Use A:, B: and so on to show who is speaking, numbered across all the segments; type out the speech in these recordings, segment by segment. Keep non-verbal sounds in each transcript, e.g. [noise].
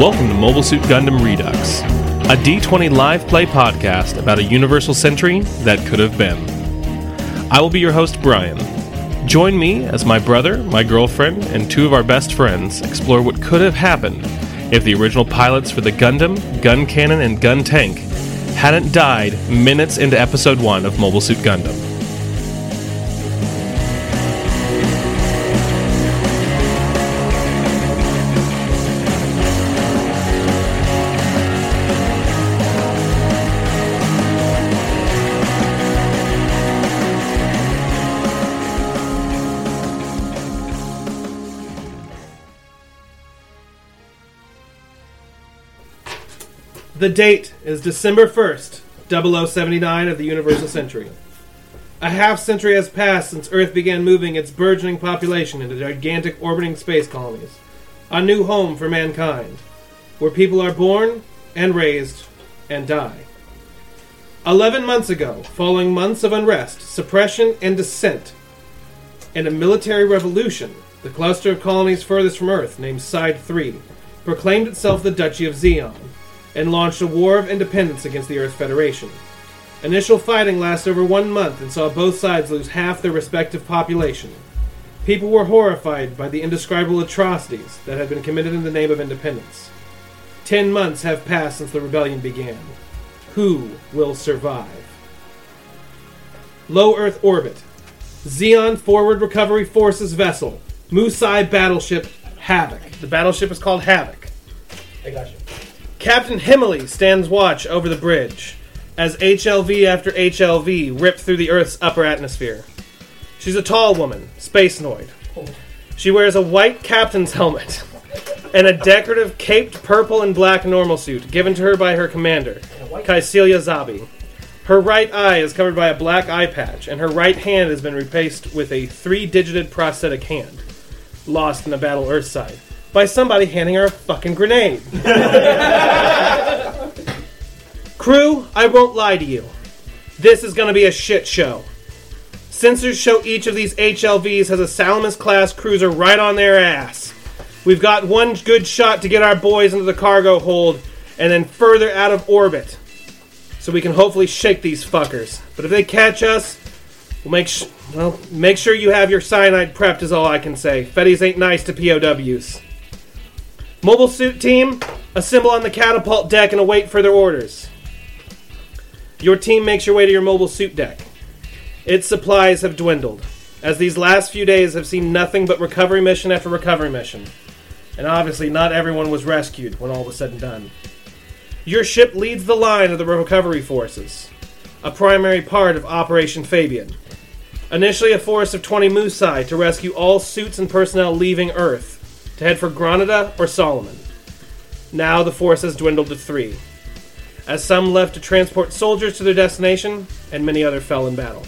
A: Welcome to Mobile Suit Gundam Redux, a D20 live play podcast about a universal century that could have been. I will be your host, Brian. Join me as my brother, my girlfriend, and two of our best friends explore what could have happened if the original pilots for the Gundam, Gun Cannon, and Gun Tank hadn't died minutes into episode 1 of Mobile Suit Gundam. The date is December 1st, 0079 of the Universal Century. A half century has passed since Earth began moving its burgeoning population into gigantic orbiting space colonies, a new home for mankind, where people are born and raised and die. Eleven months ago, following months of unrest, suppression, and dissent, and a military revolution, the cluster of colonies furthest from Earth, named Side 3, proclaimed itself the Duchy of Zeon and launched a war of independence against the Earth Federation. Initial fighting lasted over one month and saw both sides lose half their respective population. People were horrified by the indescribable atrocities that had been committed in the name of independence. Ten months have passed since the rebellion began. Who will survive? Low Earth Orbit, Xeon Forward Recovery Forces vessel, Musai battleship Havoc. The battleship is called Havoc. I got you. Captain Himmeli stands watch over the bridge as HLV after HLV rip through the Earth's upper atmosphere. She's a tall woman, spacenoid. She wears a white captain's helmet and a decorative caped purple and black normal suit given to her by her commander, Kaecilia Zabi. Her right eye is covered by a black eye patch, and her right hand has been replaced with a three digited prosthetic hand, lost in the battle Earthside, by somebody handing her a fucking grenade. [laughs] Crew, I won't lie to you. This is gonna be a shit show. Sensors show each of these HLVs has a Salamis class cruiser right on their ass. We've got one good shot to get our boys into the cargo hold and then further out of orbit so we can hopefully shake these fuckers. But if they catch us, we'll make sh- well make sure you have your cyanide prepped. Is all I can say. Fetties ain't nice to POWs. Mobile suit team, assemble on the catapult deck and await further orders. Your team makes your way to your mobile suit deck. Its supplies have dwindled, as these last few days have seen nothing but recovery mission after recovery mission. And obviously, not everyone was rescued when all was said and done. Your ship leads the line of the recovery forces, a primary part of Operation Fabian. Initially, a force of 20 Musai to rescue all suits and personnel leaving Earth to head for Granada or Solomon. Now the force has dwindled to three, as some left to transport soldiers to their destination, and many other fell in battle.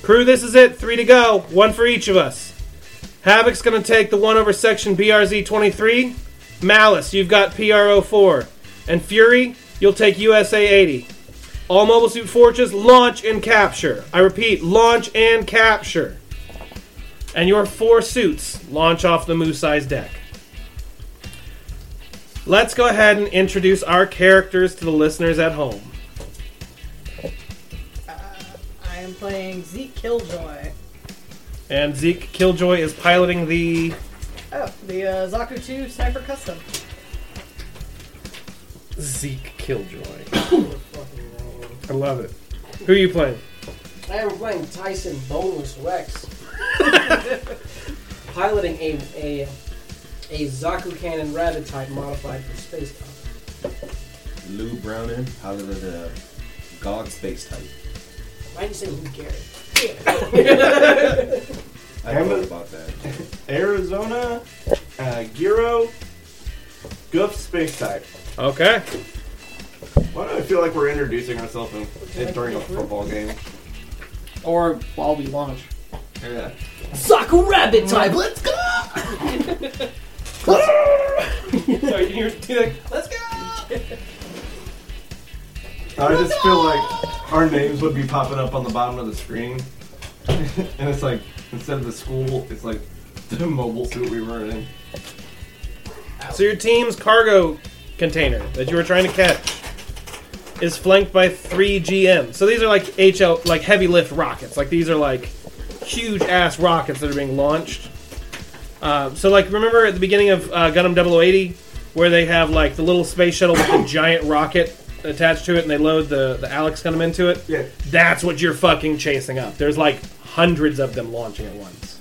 A: Crew, this is it. Three to go, one for each of us. Havoc's gonna take the one over section BRZ 23. Malice, you've got PRO 4. And Fury, you'll take USA 80. All Mobile Suit Fortress, launch and capture. I repeat, launch and capture. And your four suits launch off the Musai's deck. Let's go ahead and introduce our characters to the listeners at home.
B: I am playing Zeke Killjoy.
A: And Zeke Killjoy is piloting the
B: Oh, the uh, Zaku 2 Sniper Custom.
A: Zeke Killjoy. I love it. Who are you playing?
C: I am playing Tyson
D: [laughs]
C: Boneless Rex, piloting a a a Zaku Cannon Rabbit type modified for space combat.
D: Lou Browner, however the GOG space type.
C: Why did you say Lou Gary?
D: I don't know
E: Emma-
D: about that.
E: [laughs] Arizona, uh, Giro, Goof Space Type.
A: Okay.
E: Why do I feel like we're introducing ourselves in, in- during a football game?
C: Or while we launch.
E: Yeah.
C: Zaku Rabbit type. Let's go.
A: Sorry, you do that?
C: Let's go.
E: I just feel like our names would be popping up on the bottom of the screen, [laughs] and it's like instead of the school, it's like the mobile suit we were in.
A: So your team's cargo container that you were trying to catch is flanked by three GM. So these are like HL, like heavy lift rockets. Like these are like huge ass rockets that are being launched. Uh, so like remember at the beginning of uh, Gundam 0080 where they have like the little space shuttle with the giant rocket attached to it and they load the, the Alex Gundam into it?
E: Yeah.
A: That's what you're fucking chasing up. There's like hundreds of them launching at once.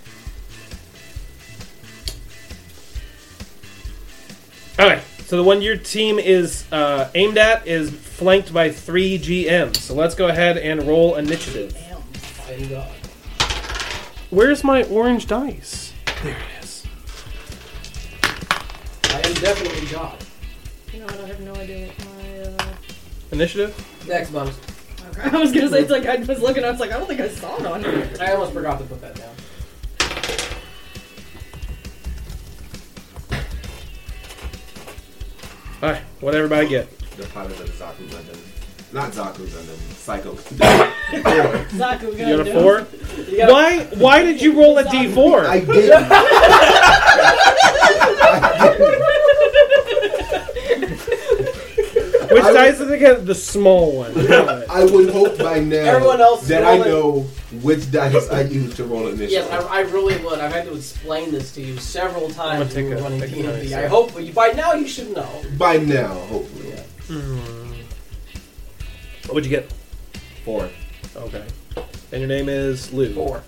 A: Okay, so the one your team is uh, aimed at is flanked by three GMs. So let's go ahead and roll initiative.
C: Fighting God.
A: Where's my orange dice? There it is.
C: I am definitely God.
F: You know what? I have no idea what my.
A: Initiative?
C: Next bonus.
F: Uh... [laughs] I was gonna say it's like I was looking. I was like, I don't think I saw it on
C: [laughs]
F: here.
C: I almost forgot to put that down.
A: Alright, what everybody get?
G: The pilot of the Zaku Gundam. Not Zaku Gundam. Psycho
E: [laughs]
G: Gundam.
F: Zaku, we
A: You
F: gotta
A: got a
F: do it.
A: four?
C: You gotta-
A: Why why did you roll a D four?
C: [laughs]
G: I did.
A: Which dice is it again? The small one. Got it.
G: I would hope by now
C: Everyone else
G: that I
C: roll it.
G: know which dice I use to roll initiative.
C: Yes, I, I really would. I've had to explain this to you several times
A: take
C: when we
A: a-
C: were running
A: take a
C: D&D.
A: notice,
C: I
A: yeah.
C: hope you, by now you should know.
G: by now, hopefully.
A: What'd you get?
G: Four.
A: Okay. And your name is Lou.
C: Four.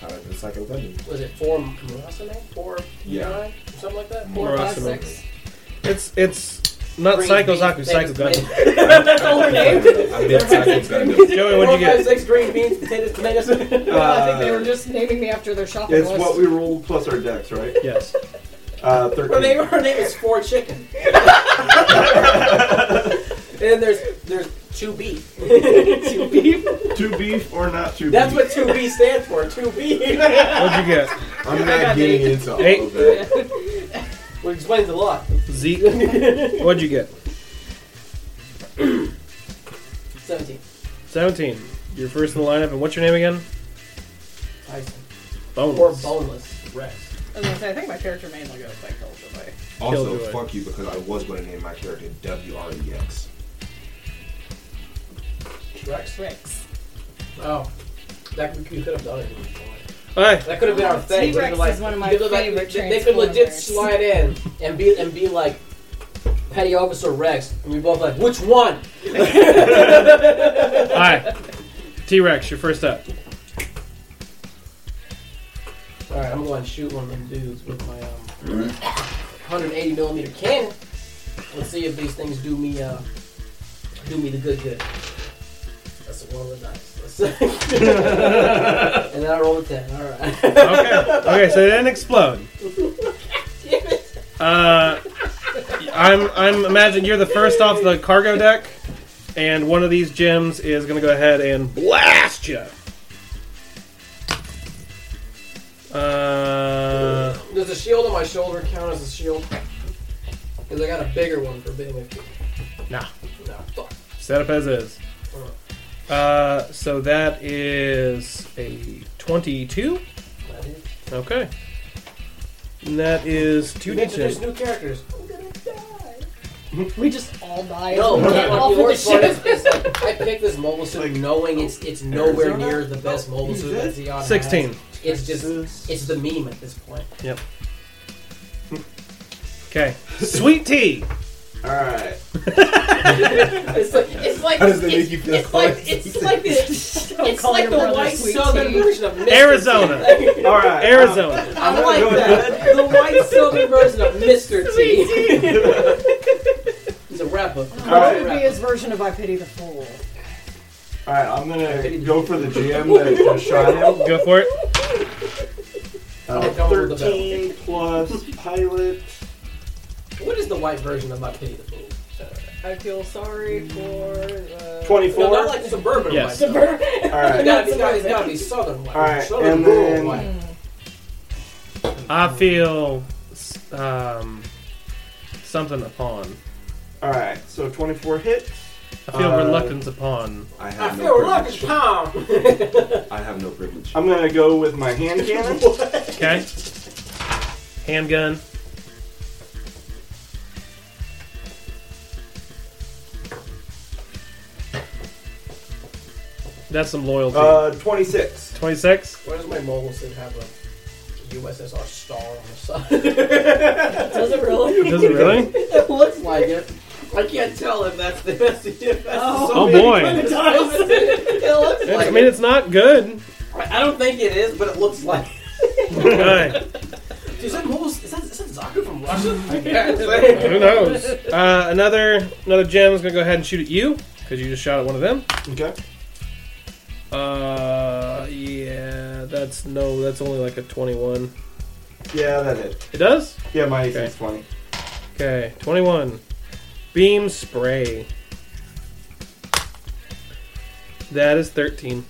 G: Pilot of the Psycho [laughs] Gundam.
C: Was it four Murasame? Four
G: Yeah.
C: Mirai? Something like that?
F: Four, five,
A: Murasame.
F: six.
A: It's it's not
C: Green
A: Psycho
C: bean
A: Zaku, Psycho
C: potatoes,
A: Gundam.
C: That's all her name.
G: I did Psycho Gundam.
A: Joey, what'd you
C: [laughs] Four, five,
A: get?
C: six green beans, potatoes,
A: [laughs]
C: tomatoes.
F: I think they were just naming me after their shopping
E: It's
F: list.
E: what we roll plus our decks, right?
A: Yes.
E: Uh,
C: her, name,
E: 13.
C: her name is Four Chicken. [laughs] and there's there's two B. two B.
E: Two beef or not two
C: That's
E: beef?
C: what two B stands for. Two B. [laughs]
A: What'd you get?
G: I'm not getting into all
A: Eight.
G: of that.
C: [laughs] Which explains a lot.
A: Zeke. What'd you get?
C: Seventeen.
A: Seventeen. You're first in the lineup, and what's your name again?
C: Tyson. Or
A: Bones.
C: boneless Rex.
F: I was gonna say, I think my character name will go by Killjoy.
G: Also,
A: Killjoy.
G: fuck you because I was going to name my character E WREX.
C: Rex.
F: Rex.
C: Oh, that we, we could have done it.
A: All right.
C: That could have been our thing.
F: T-Rex
C: Like,
F: is one of my
C: they could, like,
F: favorite
C: they, they could legit
F: Transformers.
C: slide in and be and be like Petty Officer Rex, and we both like which one?
A: All right. T Rex, you're first up.
C: All right, I'm going to shoot one of them dudes with my um, 180 millimeter cannon. Let's see if these things do me uh, do me the good good. That's a one of the dice. Let's see. [laughs] and then I roll a ten. All right. [laughs] Damn
A: Okay. Okay. So they didn't explode.
C: it.
A: Uh, I'm I'm imagining you're the first off the cargo deck, and one of these gems is gonna go ahead and blast you. Uh,
C: Does the shield on my shoulder count as a shield? Because I got a bigger one for being a
A: nah.
C: no. Fuck.
A: Set up as is. Uh, so that is a twenty-two.
C: That is-
A: Okay. And that is two
C: You
A: d
C: introduce
A: ten.
C: new characters.
F: We just all die.
C: No,
F: we get
C: what
F: off of the
C: the worst part
F: ship.
C: is, is like, I picked this mobile suit
E: Like,
C: knowing it's it's nowhere
E: Arizona?
C: near the best mobile
E: Is
C: suit
E: it?
C: that Zeon has.
A: Sixteen.
C: It's just it's the meme at this point.
A: Okay. Sweet tea.
D: [laughs]
E: Alright.
C: It's like it's like
G: How does that
C: it's-
G: make you feel?
C: It's like it's like the
F: Don't
C: it's
F: call
C: like
F: your
C: the
F: brother
C: white
F: sweet
C: southern
F: tea.
C: version of Mr.
A: Arizona.
C: T.
E: Alright.
A: Arizona.
C: I
E: gonna
C: like
E: go
C: that. The white southern version of Mr. T. He's a rapper.
F: What would
E: Alright.
F: be his version of I Pity the Fool?
E: Alright, I'm gonna go for the GM that just shot him.
D: [laughs]
A: Go for it.
E: Uh,
C: Don't roll the bell.
E: 13 plus pilot.
C: What is the white version of my pity the fool?
F: I feel sorry for. [laughs] Uh,
E: 24.
C: No, not like suburban
A: Yes.
C: white. though. It's
E: Alright.
C: gotta be, it's gotta, it's gotta be southern white.
E: Alright,
C: southern
E: and
C: rural
E: then-
C: white.
A: I feel s- um, something upon.
E: Alright, so 24 hits.
A: I feel
E: Uh,
A: reluctance upon.
G: I
C: I
G: have no
C: feel like
G: privilege.
C: a pound.
G: I have no privilege.
D: Um,
E: I'm gonna go
C: [laughs]
E: with my hand cannon.
A: Okay. Handgun. That's some loyalty.
E: Uh, 26.
A: 26?
C: Why does my mobile suit have a USSR star on the side?
B: Does it
F: [laughs]
B: really?
A: Does it really?
C: [laughs] it looks like it. I can't tell if that's the best. If that's
B: Oh.
A: Oh,
C: many
A: boy.
C: kinda times. it looks
A: Oh, It's-
C: like
A: I mean,
C: it.
A: it's not good.
C: I I don't think it is, but it looks like.
A: Okay.
C: Is that mobile? Is that, is that Zaku from Russia? I
A: Who knows? Uh, another another gem is gonna go ahead and shoot at you because you just shot at one of them.
E: Okay.
A: Uh, yeah, that's no, that's only like a twenty-one.
E: Yeah, that hit.
A: It does.
E: Yeah, my AC
A: Okay.
E: is 20.
A: Okay, twenty-one. Beam spray. That is thirteen.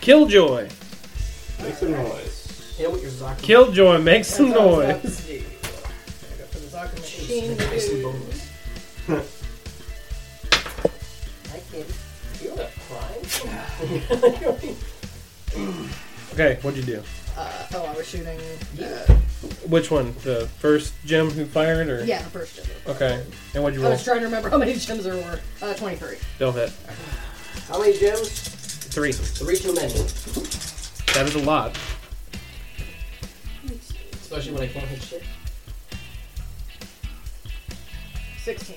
A: Killjoy.
E: Make some noise.
C: Hit with your Zaku.
A: Killjoy makes some noise.
C: Nice and boneless. Hi, kitty. You're not crying.
A: Okay, what'd you do?
F: Uh, oh, I was shooting. uh,
A: Which one? The first gem who fired, or
F: Yeah, the first gem.
A: Okay, and what'd you
F: I
A: roll?
F: was trying to remember how many gems there were. Uh, 23.
A: They'll hit
C: How many gems?
A: three.
C: Three too many.
A: That is a lot.
C: Especially when I can't hit shit.
F: 16.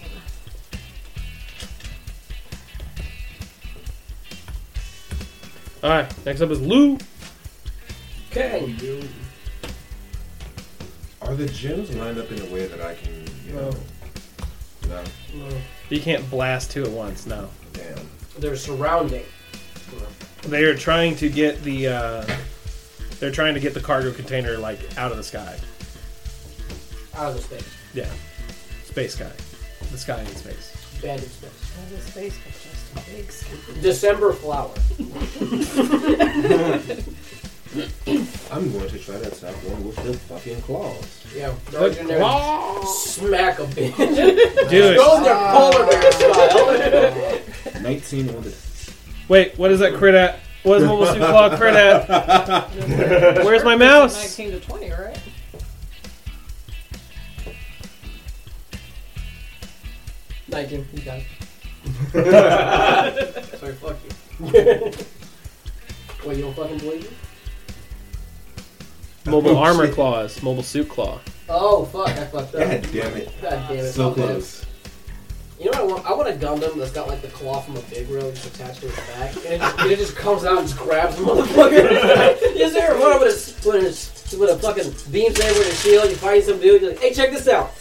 A: All right, next up is Lou.
C: Okay.
D: Are the gems lined up in a way that I can, you know? No.
A: You can't blast two at once. No,
D: Damn.
C: They're surrounding.
A: they are trying to get the uh, they're trying to get the cargo container like out of the sky.
C: Out of the space.
A: Yeah, space sky, the sky in space.
C: Bandit space.
F: Well, this face was just a big skin.
C: December flower.
D: I'm going to try that south one with the fucking claws.
C: Yeah.
A: Look,
C: legendary Smack a [laughs] bitch.
A: do it.
C: Go in there, polar bear [laughs] style.
D: 19 on the.
A: Wait, what is that crit at? What is mobile suit claw crit at? Where's my mouse?
B: 19 to 20,
F: [laughs]
B: right?
C: Nineteen. He died. [laughs] Sorry. Fuck you. Wait, you don't fucking believe me?
A: [laughs]
B: Oh,
A: Mobile armor claws, mobile suit claw.
C: Oh fuck! I fucked up.
D: God damn it.
C: God damn it.
D: So
C: Okay.
D: close.
C: You know what I want? I want a Gundam that's got like the claw from a big row just attached to its back, and it just, and it just comes out and just grabs
D: [laughs]
C: the motherfucker. Is there one with a with a, with a fucking beam saber and a shield? You find some dude, you're like, hey, check this out,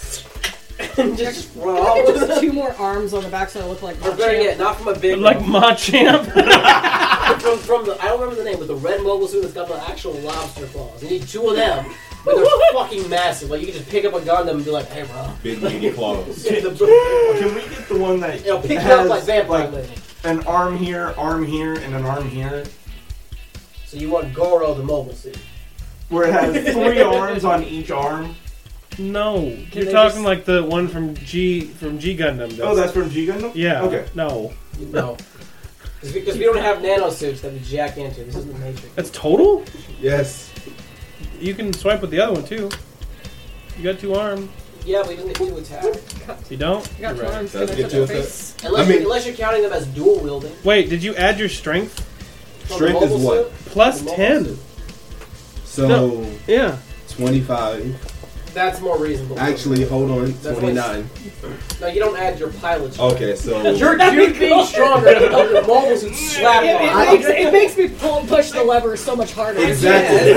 C: [laughs] and just run
B: I
F: Oh.
B: think
C: [laughs] off.
B: just two more arms on the back so I look like
C: Or better yet, not from a big
A: Like
B: [laughs]
C: row.
A: Machamp.
C: from from the I don't remember the name, but the red mobile suit that's got the actual lobster claws. You need two of them, but they're
D: [laughs]
C: fucking massive. Like you can just pick up a Gundam and be like, hey, bro.
D: Big meaty claws.
C: [laughs] Yeah, the-
E: Can we get the one that
C: It'll pick it
E: has,
C: up like vampire.
E: like,
C: Like,
E: an arm here, arm here, and an arm here?
C: so you want Goro the mobile suit?
E: Where it has three
C: [laughs]
E: arms on each arm.
A: No, you're
B: they
A: talking
B: just-
A: like the one from G from G Gundam.
E: Oh, that's from G Gundam?
A: yeah.
E: Okay.
A: No,
D: [laughs]
C: No. Because we don't have nanosuits that we jack into. This isn't the Matrix.
A: that's total.
D: yes.
A: You can swipe with the other one too. You got two arms.
C: Yeah, but you didn't need to attack.
A: You don't.
B: I got two
A: Right.
B: arms
D: Does
B: connected
D: get
B: to
D: to
B: my
D: a
B: face.
C: Unless,
D: I mean-
C: you, unless you're counting them as dual wielding.
A: Wait, did you add your strength
C: So the
D: Strength is
C: mobile
D: what?
C: suit-
A: plus
C: the mobile
A: ten?
C: suit,
D: So,
A: No. Yeah.
D: 25.
C: That's more reasonable.
D: Actually, hold on.
C: That's
D: 29.
C: No, you don't add your pilot strength.
D: Okay, so.
C: You're, you're
D: [laughs]
C: being stronger because your mobile suit slap
F: It,
C: on.
F: it, makes, it makes me pull, push the lever so much harder.
D: Exactly.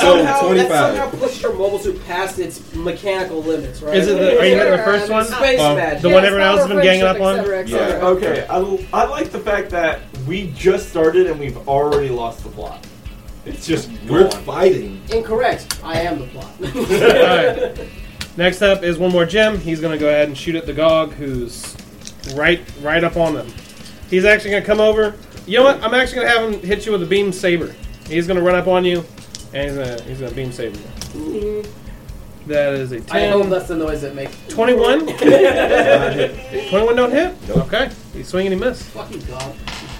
D: so,
C: Somehow, That
D: 25.
C: somehow pushed your mobile suit past its mechanical limits, right?
A: Is it the? Are you hitting the
F: Sure,
A: first
F: I
A: one?
F: mean,
C: space
D: Um,
C: magic?
A: The one everyone else has been ganging up on?
D: Yeah.
E: Okay, I, I like the fact that we just started and we've already lost the plot. It's just
D: We're
E: gone.
D: fighting.
C: Incorrect. I am the plot.
A: All right. Next up is one more gem. He's gonna go ahead and shoot at the Gog, who's right, right up on them. He's actually gonna come over. You know what? I'm actually gonna have him hit you with a beam saber. He's gonna run up on you, and he's gonna, he's gonna beam saber you. That is a
C: Mm-hmm. I hope
A: ten.
C: that's the noise it makes.
A: 21? 21 don't hit?
D: Nope.
A: Okay. He's swinging, he missed.
C: Fucking god.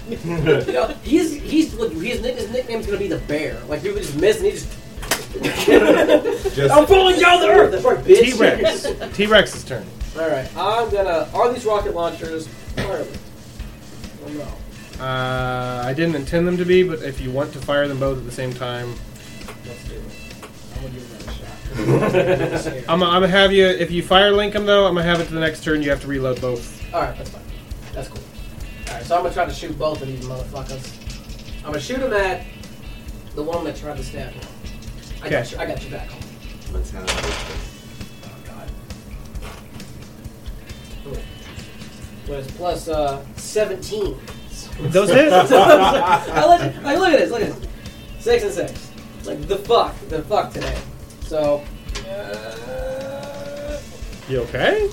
C: you know, he's he's like his, nick, his nickname's gonna be the bear. Like people just miss and he just
D: Just
C: I'm falling down the earth. That's right,
A: T
C: bitch. [laughs]
A: Rex. T Rex's turn.
C: All right, I'm gonna are these rocket launchers? Where are we? or no?
A: Uh, I didn't intend them to be, but if you want to fire them both at the same time,
C: Let's do it. I'm gonna give that a shot.
A: I'm, I'm gonna have you. If you fire link them though, I'm gonna have it to the next turn. You have to reload both.
C: All right, that's fine. That's cool. All right, so I'm gonna try to shoot both of these motherfuckers. I'm gonna shoot him at the one that tried to stab me. I got
A: Okay.
C: you. I got you back. Home.
D: Let's have it.
C: Oh God. Cool. Well, it's plus uh, 17.
A: Those hits.
C: I let, like, look at this. Look at this. Six and six. Like the fuck, the fuck today. So. uh,
A: [laughs] you okay?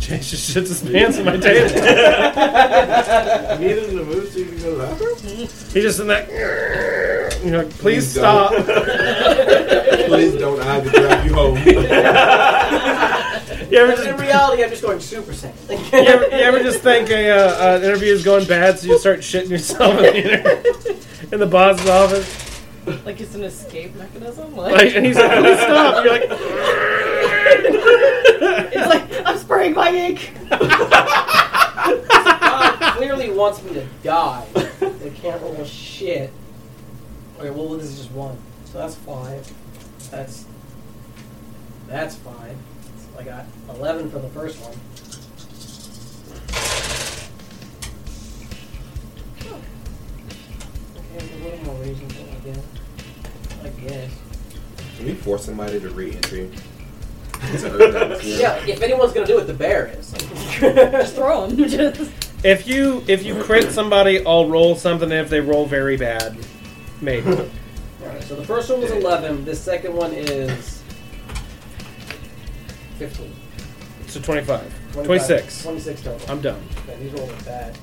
A: Change the shit to pants on my table.
E: You need him to move so you can go to the bathroom?
A: He's just in that. You know, please
D: Please
A: stop.
D: don't. Please don't I have to drive you home.
A: You ever
C: in
A: just
C: reality, I'm just going super saiyan.
A: you ever, you ever just think a, uh, an interview is going bad, so you start shitting yourself in the, [laughs] inter- in the boss's office?
B: Like it's an escape mechanism.
A: Like, and he's like, please stop. You're like,
F: It's like I'm spraying my ink.
C: God clearly wants me to die. The can't roll shit. Okay, well this is just one. So that's five. That's that's five. So I got eleven for the first one. Okay, it's a little more reasonable, I guess. I guess.
D: Can we force somebody to re-entry? To earn that tier?
C: Yeah, if anyone's gonna do it, the bear is. [laughs]
F: Just
B: [laughs]
F: throw them. Just
A: if you if you crit somebody, I'll roll something. If they roll very bad, maybe.
C: Alright, so the first one was 11, this second one is 15.
A: So 25.
C: 25.
A: 26.
C: 26 total.
A: I'm done.
C: Man, these rolls are bad.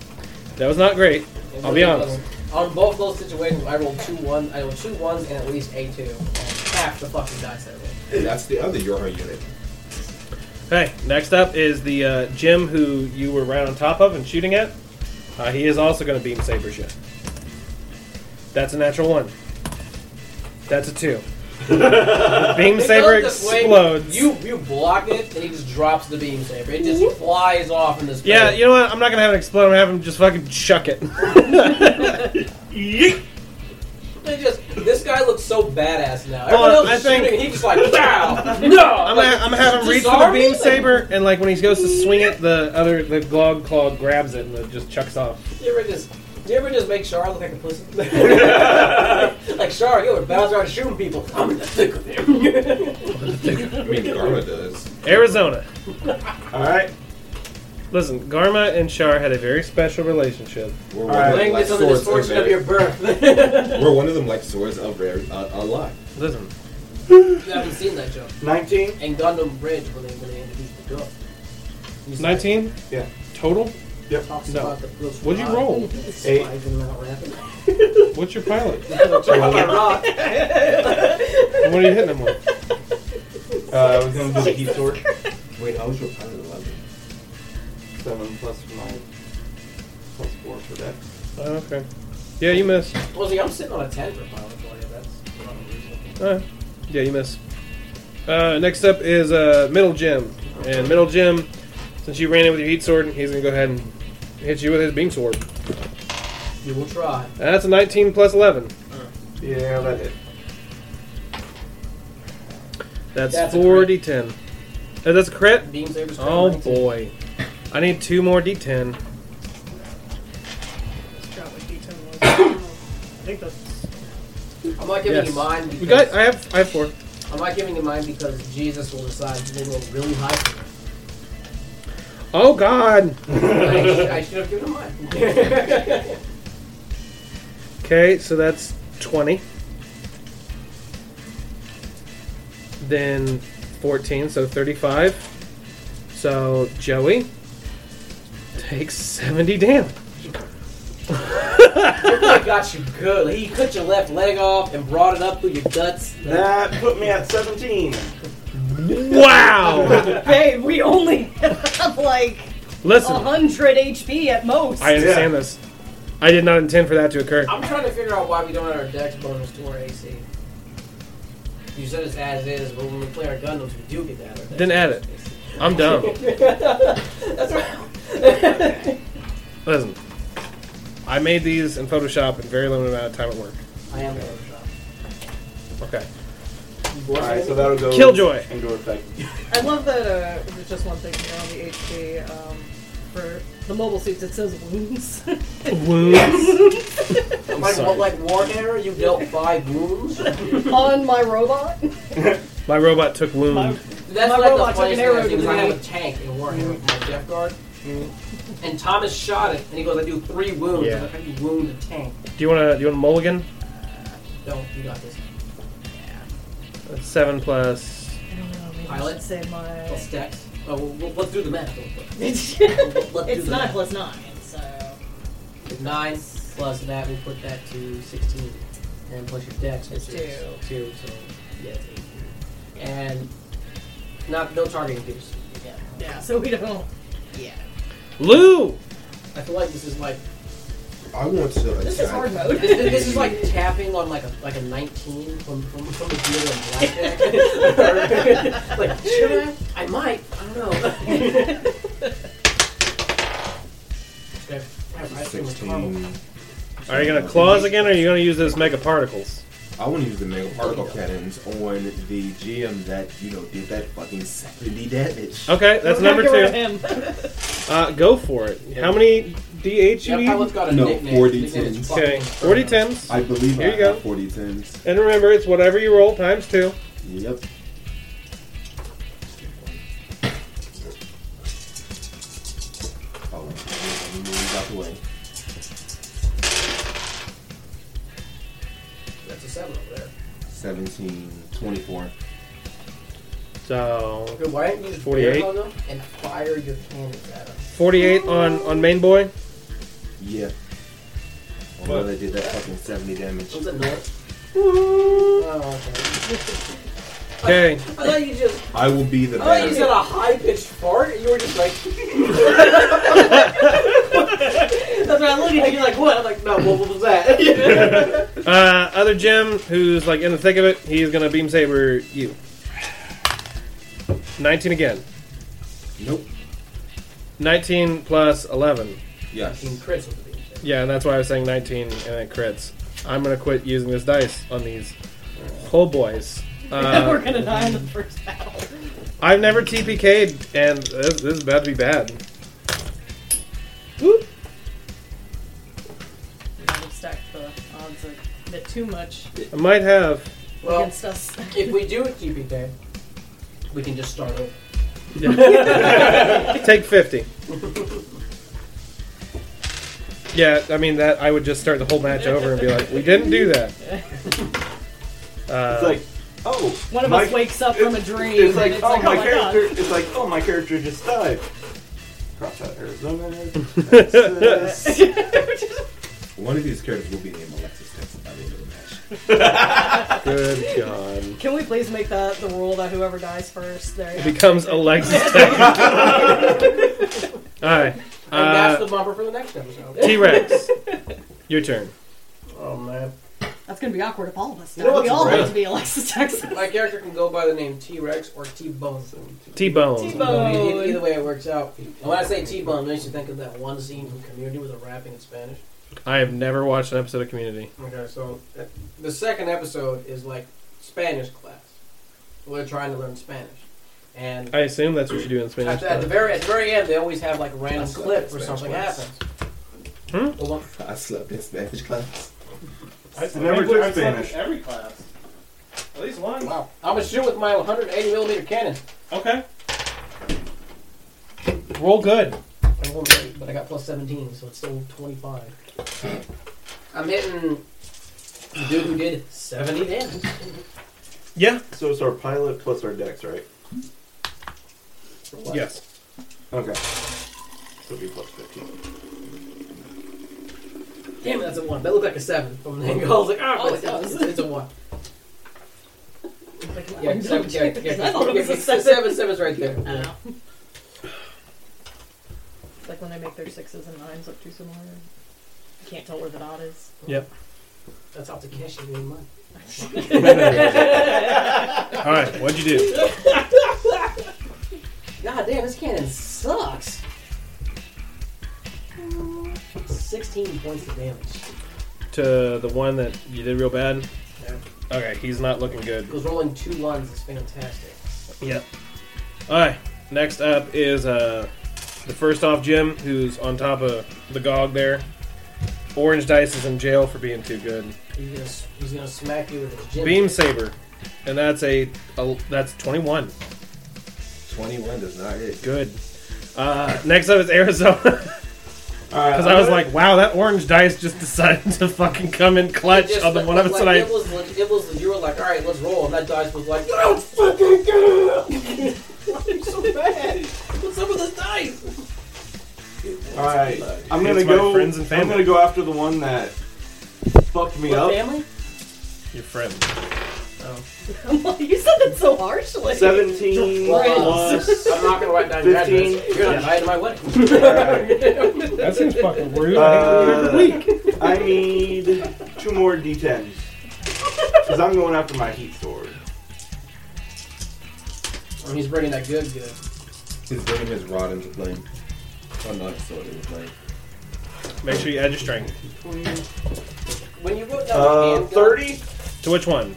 A: That was not great.
C: And
A: I'll be
C: both of
A: honest.
C: them- On both those situations, I rolled two ones. I rolled two ones and at least a two. And half the fucking dice I rolled.
D: That's the other Yorha unit.
A: Hey, next up is the uh, Jim who you were right on top of and shooting at. Uh, he is also going to beam saber shit. That's a natural one. That's a
C: [laughs]
A: two. The beam
C: It
A: saber
C: goes this way,
A: explodes.
C: You you block it and he just drops the beam saber. It just flies off in this.
A: yeah, you know what? I'm not going to have it explode. I'm going to have him just fucking chuck it. Yeet.
C: They just this guy looks so badass now. Everyone
A: on,
C: else
A: I
C: is shooting
A: think-
C: and he's just like wow. no.
A: I'm gonna, I'm gonna have him reach for the
C: disarm
A: beam
C: me?
A: saber, and like when he goes to swing it, the other the glog claw grabs it and it just chucks off.
C: You ever just you ever just make Shar look like a
A: [laughs]
C: pussy? like Shar, you were bouncing around shooting people. I'm in the thick
A: [laughs]
C: of him.
D: I mean, Garma does.
A: Arizona.
E: Alright.
A: Listen, Garma and Shar had a very special relationship.
D: We're
E: All
D: one,
E: right.
D: of them
C: Blame
D: like
C: this on the
D: swords of
C: misfortune of your
D: very,
A: [laughs]
C: birth.
D: We're one of them like swords of rare uh, a lot.
A: Listen,
C: You haven't seen that joke.
E: 19?
C: And Gundam Bridge when they when they introduced the joke. You said-
A: 19?
E: Yeah.
A: Total?
E: Yep.
C: Talks
A: No.
C: about the Bruce
A: What'd you
C: Rock.
A: roll?
C: It's
E: Eight.
C: why you're not rapping.
A: What's your pilot?
C: Talking about rock.
A: what are you hitting him with?
E: Uh, I was going to do the heat sword.
D: Wait, how was your pilot 11?
E: 7 plus 9. Plus 4 for that.
A: Oh, okay. Yeah, you miss.
C: Well, see, I'm sitting on a ten for pilot for you. That's not unreasonable.
A: Uh, yeah, you miss. Uh, next up is uh, Middle Jim. And Middle Jim, since you ran in with your heat sword, he's going to go ahead and hit you with his beam sword.
C: You will try.
A: And that's a 19 plus 11.
E: Yeah, that hit.
A: That's,
C: That's a
A: 4d10. Uh, that's a crit?
C: Beam sabers.
A: Oh,
C: turn 19.
A: boy. I need two more d10.
F: drop what D10
B: [coughs]
F: was. I think that's
C: I'm not giving
A: Yes.
C: you mine because
A: We got, I have, I have four.
C: I'm not giving you mine because Jesus will decide to roll really high for you.
A: Oh, God.
C: I, sh- I should have given him mine.
A: [laughs] Okay, so that's 20. Then 14, so 35. So Joey takes 70 damage.
C: I got you good. He cut your left leg off and brought it up through your guts.
E: That put me at 17.
C: [laughs]
A: Wow!
F: babe. We only have like
C: Uh-huh.
A: Listen,
F: hundred HP at most.
A: I understand this. I did not intend for that to occur.
C: I'm trying to figure out why we don't have our dex bonus to our AC. You said it's as is, but when we play our Gundams, we do get that. [laughs]
A: Then add it. I'm dumb.
C: That's right.
A: Listen, I made these in Photoshop in very limited amount of time at work.
C: I am the workshop.
A: Okay.
C: You
E: Alright, so that'll go.
A: Killjoy.
E: Into effect.
B: I love that. Uh, there's just one thing here on the HP um, for the mobile suits. It says wounds. [laughs]
C: like,
A: sorry.
C: like war era, you [laughs] dealt five wounds. That's
B: on my robot.
A: My robot took wound.
C: like
B: robot
C: the
B: took
C: funniest
B: an
C: thing
B: arrow
C: I see,
B: to
C: was
B: the
C: I have
B: knee.
C: a tank in war era with my Jeff guard, and Thomas shot it, and he goes, "I do three wounds.
A: Yeah.
C: I'm like, How do you wound a tank?
A: Do you want to? Do you want a mulligan?
C: Don't you got this?
A: That's seven plus.
F: I don't know. Maybe
C: Pilot?
F: I should say
C: Plus
F: my.
C: stacks. Oh, well, well, let's do the math. real quick.
F: [laughs]
C: Let's do
F: it's
C: the
F: nine
C: math.
F: plus nine, so
C: Nine plus that, we put that to 16. And plus your dex, which
F: It's
C: is two. So, yeah, it's eight. And not, no targeting pierce.
F: yeah, yeah. So we don't. Yeah.
A: Lou.
C: I feel like this is like
G: I want to.
F: This is hard mode.
C: this, this is like tapping on like a like a nineteen from from from the dealer in blackjack. [laughs] like should I? I might. I don't
F: [laughs]
C: know. Okay. I have ice cream with caramel.
G: Sixteen.
A: Are you gonna claws again, or are you gonna use those mega particles?
G: I want to use the mega particle cannons on the GM that you know did that fucking seventy damage.
A: Okay,
F: [laughs]
A: that's
B: Don't have
A: number
B: to worry about
A: two.
B: Him.
A: Uh, go for it. How many DH you
C: Yeah,
A: need?
C: Pilot's got a
G: No,
C: nickname.
G: 40
C: His name is
G: tins.
A: Okay,
C: fucking-
A: forty tens.
G: I believe
A: Here
G: I
A: you go.
G: have forty tens.
A: And remember, it's whatever you roll times two.
G: Yep. Oh, let me move out the way.
C: That's a seven over there.
G: 17, 24.
A: So
C: Okay, why didn't you just
A: 48?
C: barrel them and fire your cannons at them?
A: forty-eight on on main boy.
G: Yeah. Oh,
A: What?
G: no, they did that fucking 70 damage.
C: It was a nut. Oh, okay.
A: Okay.
C: I thought you just
G: I will be the
C: I thought Oh, you
G: bad.
C: said a high pitched fart, and you were just like. [laughs] That's why I look at you like, what? I'm like, no, what, what was that? [laughs]
A: Uh, other Jim, who's like in the thick of it, he's gonna beam saber you. Nineteen again.
G: Nope.
A: Nineteen plus eleven.
G: Yes.
C: crits with the beam saber.
A: Yeah, and that's why I was saying nineteen and it crits. I'm gonna quit using this dice on these whole boys.
F: [laughs] We're
A: Uh,
F: gonna die in the first battle.
A: I've never TPK'd, and this, this is about to be bad. Whoop.
F: We might have stacked the odds a bit too much
A: I might have.
C: Well,
F: against us.
C: if we do a TPK, we can just start over.
A: Take 50. Yeah, I mean that I would just start the whole match over and be like, "We didn't do that." Uh,
E: It's like, oh.
F: Uh, One of
E: my-
F: us wakes up from a
E: it's-
F: dream.
E: It's like,
F: and it's
E: oh,
F: like,
E: my
F: oh my God.
E: character. It's like, oh, my character just died. Cross out
F: [laughs]
E: Arizona. Texas.
G: One of these characters will be named Alexis Texas by the end of the match. [laughs]
A: good God,
B: Can we please make that the rule that whoever dies first, there
A: it becomes Alexis. Texas. All right,
C: And that's
A: uh,
C: the bumper for the next episode.
A: T Rex, your turn.
C: Oh, man.
B: That's gonna be awkward if all of us die.
E: You know
B: we
E: what's
B: all
E: great?
B: have to be Alexis Texas.
C: My character can go by the name T Rex or T Bone.
A: T Bone.
B: T-Bone.
C: Either, either way, it works out. And when I say T Bone, it makes you think of that one scene from Community with a rapping in Spanish.
A: I have never watched an episode of Community.
C: Okay, so uh, the second episode is like Spanish class. We're trying to learn Spanish, and
A: I assume that's what you do in Spanish.
C: at, at the
A: but-
C: very at the very end, they always have like a random
G: That's
C: clip where
G: Spanish
C: something
G: class.
C: happens.
A: Hmm?
C: The one-
G: I slept in Spanish class.
E: I never took Spanish.
A: every class, at least one.
C: wow, I'm gonna shoot with my 180 millimeter cannon.
A: Okay. Roll good.
C: I rolled an eight, but I got plus 17, so it's still 25. I'm hitting the dude who did 70 damage.
A: Yeah.
E: So it's our pilot plus our dex, right?
A: Yes.
E: Okay. So it'd be plus 15.
C: Damn, that's a one. That looked like a seven from the angle. I was like, ah,
B: Oh,
C: but
B: it
C: it's-
B: does.
C: It's, it's a one.
F: Like,
C: Yeah, seven, yeah, yeah,
F: [laughs] I thought it was a
C: seven. seven, seven's right there. Yeah.
F: Oh.
B: like when they make their sixes and nines look too similar. You can't tell where the dot is. [laughs]
C: That's how Takeshi made money.
A: All right. What'd you do?
C: God damn, this cannon sucks. 16 points of damage.
A: to the one that you did real bad.
C: Yeah.
A: Okay, he's not looking good.
C: Because rolling two ones is fantastic.
A: Yep. All right. Next up is uh, the first off Jim, who's on top of the gog there. Orange Dice is in jail for being too good.
C: He's gonna, s- he's gonna smack you with his gym.
A: Beam Saber, and that's a, a that's twenty one.
G: 21 does not hit.
A: Good. Uh, next up is Arizona. [laughs]
E: Alright,
A: Because I was like, wow, that orange dice just decided to fucking come in clutch
C: Just
A: on the
C: like-
A: one of us
C: like,
A: that I.
C: It was, leg- it was, you were like, all right, let's roll. And that dice was like, you don't fucking get it. [laughs] Why are you so bad? What's up with this dice?
E: Alright, I'm gonna
A: It's my
E: go.
A: friends and
E: I'm
A: family.
E: gonna go after the one that fucked me
C: What,
E: up.
C: family?
A: Your friend.
B: you said that so harshly.
C: [laughs]
E: Seventeen plus.
C: I'm not gonna write down your
E: Fifteen.
C: address. You're gonna die at my wedding.
A: That seems fucking rude.
E: Uh, I need two more d10s
C: [laughs]
E: because I'm going after my heat sword.
C: And he's bringing that good good.
G: He's bringing his rod into play. Oh, not his sword into play.
A: Make sure you add your strength.
C: When you wrote down the
E: Uh,
C: handgun,
E: thirty.
A: To which one?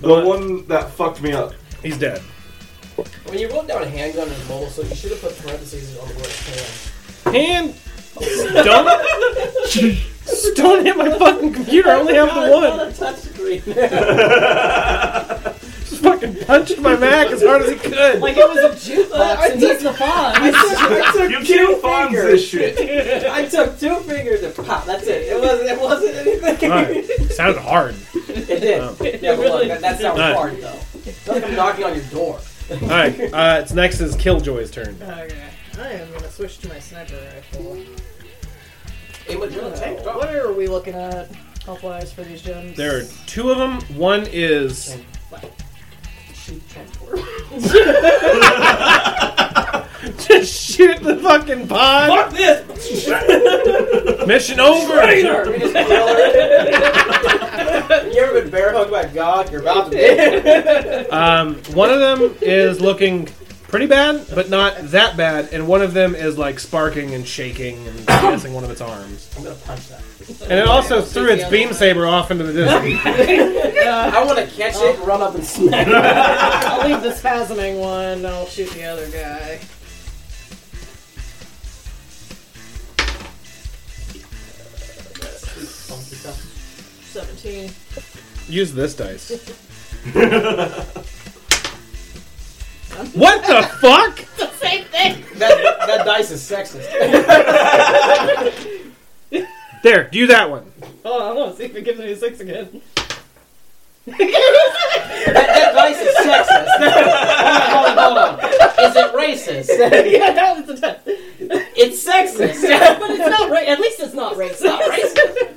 E: The one that fucked me up.
A: He's dead.
C: When you wrote down handgun and mobile, so you should have put parentheses on the word
A: Hand.
C: hand.
A: [laughs] Stun. Stun hit my fucking computer. I only
C: Oh
A: have the one.
C: Not a touch [laughs] screen.
A: Just fucking punched my Mac as hard as he could.
F: Like it
C: [laughs]
F: was a jukebox, and he's the Fonz.
C: I took,
E: You can't fonz this
C: [laughs]
E: shit.
C: I took two fingers and pop. That's it. It wasn't. It wasn't anything.
A: Alright. Sounded hard.
C: It did.
A: Oh.
C: Yeah, but look, that, that sounds
A: Alright.
C: hard though. That's like I'm knocking on your door.
A: All right. Uh, it's next is Killjoy's turn.
B: Okay. I am gonna switch to my sniper rifle.
C: Hey, but you're the tank.
B: What are we looking at health wise for these gems?
A: There are two of them. One is [laughs]
C: Shoot transport.
A: just shoot the fucking pod.
C: Fuck this!
A: [laughs] Mission over.
C: Traitor! You just yell at it. [laughs] You ever been bear hugged by God? You're about to be.
A: Um, one of them is looking pretty bad, but not that bad, and one of them is like sparking and shaking and missing one of its arms.
C: I'm gonna punch that.
A: And it also threw its beam saber off into the
C: [laughs]
A: distance.
C: I want to catch it, run up and smack [laughs] it.
B: I'll leave the spasming one. I'll shoot the other guy.
C: Funky stuff.
B: Seventeen.
A: Use this dice. [laughs] what the fuck?
B: Same thing.
C: That, that dice is sexist. [laughs]
A: There, do that one.
B: Oh, I want to see if it gives me a six again. [laughs]
C: That dice is sexist. [laughs] hold on, hold on, hold on. Is it racist?
B: yeah, that was a ten.
C: It's [laughs] sexist.
F: But it's not right. At least it's not
C: It's not racist.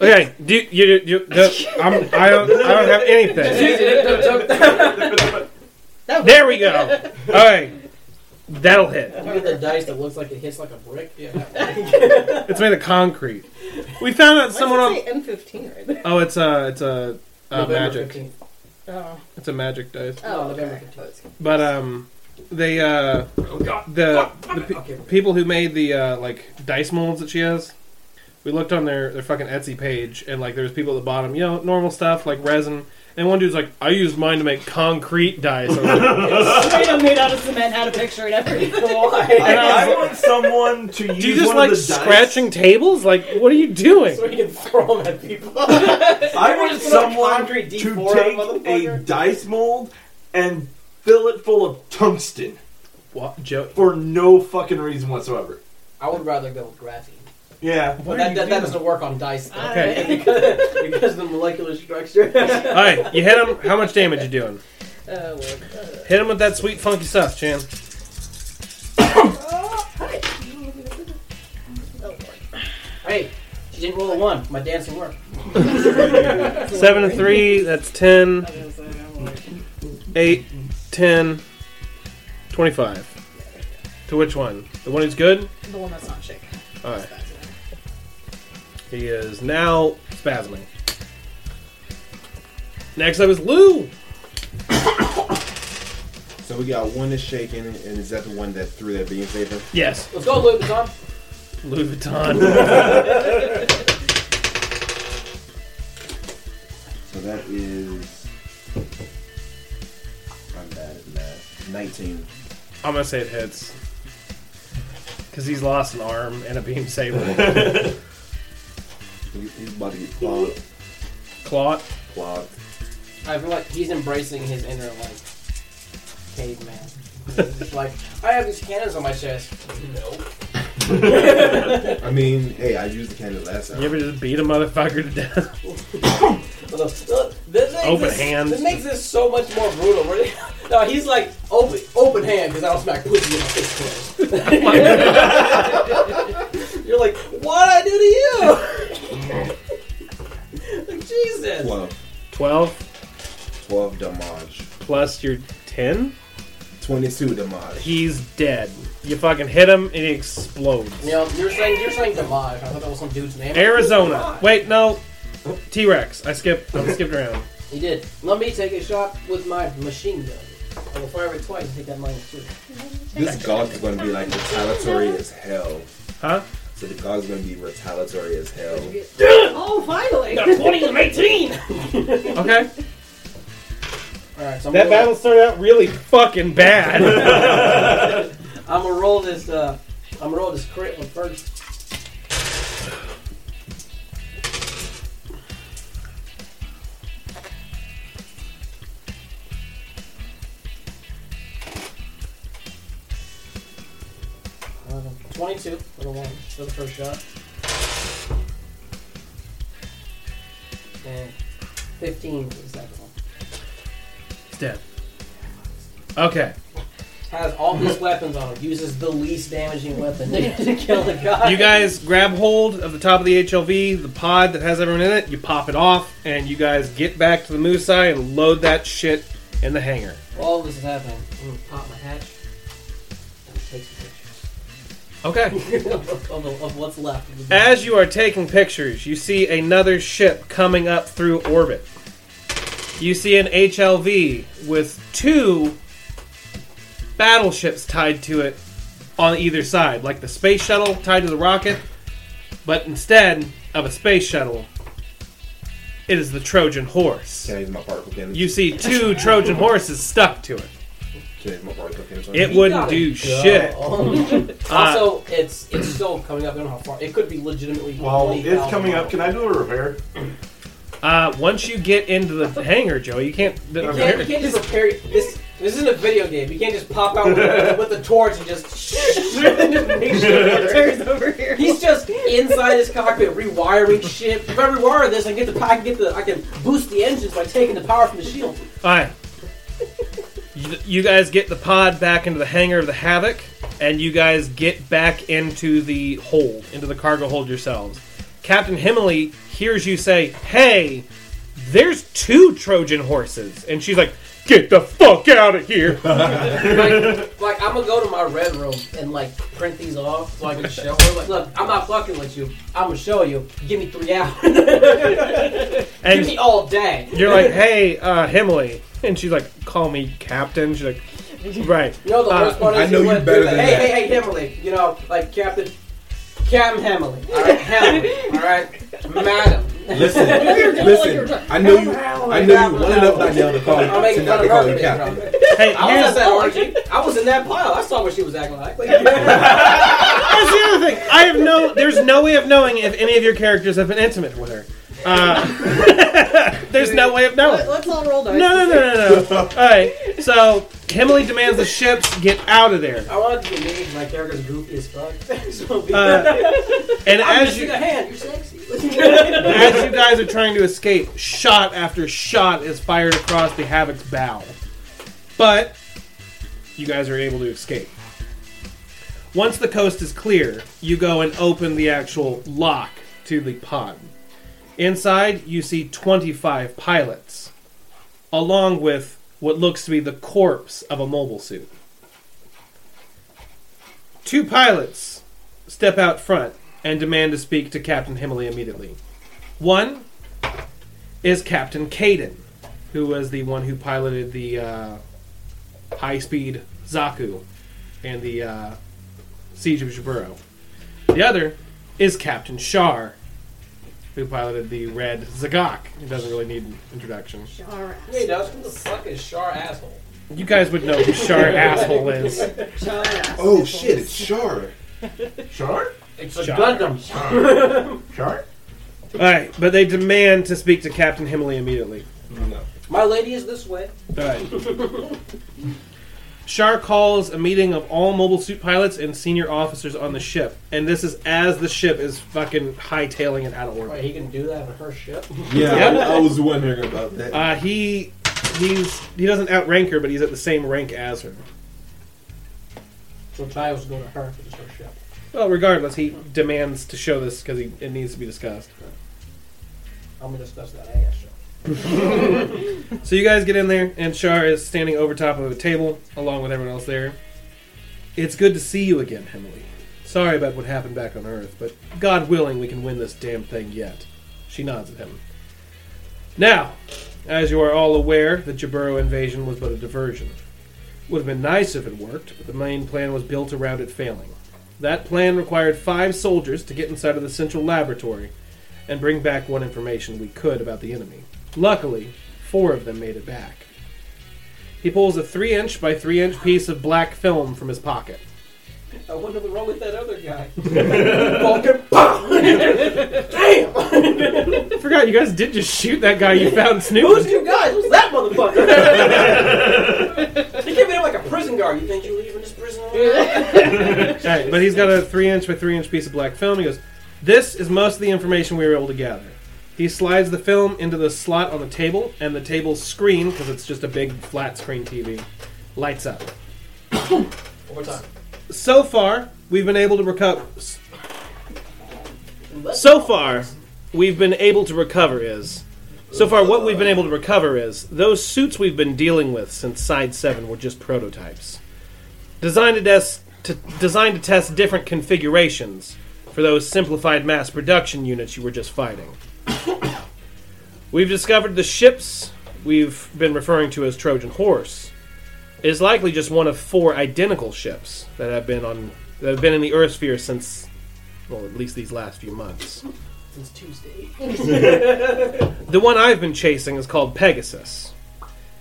A: Okay, do you, you, you the, I'm, I don't I don't have anything. There we go. All right, that'll hit.
C: Look at the dice that looks like it hits like a brick. Yeah.
A: It's made of concrete. We found out someone on.
B: Why does it say M fifteen right there?
A: Oh, it's a it's a uh,
C: November
A: magic.
C: 15th.
B: Oh,
A: It's a magic dice.
C: No,
B: oh,
C: November
B: okay.
C: 15th.
A: But um, they uh, the, the pe-
C: Okay.
A: people who made the uh, like dice molds that she has, we looked on their their fucking Etsy page and like there's people at the bottom, you know, normal stuff like resin. And one dude's like, I used mine to make concrete dice. I was like,
F: Freedom made out of cement had a picture and
B: [laughs]
F: everything.
E: I,
C: Why?
E: I want someone to use
A: do you just
E: one
A: like
E: of the dice.
A: scratching tables? Like, what are you doing?
E: [laughs]
C: So we can throw them at people.
E: I want
C: Just put a
E: someone to
C: concrete
E: take
C: D4 on a
E: a
C: motherfucker.
E: dice mold and fill it full of tungsten
A: What, Joe?
E: for no fucking reason whatsoever.
C: I would rather go with graphene.
E: Yeah.
C: But that, that, that doesn't work on dice, though.
A: Okay.
C: [laughs]
B: uh,
C: because of the molecular structure.
A: All right, you hit him. How much damage you doing?
B: Uh, well,
A: Hit him with that sweet funky stuff, Chan.
C: [laughs] hey, she didn't roll a one. My dancing worked.
A: Seven and three. That's ten.
B: I was gonna say, I'm like,
A: 8, 10, 25. To which one? The one who's good?
B: the one that's not shaking.
A: Alright. He is now spasming. Next up is Lou!
G: So we got one that's shaking, and is that the one that threw that beam saber?
A: Yes.
C: Let's go, Luke. It's on.
A: Louis Vuitton.
G: So that is. I'm bad at math. 19.
A: I'm gonna say it hits. Cause he's lost an arm and a beam
E: [laughs]
A: saber.
G: He- He's about to get clogged.
A: Clot.
G: clogged.
C: I feel like he's embracing his inner like [laughs] caveman. He's just like I have these cannons on my chest. No.
G: I mean, hey, I used the cannon last time.
A: You ever just beat a motherfucker to death? [laughs]
C: Look, look, This makes
A: Open
C: this,
A: hand.
C: This makes this so much more brutal. Really. No, he's like open open hand because I don't smack pussy in my face closed. [laughs] You're like, what I do to you? [laughs] like Jesus.
G: 12.
A: Twelve
G: 12 damage.
A: plus your ten.
G: 22 damage.
A: He's dead. You fucking hit him and he explodes.
C: You know, you're saying you're saying demise. I thought that was some dude's name.
A: Arizona. Wait, no. T Rex. I skipped. I skipped around.
C: He did. Let me take a shot with my machine gun. I will fire it twice and take that minus two.
G: This gog is going to be like retaliatory as hell.
A: Huh?
G: So the gog's going to be retaliatory as hell.
B: Oh, finally!
F: [laughs]
A: Okay.
C: All right, so I'm
A: That
C: gonna,
A: battle started out really fucking [laughs] bad.
C: I'm gonna roll this. Uh, I'm gonna roll this crit one first. Uh, Twenty-two for the one for the first shot, and fifteen for the second one.
A: He's dead. Okay.
C: has all these weapons on him, uses the least damaging weapon to kill the guy.
A: You guys grab hold of the top of the HLV, the pod that has everyone in it. You pop it off, and you guys get back to the moose eye and load that shit in the hangar.
C: all this is happening. I'm gonna pop my hatch and take some
A: Okay.
C: pictures [laughs] of, of, of what's left. Of the
A: As you are taking pictures, you see another ship coming up through orbit. You see an HLV with two battleships tied to it on either side, like the space shuttle tied to the rocket, but instead of a space shuttle, it is the Trojan horse.
G: Can I use my particle cannon?
A: You see two Trojan horses stuck to it.
G: Can I use my particle cannon?
A: It
C: You
A: wouldn't
C: gotta
A: do
C: go. [laughs]
A: shit. Uh,
C: also, it's it's still coming up. I don't know how far. It could be legitimately.
E: Well,
C: 20,000
E: it's coming up. Can I do a repair?
A: Uh, once you get into the hangar, Joey, you can't.
C: You can't, you can't just repair this. This isn't a video game. You can't just pop out with, a-
E: [laughs]
C: with a torch and just. [laughs] make sure
F: Terry's over here.
C: He's just inside his cockpit rewiring shit. If I rewire this, I get the I can get the I can boost the engines by taking the power from the shield.
A: Alright. you, you guys get the pod back into the hangar of the Havoc, and you guys get back into the hold, into the cargo hold yourselves. Captain Himley hears you say, Hey, there's two Trojan horses. And she's like, Get the fuck out of
C: [laughs]
A: here.
C: Like, like I'm gonna go to my red room and like print these off so I can show her. Like, look, I'm not fucking with you. I'm gonna show you. Give me three hours. [laughs] Give
A: And
C: me all day.
A: you're like, Hey, uh, Himley. And she's like, Call me Captain. She's like,
C: [laughs]
A: Right.
C: You know the
A: Uh,
C: worst part is
G: I know you
C: wouldn't do
G: better
C: that.
G: than
C: hey,
G: that.
C: hey, hey, Hemily. You know, like Captain, Captain Hemily. All right, Hemily. All right, Madam. [laughs]
G: Listen, listen. I know you. I know you well enough not now to call
C: I'm
G: to
C: making
G: not
C: fun
G: to
C: of
G: call
C: her.
G: you
C: for this,
G: captain.
C: bro.
A: Hey,
C: I was
A: here's
C: at that orgy. I was in that pile. I saw what she was acting like. Like,
A: That's the other thing. I have no. There's no way of knowing if any of your characters have been intimate with her. Uh, [laughs] there's no way of knowing.
B: Let, us all roll dice.
A: No, no, no, no, no. All right. So Emily demands the ships get out of there.
C: I wanted to be me. My character's goofy as fuck. [laughs] so be
A: Uh, and
C: I'm
A: as
C: missing
A: you
C: a hand. You're sexy.
A: as you guys are trying to escape, shot after shot is fired across the Havoc's bow. But you guys are able to escape. Once the coast is clear, you go and open the actual lock to the pod. Inside, you see 25 pilots, along with what looks to be the corpse of a mobile suit. Two pilots step out front and demand to speak to Captain Himley immediately. One is Captain Caden, who was the one who piloted the uh, high speed Zaku and the uh, Siege of Jaburo. The The other is Captain Shar, who piloted the red Zagok. It doesn't really need an introduction.
B: Alright.
C: Hey, Dutch, who the fuck is Shar asshole?
A: You guys would know who Shar [laughs] asshole is.
G: Oh shit, it's Shar.
E: Sure.
C: It's a
A: Shar.
C: Gundam.
E: Sure.
A: All right, but they demand to speak to Captain Himley immediately.
C: My lady is this way.
A: All right. [laughs] Shar calls a meeting of all mobile suit pilots and senior officers on the ship, and this is as the ship is fucking hightailing it out of
C: Wait,
A: orbit.
C: he can do that on her ship? [laughs]
G: Yeah,
A: Yep.
G: I, I was wondering about that.
A: Uh, he he's he doesn't outrank her, but he's at the same rank as her.
C: So Chios go to her for her ship.
A: Well, regardless, he demands to show this because it needs to be discussed.
C: I'm gonna discuss that ass ship.
A: So you guys get in there, and Shar is standing over top of a table along with everyone else there. It's good to see you again, Emily. Sorry about what happened back on Earth, but God willing, we can win this damn thing yet. She nods at him. Now, as you are all aware, the Jaburo invasion was but a diversion. Would have been nice if it worked, but the main plan was built around it failing. That plan required five soldiers to get inside of the central laboratory and bring back what information we could about the enemy. Luckily, four of them made it back. He pulls a 3 inch by 3 inch piece of black film from his pocket.
C: I wonder what's wrong with that other guy.
A: I forgot you guys did just shoot that guy [laughs] you found
C: [laughs] Who's
A: snooping.
C: you guys? Who's that [laughs] motherfucker? he came in like a prison guard. You think you're leaving this prison? [laughs] alive?
A: Alright, but he's got a 3 inch by 3 inch piece of black film. He goes, This is most of the information we were able to gather. He slides the film into the slot on the table, and the table's screen, because it's just a big flat screen TV, lights up.
C: One more time.
A: So far, we've been able to recover. So far, we've been able to recover is. So far, what we've been able to recover is those suits we've been dealing with since Side 7 were just prototypes. Designed to, des- to, designed to test different configurations for those simplified mass production units you were just fighting. we've discovered the ships we've been referring to as Trojan Horse is likely just one of four identical ships that have been on that have been in the Earth sphere since well at least these last few months.
C: Since Tuesday.
A: [laughs] The one I've been chasing is called Pegasus.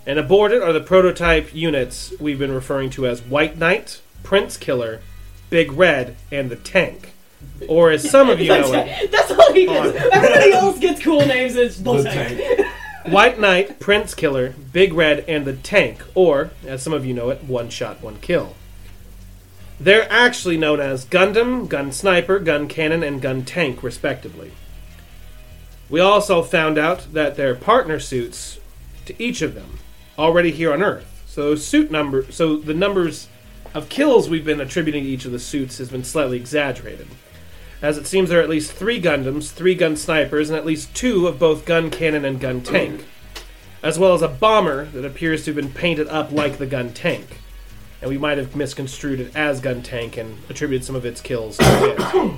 A: And aboard it are the prototype units we've been referring to as White Knight, Prince Killer, Big Red, and the Tank. Or as some
C: [laughs]
A: of you know it,
F: [laughs] That's all he gets. Everybody else gets cool names. It's the tank.
A: White Knight, Prince Killer, Big Red, and the Tank, or, as some of you know it, One Shot, One Kill. They're actually known as Gundam, Gun Sniper, Gun Cannon, and Gun Tank, respectively. We also found out that their partner suits to each of them already here on Earth. So suit number, so the numbers of kills we've been attributing to each of the suits has been slightly exaggerated as it seems there are at least three Gundams, three gun snipers, and at least two of both gun cannon and gun tank, as well as a bomber that appears to have been painted up like the gun tank. And we might have misconstrued it as gun tank and attributed some of its kills to it.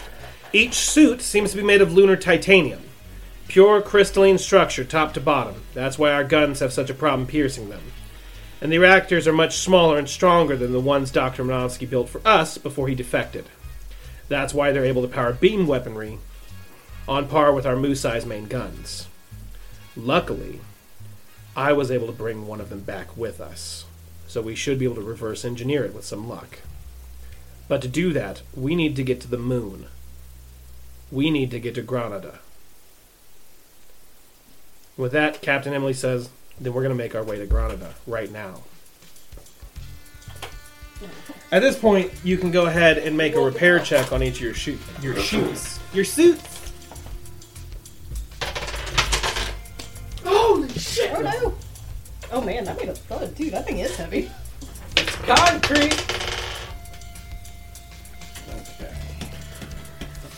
A: [coughs] Each suit seems to be made of lunar titanium. Pure crystalline structure, top to bottom. That's why our guns have such a problem piercing them. And the reactors are much smaller and stronger than the ones Dr. Manovsky built for us before he defected. That's why they're able to power beam weaponry on par with our Musai's main guns. Luckily, I was able to bring one of them back with us, so we should be able to reverse engineer it with some luck. But to do that, we need to get to the moon. We need to get to Granada. With that, Captain Emily says, then we're going to make our way to Granada right now. At this point, you can go ahead and make a repair check on each of your shoot your shoots. Your suits.
F: Holy shit! Oh no! Oh man, that made a thud, dude. That thing is heavy.
C: Concrete.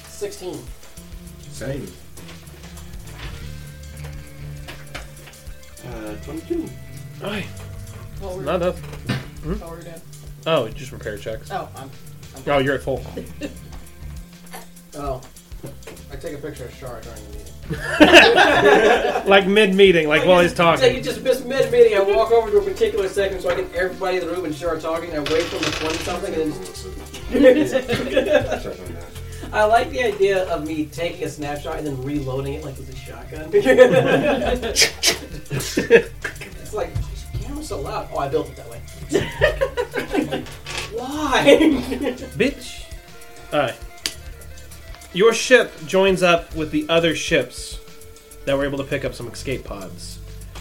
C: Sixteen.
G: Same.
E: Uh, twenty-two.
A: Ay,
F: Well, we're,
A: Not up.
F: oh, we're doing.
A: Oh, just repair checks.
F: Oh, I'm.
A: Oh, you're at full.
C: Oh. I take a picture of Shar during the meeting.
A: Like mid meeting, like while he's
C: So you
A: talking.
C: just miss mid meeting. I walk over to a particular segment so I get everybody in the room and Shar talking. I wait for him to point something and then just [laughs] I like the idea of me taking a snapshot and then reloading it like it's a [laughs] shotgun. it's like, "Jeez, your camera's so loud. Oh, I built it that [laughs] way. Why?
B: Bitch. Alright. Your ship joins up with the other ships that were able to pick up some escape pods.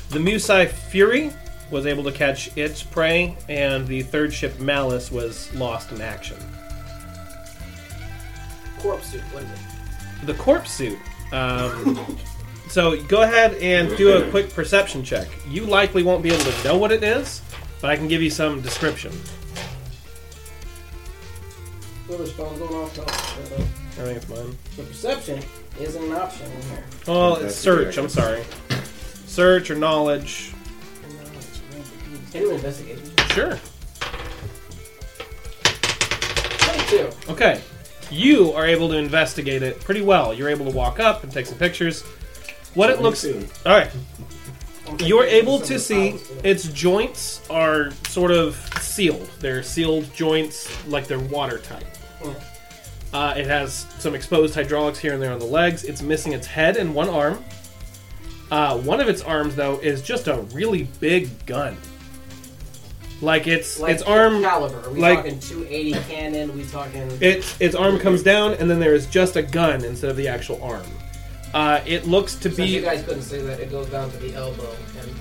B: The Musai Fury was able to catch its prey, and the third ship, Malice, was lost in action.
C: Corpse suit. What is it?
B: The corpse suit.
A: [laughs]
B: Um, so go ahead and do a quick perception check. You likely won't be able to know what it is, but I can give you some description.
C: Well, there's phones going off. so- so
B: I think it's mine.
C: The perception isn't an option in here.
B: Oh, it's search. I'm sorry. Search or knowledge.
C: Can you investigate?
B: Sure.
C: 22.
B: Okay. You are able to investigate it pretty well. You're able to walk up and take some pictures. What it looks. All right. You're able to see its joints are sort of sealed. They're sealed joints like they're watertight. Uh, it has some exposed hydraulics here and there on the legs. It's missing its head and one arm. Uh, one of its arms, though, is just a really big gun. Like it's
C: Like
B: its arm
C: caliber. Are we
B: like-
C: talking 280 cannon? we talking.
B: it, its arm comes down, and then there is just a gun instead of the actual arm. Uh, it looks to
C: Since you
B: be
C: guys couldn't see that, it goes down to the elbow, and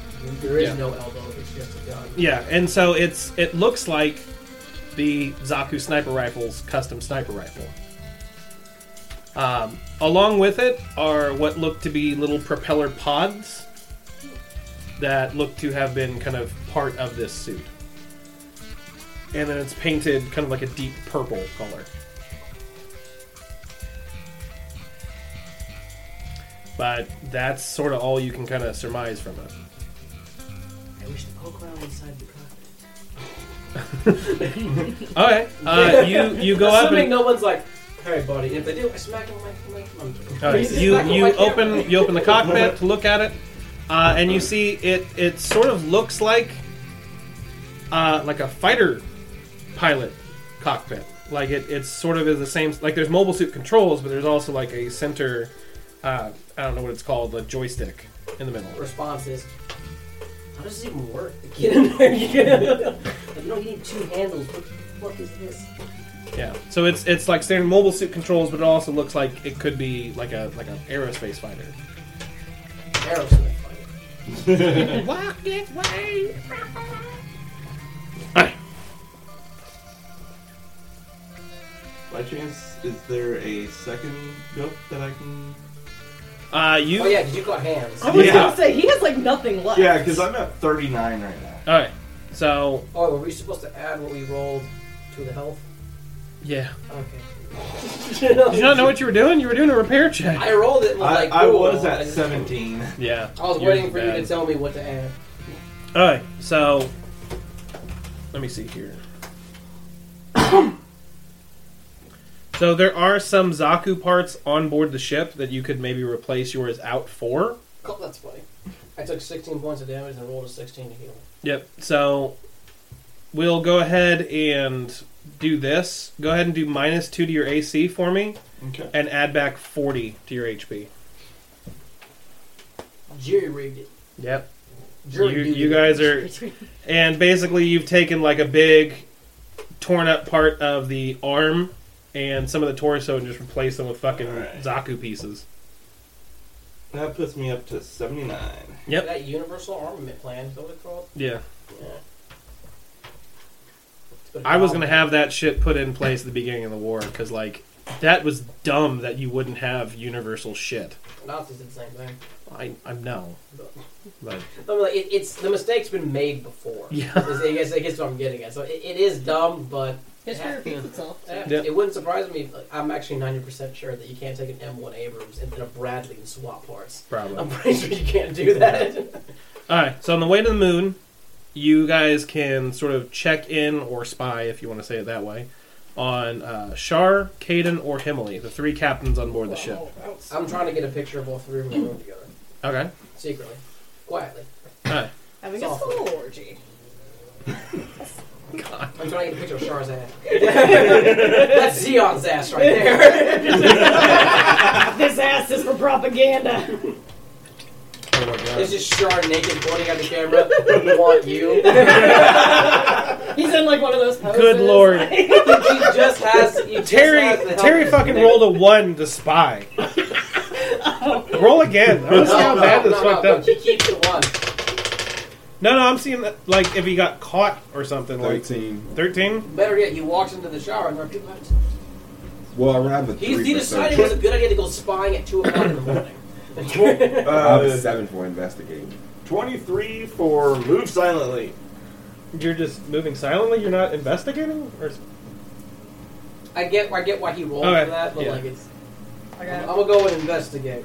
C: there is
B: Yeah.
C: no elbow. It's just a gun.
B: yeah, and so it's it looks like the Zaku sniper rifle's custom sniper rifle. Um, along with it are what look to be little propeller pods that look to have been kind of part of this suit. And then it's painted kind of like a deep purple color. But that's sort of all you can kind of surmise from it.
C: I wish the poke around inside the cockpit.
B: All right,
C: [laughs]
B: uh, you you go up
C: Assuming
B: and
C: no one's like, hey, buddy. If they do, I smack them with my. my- my-
B: all right,
C: Smack
B: you
C: them with
B: you
C: my camera.
B: open you open the cockpit to look at it, uh, and you see it it sort of looks like uh, like a fighter pilot cockpit. Like it it's sort of is the same. Like there's mobile suit controls, but there's also like a center. Uh, I don't know what it's called, the joystick in the middle.
C: response is, how does this even work? Get in there. You [laughs] like, no, you need two handles. What the fuck is this?
B: Yeah. So it's it's like standard mobile suit controls, but it also looks like it could be like a like an aerospace fighter.
C: Aerosmith.
B: Walk this way.
E: By chance, is there a second goat that I can?
B: Uh, you.
C: Oh yeah, because you got hands.
F: I was
E: Yeah.
F: gonna say he has like nothing left.
E: Yeah, because I'm at 39 right now.
B: All right. So
C: Oh, were we supposed to add what we rolled to the health?
B: yeah. Did you
C: Okay.
B: not know what you were doing? You were doing a repair check.
C: I rolled it and was
E: I,
C: like,
E: I
C: cool.
E: was at
C: just-
E: 17.
B: Yeah.
C: I was
B: Yours
C: waiting
B: is
C: for you to
B: bad.
C: tell me what to add.
B: All right. So let me see here. [coughs] so there are some Zaku parts on board the ship that you could maybe replace yours out for.
C: Oh, that's funny. I took 16 points of damage and rolled a 16 to heal.
B: Yep. So we'll go ahead and do this. Go ahead and do minus two to your AC for me,
E: Okay.
B: and add back forty to your HP.
C: Jury rigged it.
B: Yep. You,
C: Jury duty.
B: you guys are And basically, you've taken like a big, torn up part of the arm and some of the torso and just replaced them with fucking
E: Alright.
B: Zaku pieces.
E: That puts me up to 79.
B: Yep.
C: That universal armament plan. Is that what it's called?
B: Yeah.
C: It's been a
B: I was
C: problem.
B: going to have that shit put in place at the beginning of the war because, like, that was dumb that you wouldn't have universal shit.
C: Nazis did the same thing.
B: I, I know. But,
C: I mean, like, it, it's the mistake's been made before.
B: Yeah.
C: Is- I guess I guess what I'm getting at. So it, it is dumb, but
F: History repeats
C: Yeah.
F: itself.
C: eh,
B: Yep.
C: it wouldn't surprise me. Like, I'm actually 90 percent sure that you can't take an M1 Abrams and then a Bradley and swap parts. I'm
B: probably.
C: pretty sure you can't do
B: [laughs]
C: that.
B: Alright, so on the way to the moon, you guys can sort of check in or spy, if you want to say it that way, on uh, Shar, Caden, or Himily, the three captains on board the ship.
C: I'm trying to get a picture of all three of them in the room together
B: Okay.
C: secretly, quietly.
B: Alright.
F: Having a
C: Softly.
F: soul orgy.
C: I'm trying to get a picture of Char's ass. That's Zeon's ass right there.
F: This ass is for propaganda.
G: Oh my god.
C: It's just Char naked pointing at the camera. want you.
F: He's in like one of those poses.
A: Good lord.
C: He just has. He just has the
A: Terry
C: helmet.
A: Terry fucking rolled a one to spy. Roll again. I
C: No,
A: want to see how
C: no,
A: bad this
C: no,
A: fucked
C: no,
A: up.
C: He keeps it one.
A: No, no, I'm seeing that, like if he got caught or something. Like
G: 13.
A: thirteen.
C: Better yet, he walks into the shower and there are people.
G: Well, I robbed a 3
C: He's, he
G: for
C: decided it was a
G: search.
C: good idea to go spying at 2 o'clock in the morning.
G: I have a
E: Uh,
G: 7 for investigating.
E: 23 for move silently.
A: You're just moving silently. You're not investigating. Or
C: I get, I get why he rolled
A: Okay,
C: for that, but
A: yeah.
C: like it's.
F: I
C: I'm
F: got,
C: gonna go and investigate.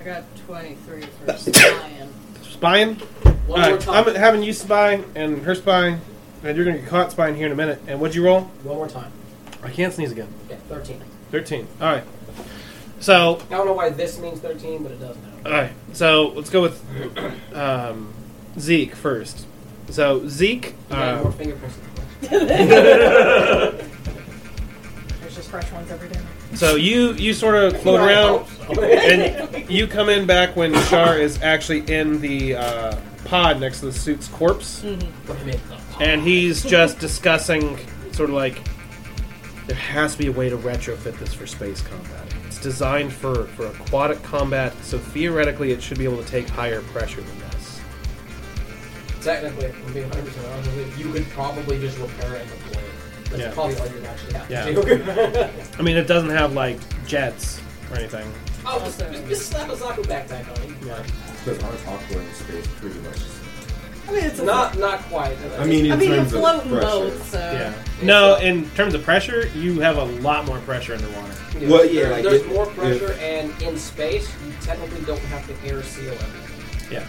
F: I got 23 for spying.
A: spying.
C: One
A: All
C: more
A: right, I'm
C: time.
A: having you spy and her spy, and you're gonna get caught spying here in a minute. And what'd you roll?
C: One more time.
A: I can't sneeze again.
C: Okay, 13.
A: Thirteen. All right. So
C: I don't know why this means 13, but it does now.
A: All right, so let's go with um, Zeke first. So Zeke,
C: You got more
A: uh,
C: fingerprints.
F: There's just fresh ones every day.
A: so you you sort of float around, and you come in back when Shar is actually in the uh, pod next to the suit's corpse,
C: What do you mean?
A: and he's just discussing sort of like there has to be a way to retrofit this for space combat. It's designed for for aquatic combat, so theoretically it should be able to take higher pressure than this.
C: Technically, if I'm being 100 percent honest with you, you could probably just repair it and deploy it. That's
A: Yeah.
C: probably all you'd actually have
A: Yeah.
C: to
G: [laughs]
C: do.
A: I mean, it doesn't have like jets or anything.
C: oh, just, just, just slap a Zaku backpack on it. Yeah.
G: Because ours awkward in space pretty much.
F: I mean, it's
C: Not, not quite.
G: I mean, in
F: I mean, a
G: terms of
F: floating
G: pressure.
F: boat, so.
A: Yeah. No, in terms of pressure, you have a lot more pressure underwater.
C: Yeah,
G: Well, yeah,
C: there-
G: like
C: there's
G: it-
C: more pressure, and in space, you technically don't have to air seal everything.
A: Yeah.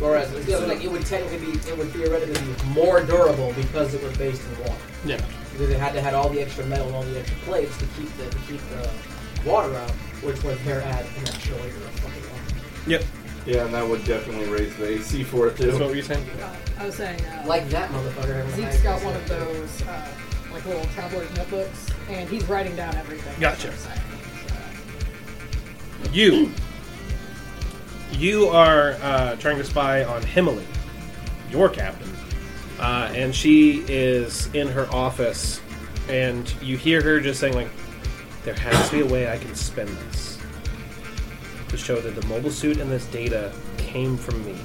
C: Whereas, you know, like, it would technically be, it would theoretically be more durable because it was based in water.
A: Yeah.
C: Because it had to had all the extra metal and all the extra plates to keep the to keep the water out, which was their ad an extra layer of fucking water.
A: Yep.
E: Yeah, and that would defininely raise the AC for it
A: That's what
E: too.
A: were you saying?
B: I was saying, uh,
C: Like that motherfucker. had
B: Zeke's got one of those uh, like little tabloid notebooks, and he's writing down everything.
A: Gotcha. You. You are uh, trying to spy on Himily, your captain, uh, and she is in her office, and you hear her just saying like, "There has to be a way I can spin this to show that the mobile suit and this data came from me.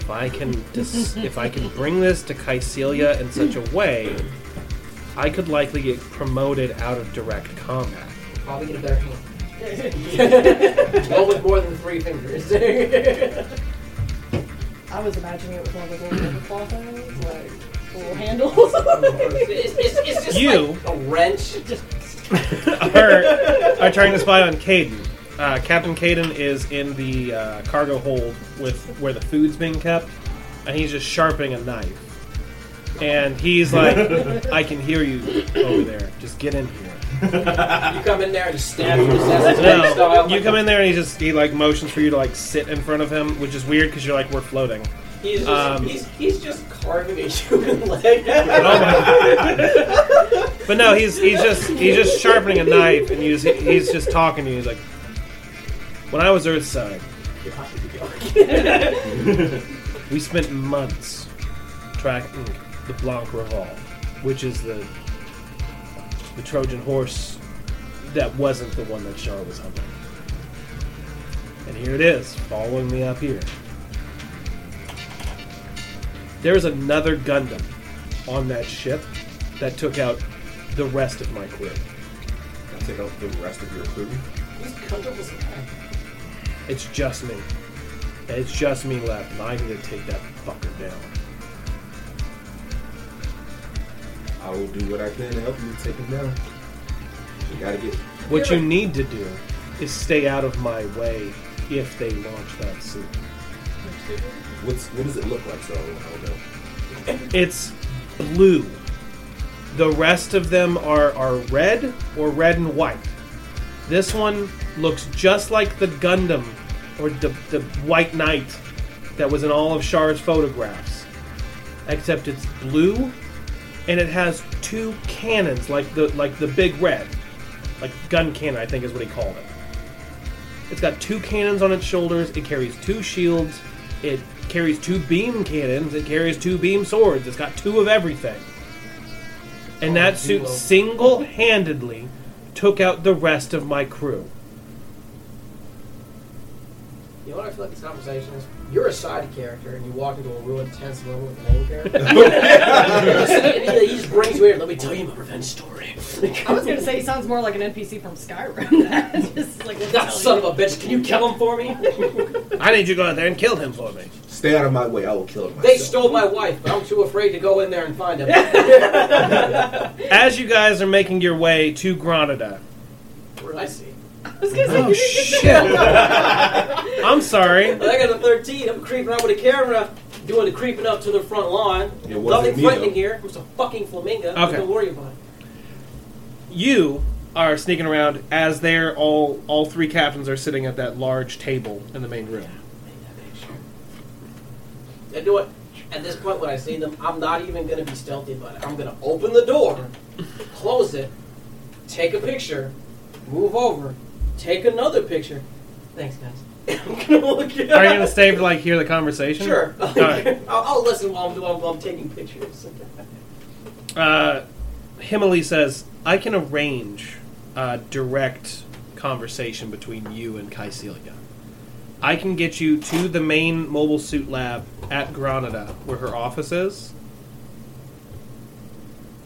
A: If I can, dis- if I can bring this to Caecilia in such a way." I could likely get promoted out of direct combat.
C: Probably get a
B: [laughs]
C: better hand. Go with more than three fingers. [laughs]
B: I was imagining it was one of those little
F: [clears throat]
B: papercloth things, like little handles.
C: it's, it's, it's just
A: You-
C: [laughs] like a wrench. Just
A: Her are trying to spy on Caden. Uh, Captain Caden is in the uh, cargo hold with where the food's being kept, and he's just sharpening a knife. And he's like, "I can hear you over there. Just get in here."
C: you come in there and just stab him. Just as
A: No,
C: style.
A: you come in there, and he just he like motions for you to like sit in front of him, which is weird because you're like we're floating.
C: He's just,
A: um,
C: he's, he's just carving a human
A: [laughs]
C: leg.
A: Oh my- [laughs] but no, he's he's just he's just sharpening a knife, and he's he's just talking to you. He's like, "When I was Earthside, [laughs] we spent months tracking the Blanc Revolve, which is the the Trojan horse that wasn't the one that Char was hunting. And here it is, following me up here. There is another Gundam on that ship that took out the rest of my crew.
G: I'll take out the rest of your food.
C: He's comfortable as hell.
A: It's just me. And It's just me left, and I need to take that fucker down.
G: I will do what I can to help you take him down. You gotta get.
A: What you need to do is stay out of my way if they launch that suit.
G: What's what does it look like? So I don't know.
A: It's blue. The rest of them are, are red or red and white. This one looks just like the Gundam or the, the White Knight that was in all of Char's photographs.
B: except it's blue, and it has two cannons like the like the big red, like gun cannon I think is what he called it. It's got two cannons on its shoulders. It carries two shields. It carries two beam cannons. It carries two beam swords. It's got two of everything. And that suit single handedly took out the rest of my crew.
C: You know what I feel like this conversation is? You're a side character and you walk into a real intense level with the main character. and he, he just brings you here. Let me tell you my revenge [laughs] story.
F: I was gonna say he sounds more like an NPC from Skyrim. [laughs] That's just like what the
C: That
F: hell
C: son
F: you-
C: of a bitch, can you kill him for me?
B: I need you to go out there and kill him for me.
G: Stay out of my way. I will kill him.
C: They
G: Myself.
C: stole my wife, but I'm too afraid to go in there and find him.
B: As you guys are making your way to Granada.
C: I see.
F: I was gonna say
B: Oh,
F: you didn't just-
B: shit. I'm sorry.
C: But I got a 13. I'm creeping out with a camera, doing the creeping up to the front lawn.
G: It wasn't
C: Nothing
G: me,
C: threatening
G: though.
C: here. It was a fucking flamingo.
B: Okay.
C: Don't worry about it.
B: You are sneaking around as they're all all three captains are sitting at that large table in the main room.
C: I do it. At this point, when I see them, I'm not even going to be stealthy about it. I'm going to open the door, close it, take a picture, move over, take another picture. Thanks, guys. [laughs] I'm going to look at
B: Are you gonna stay for like hear the conversation?
C: Sure.
B: All right.
C: I'll, [laughs] I'll listen while I'm, while I'm taking pictures.
B: Uh, Himali says, "I can arrange a direct conversation between you and Caecilia. I can get you to the main mobile suit lab at Granada, where her office is.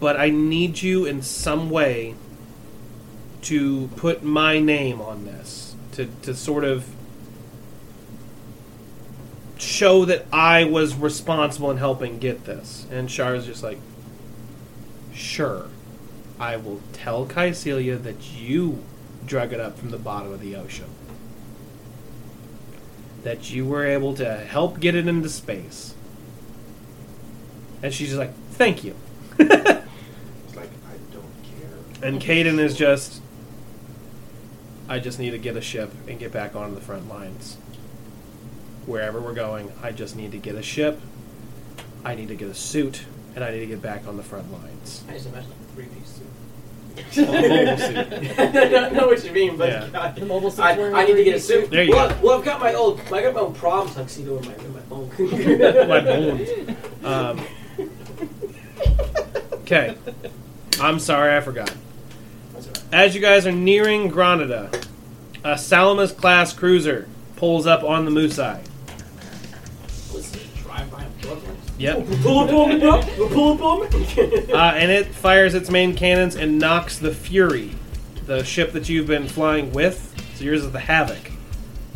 B: But I need you in some way to put my name on this to to sort of." Show that I was responsible in helping get this. And Char's just like, Sure. I will tell Caecilia that you drug it up from the bottom of the ocean. That you were able to help get it into space. And she's just like, thank you.
G: It's like I don't care.
B: And Caden is just, I just need to get a ship and get back onto the front lines. Wherever we're going, I just need to get a ship, I need to get a suit, and I need to get back on the front
C: [laughs]
B: lines.
C: I just imagine a three piece suit.
B: mobile [laughs] suit.
C: [laughs] I don't know what you mean, but
B: Yeah.
C: God.
H: The mobile suit's
C: I,
H: wearing
C: I need to get a
H: three-piece
C: suit.
B: There you
C: well,
B: go.
C: well, I've got my old, I got my own prom tuxedo in my in my
B: [laughs]
C: phone. [laughs]
B: my bones. Um, okay. I'm sorry, I forgot. As you guys are nearing Granada, a Salamis class cruiser pulls up on the Musai.
C: Let's drive by and plug it.
B: Yep.
C: Pull up on me, bro. Pull up on me.
B: [laughs] Uh, and it fires its main cannons and knocks the Fury, the ship that you've been flying with. So yours is the Havoc.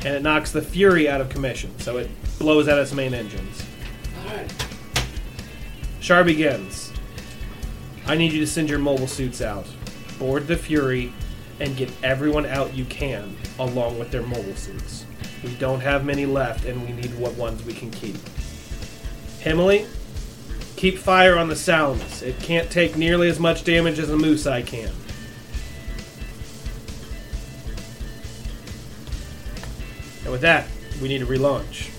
B: And it knocks the Fury out of commission, so it blows out its main engines.
C: Alright.
B: Char begins. I need you to send your mobile suits out, board the Fury, and get everyone out you can, along with their mobile suits. We don't have many left, and we need what ones we can keep. Emily, keep fire on the Salamis. It can't take nearly as much damage as the Moose I can. And with that, we need to relaunch.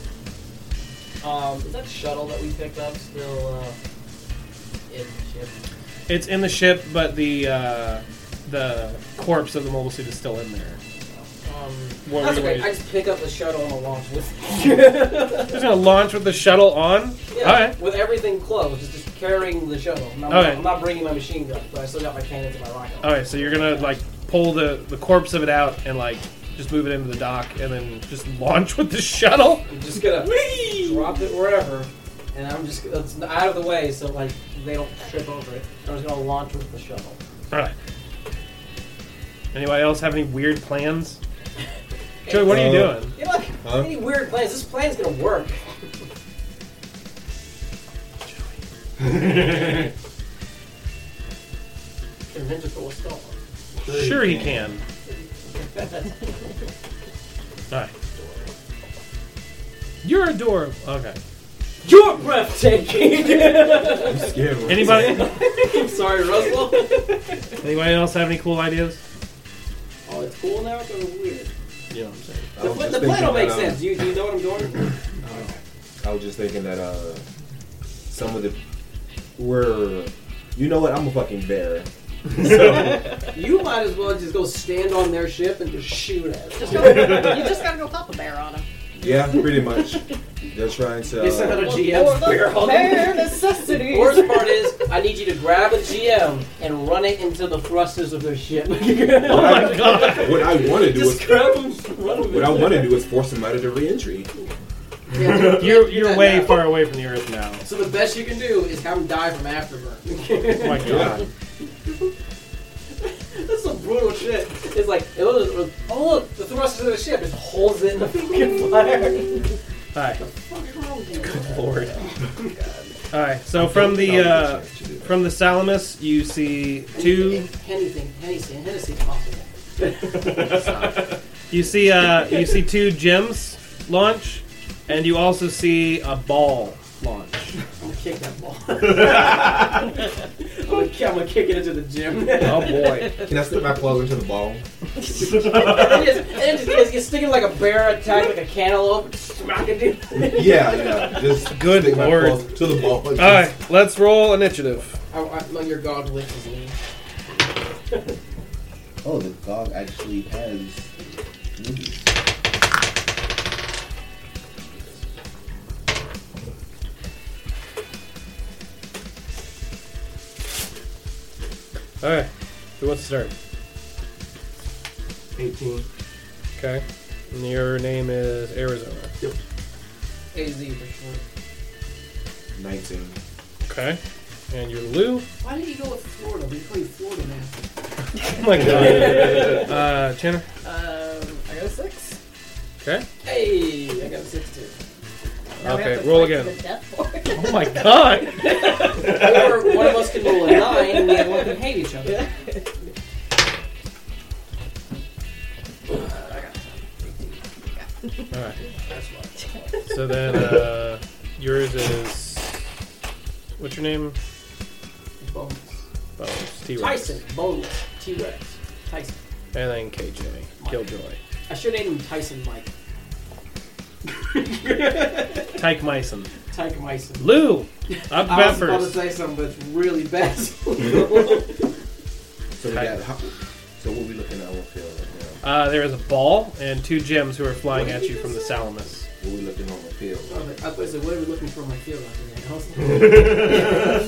C: Um, is that shuttle that we picked up still uh, in the ship?
B: It's in the ship, but the uh, the corpse of the mobile suit is still in there.
C: Um,
B: What
C: that's
B: were you
C: okay. I
B: waiting-
C: just pick up the shuttle and I'll launch [laughs] with it.
B: Just gonna launch with the shuttle on.
C: yeah,
B: All right.
C: With everything closed, it's just carrying the shuttle. I'm, not,
B: Alright.
C: I'm not bringing my machine gun, but I still got my cannons and my rocket.
B: All right. So you're gonna like pull the the corpse of it out and like just move it into the dock and then just launch with the shuttle.
C: I'm just gonna drop it wherever, and I'm just it's out of the way so like they don't trip over it. I'm just gonna launch with the shuttle.
B: All right. Anybody else have any weird plans? Joey, what are you
G: Uh,
B: doing?
C: You know, like,
G: Huh?
C: any weird plans? This plan's gonna work. Can ninja throw a skull?
B: Sure, he can. All right. You're adorable. Okay.
C: You're breathtaking.
G: [laughs]
C: [laughs]
G: I'm scared. when I [laughs]
B: Anybody?
C: I'm sorry, Russell.
B: Anybody else have any cool ideas?
C: Oh, it's cool now. It's sort of weird.
G: You know what I'm saying? I
C: The,
G: was
C: pl-
G: just
C: the plan
G: thinking um,
C: don't make
G: that, um,
C: sense. Do you, do you know what I'm doing?
G: I was just thinking that uh, some of the were. You know what? I'm a fucking bear. So,
C: You might as well just go stand on their ship and just shoot at it.
F: Just go, you just gotta go pop a bear on him.
G: yeah, [laughs] pretty much. They're trying to.
C: It's
G: uh,
C: another
B: Or
C: GM's
B: the
C: bear hug.
B: Bare
C: The
B: necessities.
F: Um,
C: worst part is, I need you to grab a GM and run it into the thrusters of their ship. [laughs]
G: what I- uh, What I want to do
C: Just
G: is
C: grab them, run them.
G: what I want to do is force them out of their reentry.
A: You're you're
C: Yeah,
A: way
C: yeah.
A: far away from the earth [laughs] now.
C: So the best you can do is have them die from afterburn.
A: Oh my god.
C: [laughs] That's some brutal shit. It's like, it was, it was- oh look, the thrusters of the ship just holds it in
A: [laughs]
C: the fucking fire.
A: Hi.
C: Fucking
A: Lord. All right. So from the uh, from the Salamis, you see two.
C: Anything, anything, anything possible.
A: You see uh, you see two gems launch, and you also see a ball launch.
C: I'm gonna kick that ball. [laughs] I'm, gonna, ki- I'm gonna kick it into the gym. [laughs] it
A: Oh boy.
G: Can I slip my claws into the ball?
C: is, it is, it's, it's sticking like a bear attack, like a cantaloupe. [laughs] Smack it, dude.
G: Yeah, yeah.
A: [laughs]
G: Just
A: Good
G: stick my
A: lord.
G: claws to the ball.
A: All right. Let's roll initiative.
C: I, I, your god lifts me.
D: Oh, the dog actually has movies.
A: All right. Who wants to start?
E: 18.
A: Okay. And your name is Arizona.
C: AZ for sure.
G: 19.
A: Okay. And you're Lou.
C: Why did you go with Florida? We call you Florida man.
A: Oh my god. [laughs] Uh, Tanner.
F: Um, I got a six.
A: Okay.
C: Hey, I got a six too.
F: Now we
A: Okay,
F: have to
A: roll
F: fight
A: again.
F: to the death for it.
A: Oh my god.
C: Or one of us can roll a nine and the other one can hate each other.
A: All right. So then, uh, yours is what's your name?
C: Bones.
A: Oh, T Rex.
C: Tyson, boneless, T Rex, Tyson.
A: And then KJ, Killjoy,
C: I should name him Tyson Mike.
A: Tyke Myson,
C: Tyke Myson.
A: Lou. Up
C: I was about to
A: peppers.
C: say something, but it's really [laughs] bad.
G: So we
A: Hi.
G: got. How, so what we looking at on field right now?
A: Uh, there is a ball and two gems who are flying at you from the Salamis.
G: What we looking on the field?
C: I was like, I said, what are we looking for my field out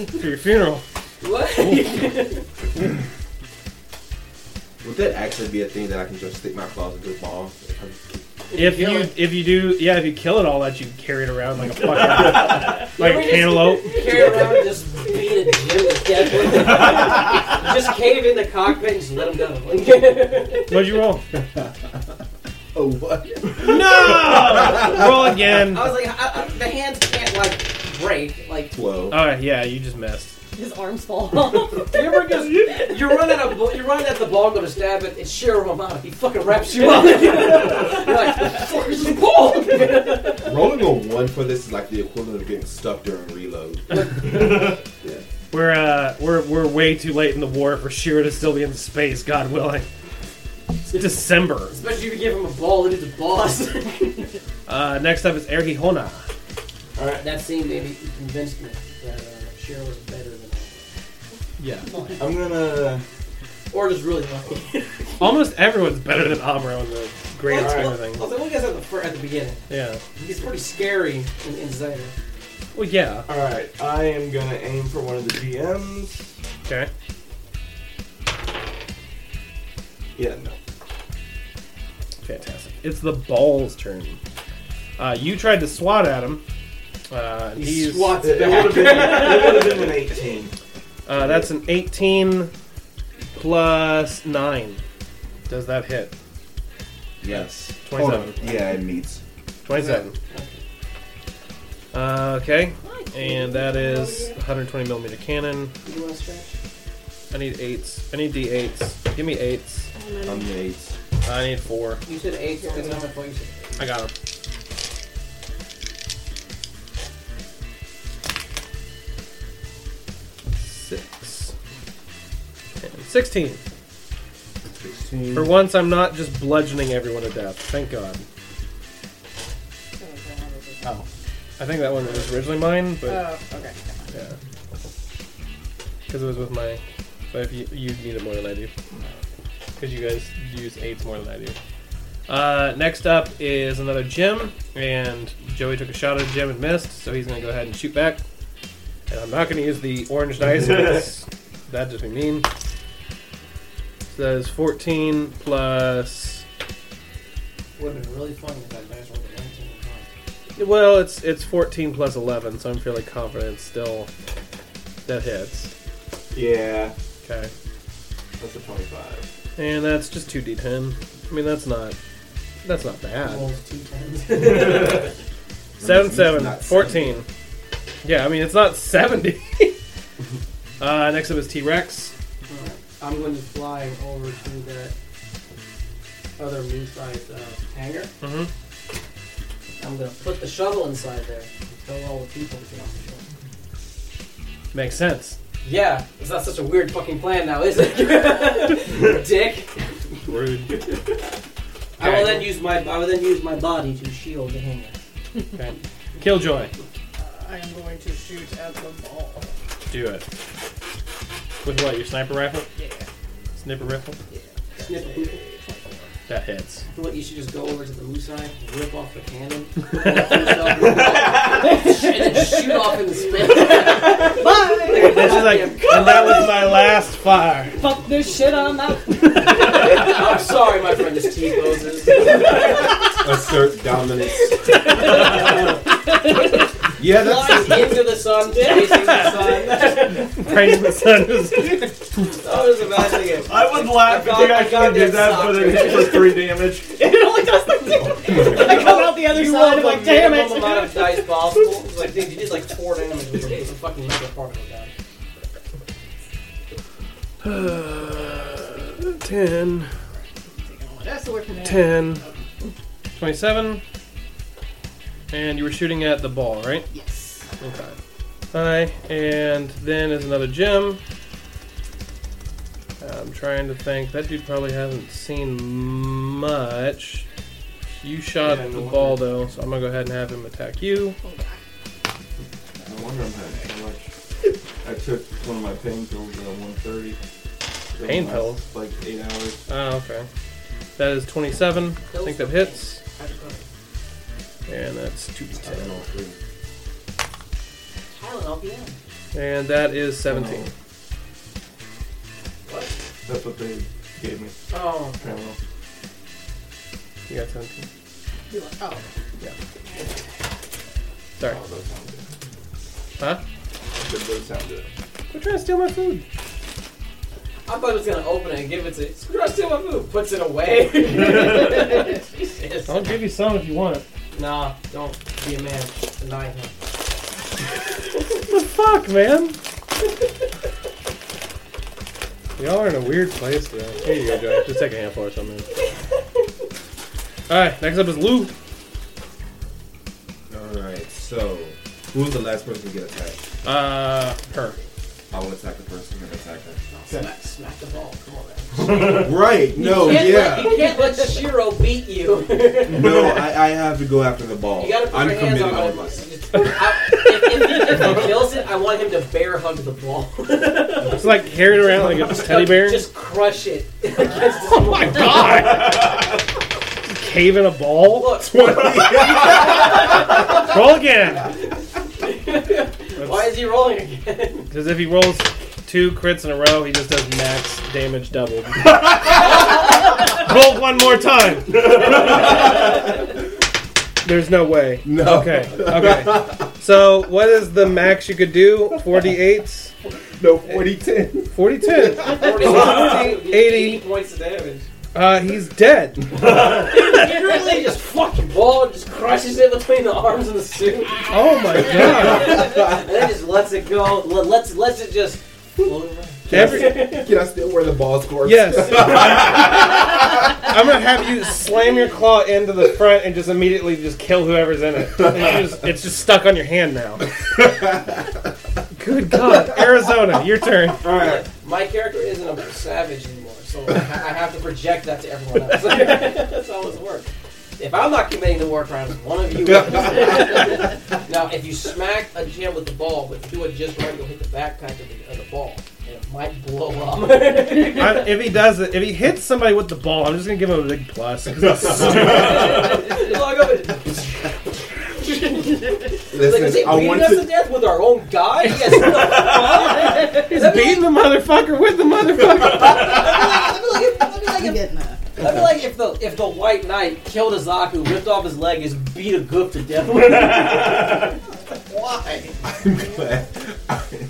A: For your funeral.
C: What?
G: Would that actually be a thing that I can just stick my claws into the ball? If I'm-
A: If you if you do yeah if you kill it all that you carry it around like a fucking [laughs] like a cantaloupe.
C: [laughs] Carry around and just beat a gym to death with it. [laughs] just cave in the cockpit and just let him go. [laughs]
A: What'd you roll?
G: Oh what?
A: [laughs] No. Roll again.
C: I was like, I, I, the hands can't like break. Like
G: Twelve.
A: All right. Yeah, you just missed.
F: His arms fall [laughs] off.
C: You ever just [laughs] you run at a bu- you run at the ball, go to stab it, and sure him out. He fucking wraps [laughs] you up. You're like, "What the fuck is this ball?
A: Uh,
G: Rolling a one for this is like the equivalent of getting stuck during reload.
A: We're uh, we're we're way too late in the war for Shira to still be in space, God willing. It's December.
C: Especially if you give him a ball, it is a boss.
A: Uh, next up is Erhi Hona.
C: [laughs] that scene maybe convinced me that uh, Cher was better than I
A: Yeah.
E: I'm gonna.
C: was. Or just really lucky.
A: Almost everyone's better than Amro in the grand scheme of
C: Well, I
A: things.
C: was like, look at the fir- at the beginning.
A: Yeah.
C: He's pretty scary in, in Zelda.
A: Well, yeah.
E: Alright, I am gonna aim for one of the GMs.
A: Okay.
E: Yeah, no.
A: Fantastic. It's the ball's turn. Uh, you tried to swat at him. Uh, and
C: He
A: he's
C: swats
E: It,
C: it
E: it would have
C: back.
E: been, it would've been an 18.
A: uh, that's an 18 plus 9. Does that hit?
G: Yes.
A: 27.
D: Yeah, it meets.
A: 27. Uh, okay. And that is 120 millimeter cannon.
C: You want to stretch?
A: I need eights. I need d8s. Give me eights.
G: I'm the eight.
A: I need four.
C: You said eight. so That's not my point. You said eight.
A: I got them. Six. And 16.
G: Sixteen.
A: For once, I'm not just bludgeoning everyone to death. Thank God.
F: oh,
A: I think that one was originally mine, but
F: Uh, okay.
A: Yeah. Because it was with my. But if you, you need it more than I do. Because you guys use eights more than I do. Uh, next up is another Jim, and Joey took a shot at Jim and missed, so he's going to go ahead and shoot back. And I'm not going to use the orange dice because that'd just be mean. So that is 14 plus.
C: Would have been really funny if that dice rolled a 19 and five.
A: Well, it's it's 14 plus 11, so I'm fairly confident still that hits.
E: Yeah,
A: Okay.
E: that's a 25.
A: And that's just 2d10. I mean, that's not that's not bad.
C: Rolls two tens.
A: 7
D: It's
A: 7
D: not
A: 14. Yeah, I mean, it's not 70. [laughs] uh, next up is T-Rex.
C: Alright, I'm going to fly over to that other moon-sized uh, hangar.
A: Mhm.
C: I'm going to put the shuttle inside there and tell all the people to get off the shuttle.
A: Makes sense.
C: Yeah, it's not such a weird fucking plan now, is [laughs] it? Dick.
A: Rude.
C: I will
A: Okay.
C: then use my I will then use my body to shield the hangar.
A: Okay. Killjoy.
F: I am going to shoot at the ball.
A: Do it. With what? Your sniper rifle?
F: Yeah.
A: Sniper rifle?
C: Snip.
A: That hits.
C: What you should just go over to the moose eye, rip off the [laughs] cannon, and then shoot off in the space. Bye.
A: And she's like, and that was my last fire.
F: Fuck this shit on that.
C: I'm sorry, my friend, this T poses.
A: [laughs]
G: Assert dominance. yeah,
C: [laughs]
G: that's
C: Fly into the sun, facing the sun.
A: Praise the sun.
C: That was imagining it.
E: I would laugh if you guys
C: got
E: could do
C: this
E: that, but it hits for 3 damage.
F: It only does the I come out the other
C: You
F: side.
C: rolled
F: I'm
C: like
F: like,
C: the
F: damn
C: minimum amount
F: it.
C: of dice possible. It's like, dude, you did like four damage with a fucking little particle down.
A: 10,
F: That's the word for now.
A: 10, 27. And you were shooting at the ball, right?
F: Yes.
A: Okay. Hi, and then is another gem. I'm trying to think. That dude probably hasn't seen much. You shot
E: Yeah,
A: the
E: no
A: ball though, so I'm gonna go ahead and have him attack you.
F: Oh,
D: No wonder I'm having so much. I took one of my pain pills at 130. It
A: Pain
D: lasts, Like eight hours.
A: Oh, okay. That is 27. I think that hits. And that's 2d10.
D: Tylenol three.
C: Tylenol PM.
A: And that is 17.
D: Um, That's what they gave me.
C: Oh,
D: Tylenol.
A: You got 17.
F: You're like, oh.
A: Sorry.
E: Oh, those sound good.
A: Huh?
E: Good, Those sound good.
A: They're trying to steal my food.
C: I thought it was gonna open it and give it to. Screw! I steal my food. Puts it [laughs] away. Jesus.
A: I'll give you some if you want it.
C: Nah, don't be a man. Deny him.
A: What the fuck, man? [laughs] Y'all are in a weird place today. Here you go, Joe. Just take a handful or something. Alright, next up is Lou.
G: Alright, so who was the last person to get attacked?
A: Uh, her.
G: I will attack the person who attacked her.
C: Smack, smack the ball. Come on, man.
G: Right, no,
C: Can't
G: yeah.
C: let, you can't let Shiro beat you. [laughs]
G: No, I, I have to go after the ball.
C: You gotta put
G: I'm
C: your hands
G: committed
C: on
G: all
C: him.
G: of us.
C: If, Uh, if, if he kills it, I want him to bear hug the ball.
A: It's like carrying around like a teddy bear. Oh
C: Just crush it [laughs] against his wall.
A: God! Cave in a ball?
C: Look,
A: Roll again!
C: why is he rolling
A: [laughs]
C: again? [laughs]
A: Because if he rolls two crits in a row, he just does max damage doubled. Roll one more time! There's no way.
G: No.
A: Okay, okay. So, what is the max you could do? 48s?
G: No, 40 10.
A: 40 10.
C: 40,
A: 80.
C: points of damage.
A: Uh, he's dead.
C: He really just fucking ball just crushes it between the arms and the
G: [laughs]
C: suit,
A: Oh my god.
C: and then just lets it go. Let, lets lets it just. float around.
A: Every,
G: [laughs] Can I still wear the ball score?
A: yes. I'm gonna have you slam your claw into the front and just immediately just kill whoever's in it. And you just- it's just stuck on your hand now. Good god. Arizona, your turn.
E: Alright,
C: My character isn't [laughs] a savage anymore, so I, I have to project that to everyone else. That's how this works. If I'm not committing the war crimes, one of you. [laughs] is. now, if you smack a gym with the ball, but if you do it just right, you'll hit the back kind of the, of the ball, and it might blow [laughs] up.
A: I, if he does it, if he hits somebody with the ball, I'm just gonna give him a big plus. 'cause that's stupid.
C: Log over. Like, is
G: [laughs] Listen,
C: he
G: I
C: beating
G: want
C: us to...
G: to.
C: death with our own [laughs] guy? Yes. What the fuck? That'd be
A: Beating the motherfucker with the motherfucker.
C: like- that'd be like- that'd be like
F: I'm
C: if-
F: getting that.
C: That'd be like if the if the White Knight killed a Zaku, ripped off his leg, and just beat a goof to death with it. Why?
G: I'm glad.
C: [laughs]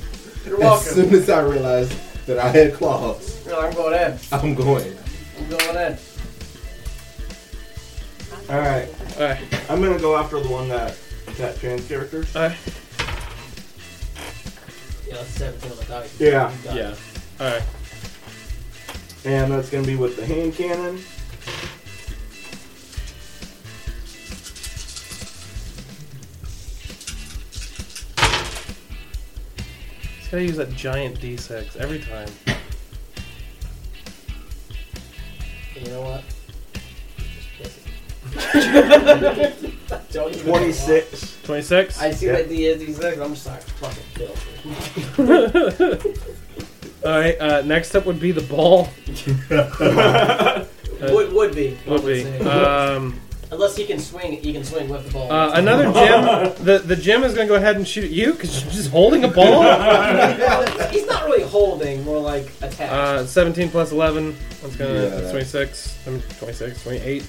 C: You're
G: As
C: welcome.
G: soon as I realized that I had claws,
C: No, I'm going in.
G: I'm going.
C: I'm going in.
E: All right,
A: Alright,
E: I'm gonna go after the one that that trans character.
A: alright,
C: Yeah, that's 17 on the die.
E: Yeah,
C: You got it.
A: yeah, alright.
E: and that's gonna be with the hand cannon.
A: Just gotta use that giant D6 every time.
C: And You know what? Just kiss it. [laughs] Don't even-
E: Twenty-six.
A: 26.
C: I see
E: Yeah.
C: that the is like, I'm just like, fucking kill.
A: Alright, uh, next up would be the ball. Uh,
C: would would be. I
A: Would be.
C: say.
A: Um,
C: Unless he can swing, he can swing with the ball.
A: uh, another gem. The the gem is gonna go ahead and shoot at you because you're just holding a [laughs] ball.
C: He's not really holding, more like attack.
A: Uh, 17 plus 11. That's gonna
G: Yeah,
A: that's
G: that-
A: 26. I mean, 26, 28.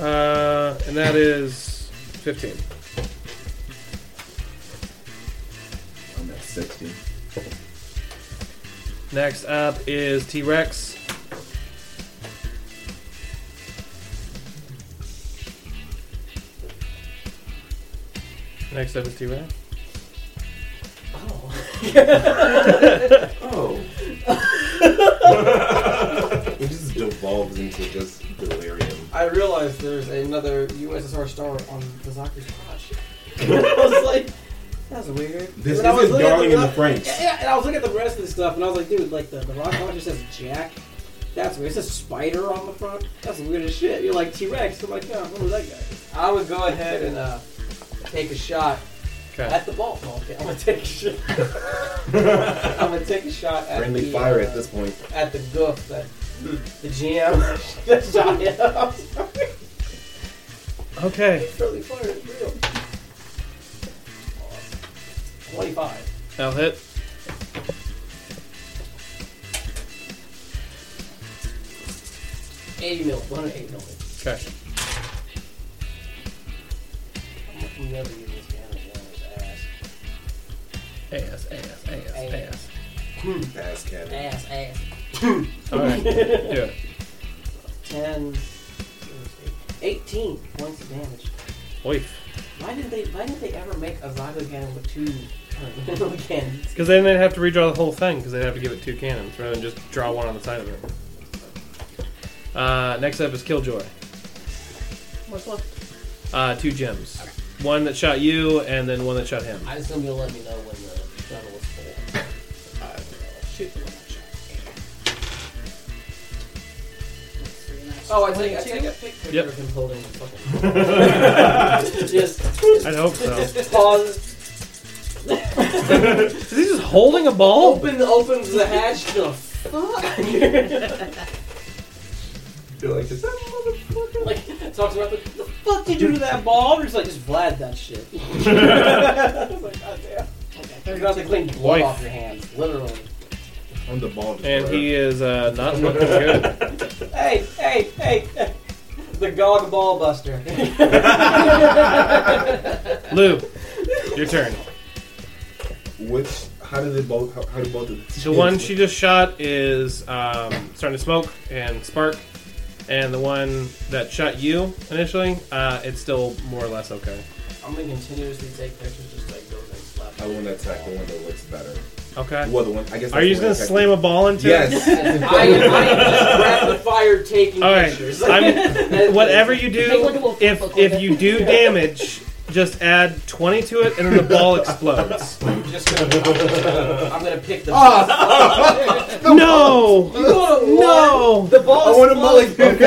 A: Uh, and that is 15.
G: I'm at 60.
A: Next up is T Rex. Next up is T Rex.
G: Oh. it just devolves into just delirium.
C: I realized there's another USSR star on the Zaku's crotch. [laughs] I was like, that's weird.
G: This
C: When I was
G: isn't
C: looking at
G: Darling in the
C: rock-
G: Franks.
C: Yeah, yeah, and I was looking at the rest of the stuff, and I was like, dude, like the, the rock crotch just says Jack. That's weird. It says spider on the front. That's weird as shit. You're like T Rex. I'm like, no, what was that guy? I would go ahead and uh, take a shot
A: Okay.
C: at the ball. No, okay, I'm gonna take a
G: [laughs]
C: shot. I'm gonna take a shot at
G: Friendly
C: the,
G: fire
C: uh,
G: at this Hmm. point.
C: at the goof that the [laughs] GM that shot him. I'm sorry.
A: Okay.
C: Friendly fire is real. Twenty-five.
A: That'll hit.
C: Eighty mil. One hundred eighty mil. I'm
A: Okay.
C: never use this damage on his ass.
A: Ass, ass, ass, ass.
G: Ass cat.
C: Ass, ass.
A: Alright. Do it.
C: Ten. Eighteen points of damage.
A: Oif.
C: Why did they? Why did they ever make a Zaga cannon with two [laughs] uh, cannons?
A: Because then they'd have to redraw the whole thing because they'd have to give it two cannons rather than just draw one on the side of it. Uh, next up is Killjoy.
B: What's left?
A: Uh, two gems. One that shot you and then one that shot him.
C: I just assume you'll let me know when the gun was full.
B: Shoot the one I shot.
C: Oh, I take, I take a picture
A: Yep.
C: of him holding the
A: [laughs]
C: fucking. just
A: I'd hope [laughs] so.
C: pause.
A: Is he just holding a ball?
C: Open, opens the hatch. The fuck.
E: You're like, is that motherfucker?
C: like talks about the, the fuck did you do to that ball? And he's like, just Vlad
A: [laughs]
C: that shit. I was like, God damn. You're gonna have to clean blood
A: Wife.
C: off your hands, literally.
G: I'm the ball destroyer.
A: And he is uh, not looking good.
C: Hey, hey, hey. The Gog Ball [laughs] Buster.
A: Lou, your turn.
G: Which? How do they both? How, how do both of
A: The one she just shot is um, starting to smoke and spark, and the one that shot you initially, uh, it's still more or less okay.
C: I'm gonna continuously take pictures just like those and slap.
G: I want to attack the one that looks better.
A: Okay.
G: Well, the one. I guess.
A: Are you just gonna slam a ball into it? [laughs]
C: [laughs]
G: Yes.
C: I am, I am just rapid fire taking
A: All right.
C: pictures.
A: I'm,
C: [laughs]
A: [laughs]
C: That's-
A: whatever you do,
F: Make like a little
A: if
F: flip book
A: if
F: with
A: you do damage, just add 20 to it, and then the [laughs] ball explodes.
C: I'm just gonna. I'm gonna, I'm gonna pick the. Ah. [laughs]
A: no! No!
C: The ball.
G: I want
A: [laughs]
G: a mulligan.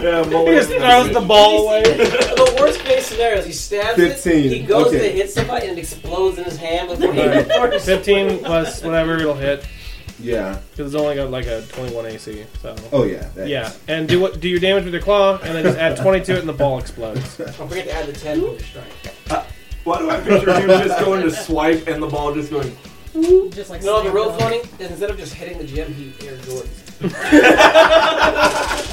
E: Yeah,
A: He just throws the ball away.
C: [laughs] the worst case scenario is he stabs it.
G: 15,
C: He goes
G: okay.
C: to hit somebody and it explodes in his hand
A: [laughs]
C: before he
G: Alright.
C: even works.
A: 15 plus whatever, it'll hit.
G: Yeah.
A: Because it's only got like a 21 AC, so.
G: Oh yeah. that-
A: Yeah, and do what? Do your damage with your claw, and then just add 20 to it, and the ball explodes.
C: Don't forget to add the ten to your strike.
E: Why do I picture him just going to swipe and the ball just going?
F: Just like
C: You know, the
F: slam
C: real
F: dunk.
C: funny is instead of just hitting the gym, he Air Jordans.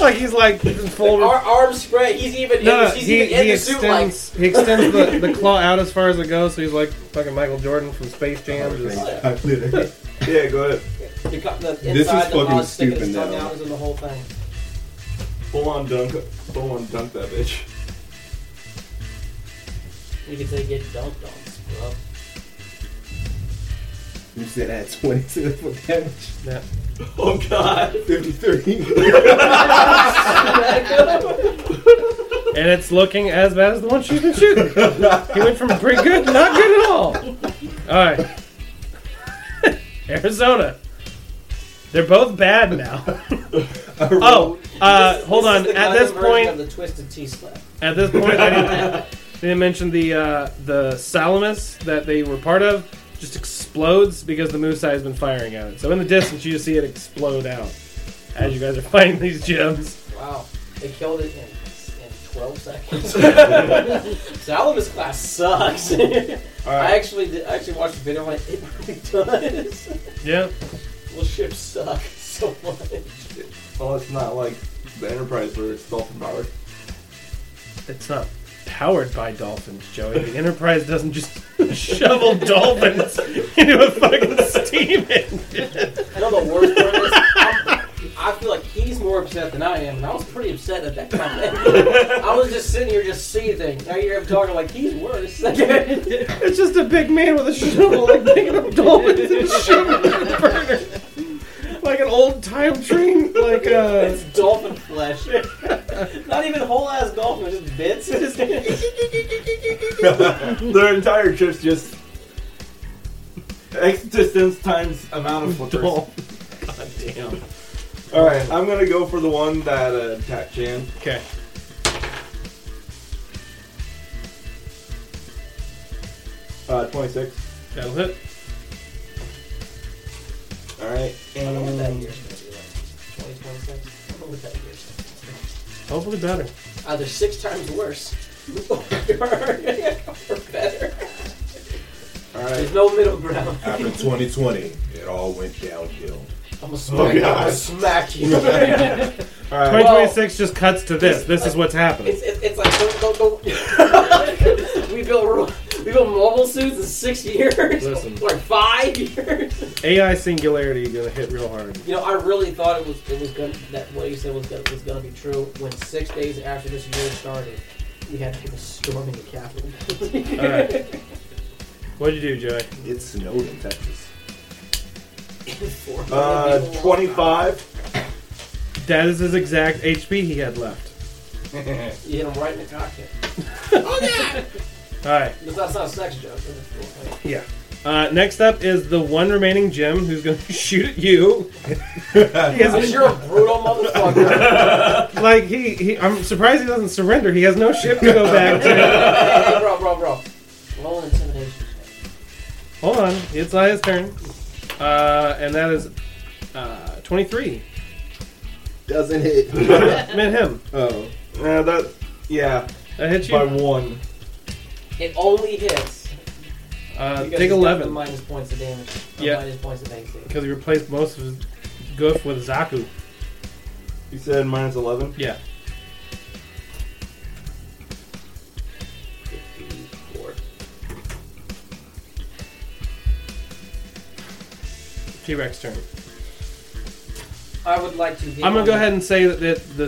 A: [laughs] Like he's like
C: Like,
A: folded.
C: our arm spread. He's even.
A: No, no,
C: he's
A: he,
C: even in
A: he
C: the suit like.
A: extends he extends the, the claw out as far as it goes, so he's like fucking Michael Jordan from Space Jam. just-
G: I literally-
E: Yeah, go ahead.
C: The, co- the
G: This is
C: inside the
G: fucking
C: Oz sticking his
G: stupid
C: tongue
G: now.
C: out is in the whole thing.
E: Full on dunk. Full on dunk that bitch. [laughs]
C: You could say get dunked on, scrub.
G: You said add 20 to the full damage.
E: Oh god.
G: 53.
A: and it's looking as bad as the one shooting
C: [laughs]
A: shooting. he went from pretty good to not good at all. All right, [laughs] Arizona. They're both bad
C: [laughs]
A: now. oh, uh,
C: This-
A: hold
C: this
A: on.
C: is the
A: At
C: Gundam
A: this
C: version
A: point,
C: of the twisted T slap.
A: At this point, I didn't, didn't mention the uh, the Salamis that they were part of just explodes because the Moosai has been firing at it. So in the distance, you just see it explode out as you guys are fighting these gems.
C: Wow, they killed it in, in 12 [laughs] seconds. Salamis class [laughs] sucks. I actually did, I actually watched the video. I'm like, it really does. [laughs]
A: Yeah,
C: well, ships suck so much.
E: Well, it's not like the Enterprise where it's dolphin powered.
A: it's not powered by dolphins, Joey. The Enterprise doesn't just shovel dolphins into a fucking steam engine.
C: I know the worst part is. I'm- I feel like he's more upset than I am, and I was pretty upset at that comment. I was just sitting here just seething. Now you're talking like he's worse. [laughs]
A: It's just a big man with a shovel, like picking up dolphins and shoving them in the burner, like an old time train, like uh.
C: It's dolphin flesh. Not even whole ass dolphin, just bits. [laughs]
E: Their entire trip's just X distance times amount of flippers.
A: Doll. God damn.
E: All right, I'm gonna go for the one that uh, attacked Jan.
A: Okay.
E: Uh, 26.
A: That'll hit.
E: All right,
C: I don't know what that
E: and
C: year's gonna be like. 2026? I don't know what that year's gonna
A: Hopefully better.
C: be. Either six times worse [laughs] or better.
E: all right.
C: There's no middle ground. [laughs]
G: After 2020, it all went downhill.
C: I'm gonna
E: Oh,
C: smack you. I'm gonna smack you.
E: [laughs] All right.
A: 2026 just cuts to this. This is what's
B: [laughs]
A: happening.
C: It's, it's, it's like, go, go, go. [laughs] we, built, ro- we built mobile suits in six years. [laughs]
A: Listen.
C: Or five years.
A: AI singularity gonna hit real hard.
C: You know, I really thought it was it was gonna that what you said was gonna was gonna be true when six days after this year started, we had people storming the Capitol. [laughs] building.
A: All
B: [laughs]
A: right. What'd you do, Joey?
G: It snowed in Texas.
C: Four million
E: Uh,
C: people lost.
E: 25.
A: That is his exact HP he had left.
C: You hit him right in the cockpit.
A: All right.
C: That's not, that's not a sex joke. That's a cool thing.
A: Yeah. Uh, next up is the one remaining Jim who's gonna [laughs] shoot at you. he
C: Because
B: [laughs]
A: has,
C: you're a brutal motherfucker.
A: like he, he, I'm surprised he doesn't surrender. He has no ship to go
B: [laughs]
A: back to.
C: hey, hey, bro, bro, bro. Roll an intimidation. check.
A: Hold on, it's not his turn. Uh, and that is uh, 23.
G: Doesn't hit.
A: Meant him.
G: oh.
E: Uh, that, yeah,
A: That hit you.
E: by one.
C: It only hits.
A: Uh,
C: because
A: take
C: he's got The
A: 11
C: minus points of damage. The
A: Yeah.
C: Minus points of AC.
A: because he replaced most of his goof with Zaku.
E: You said minus 11.
A: Yeah.
E: [laughs]
C: 54.
A: T Rex turn.
C: I would like to. get
A: I'm gonna go
C: on-
A: ahead and say that the the,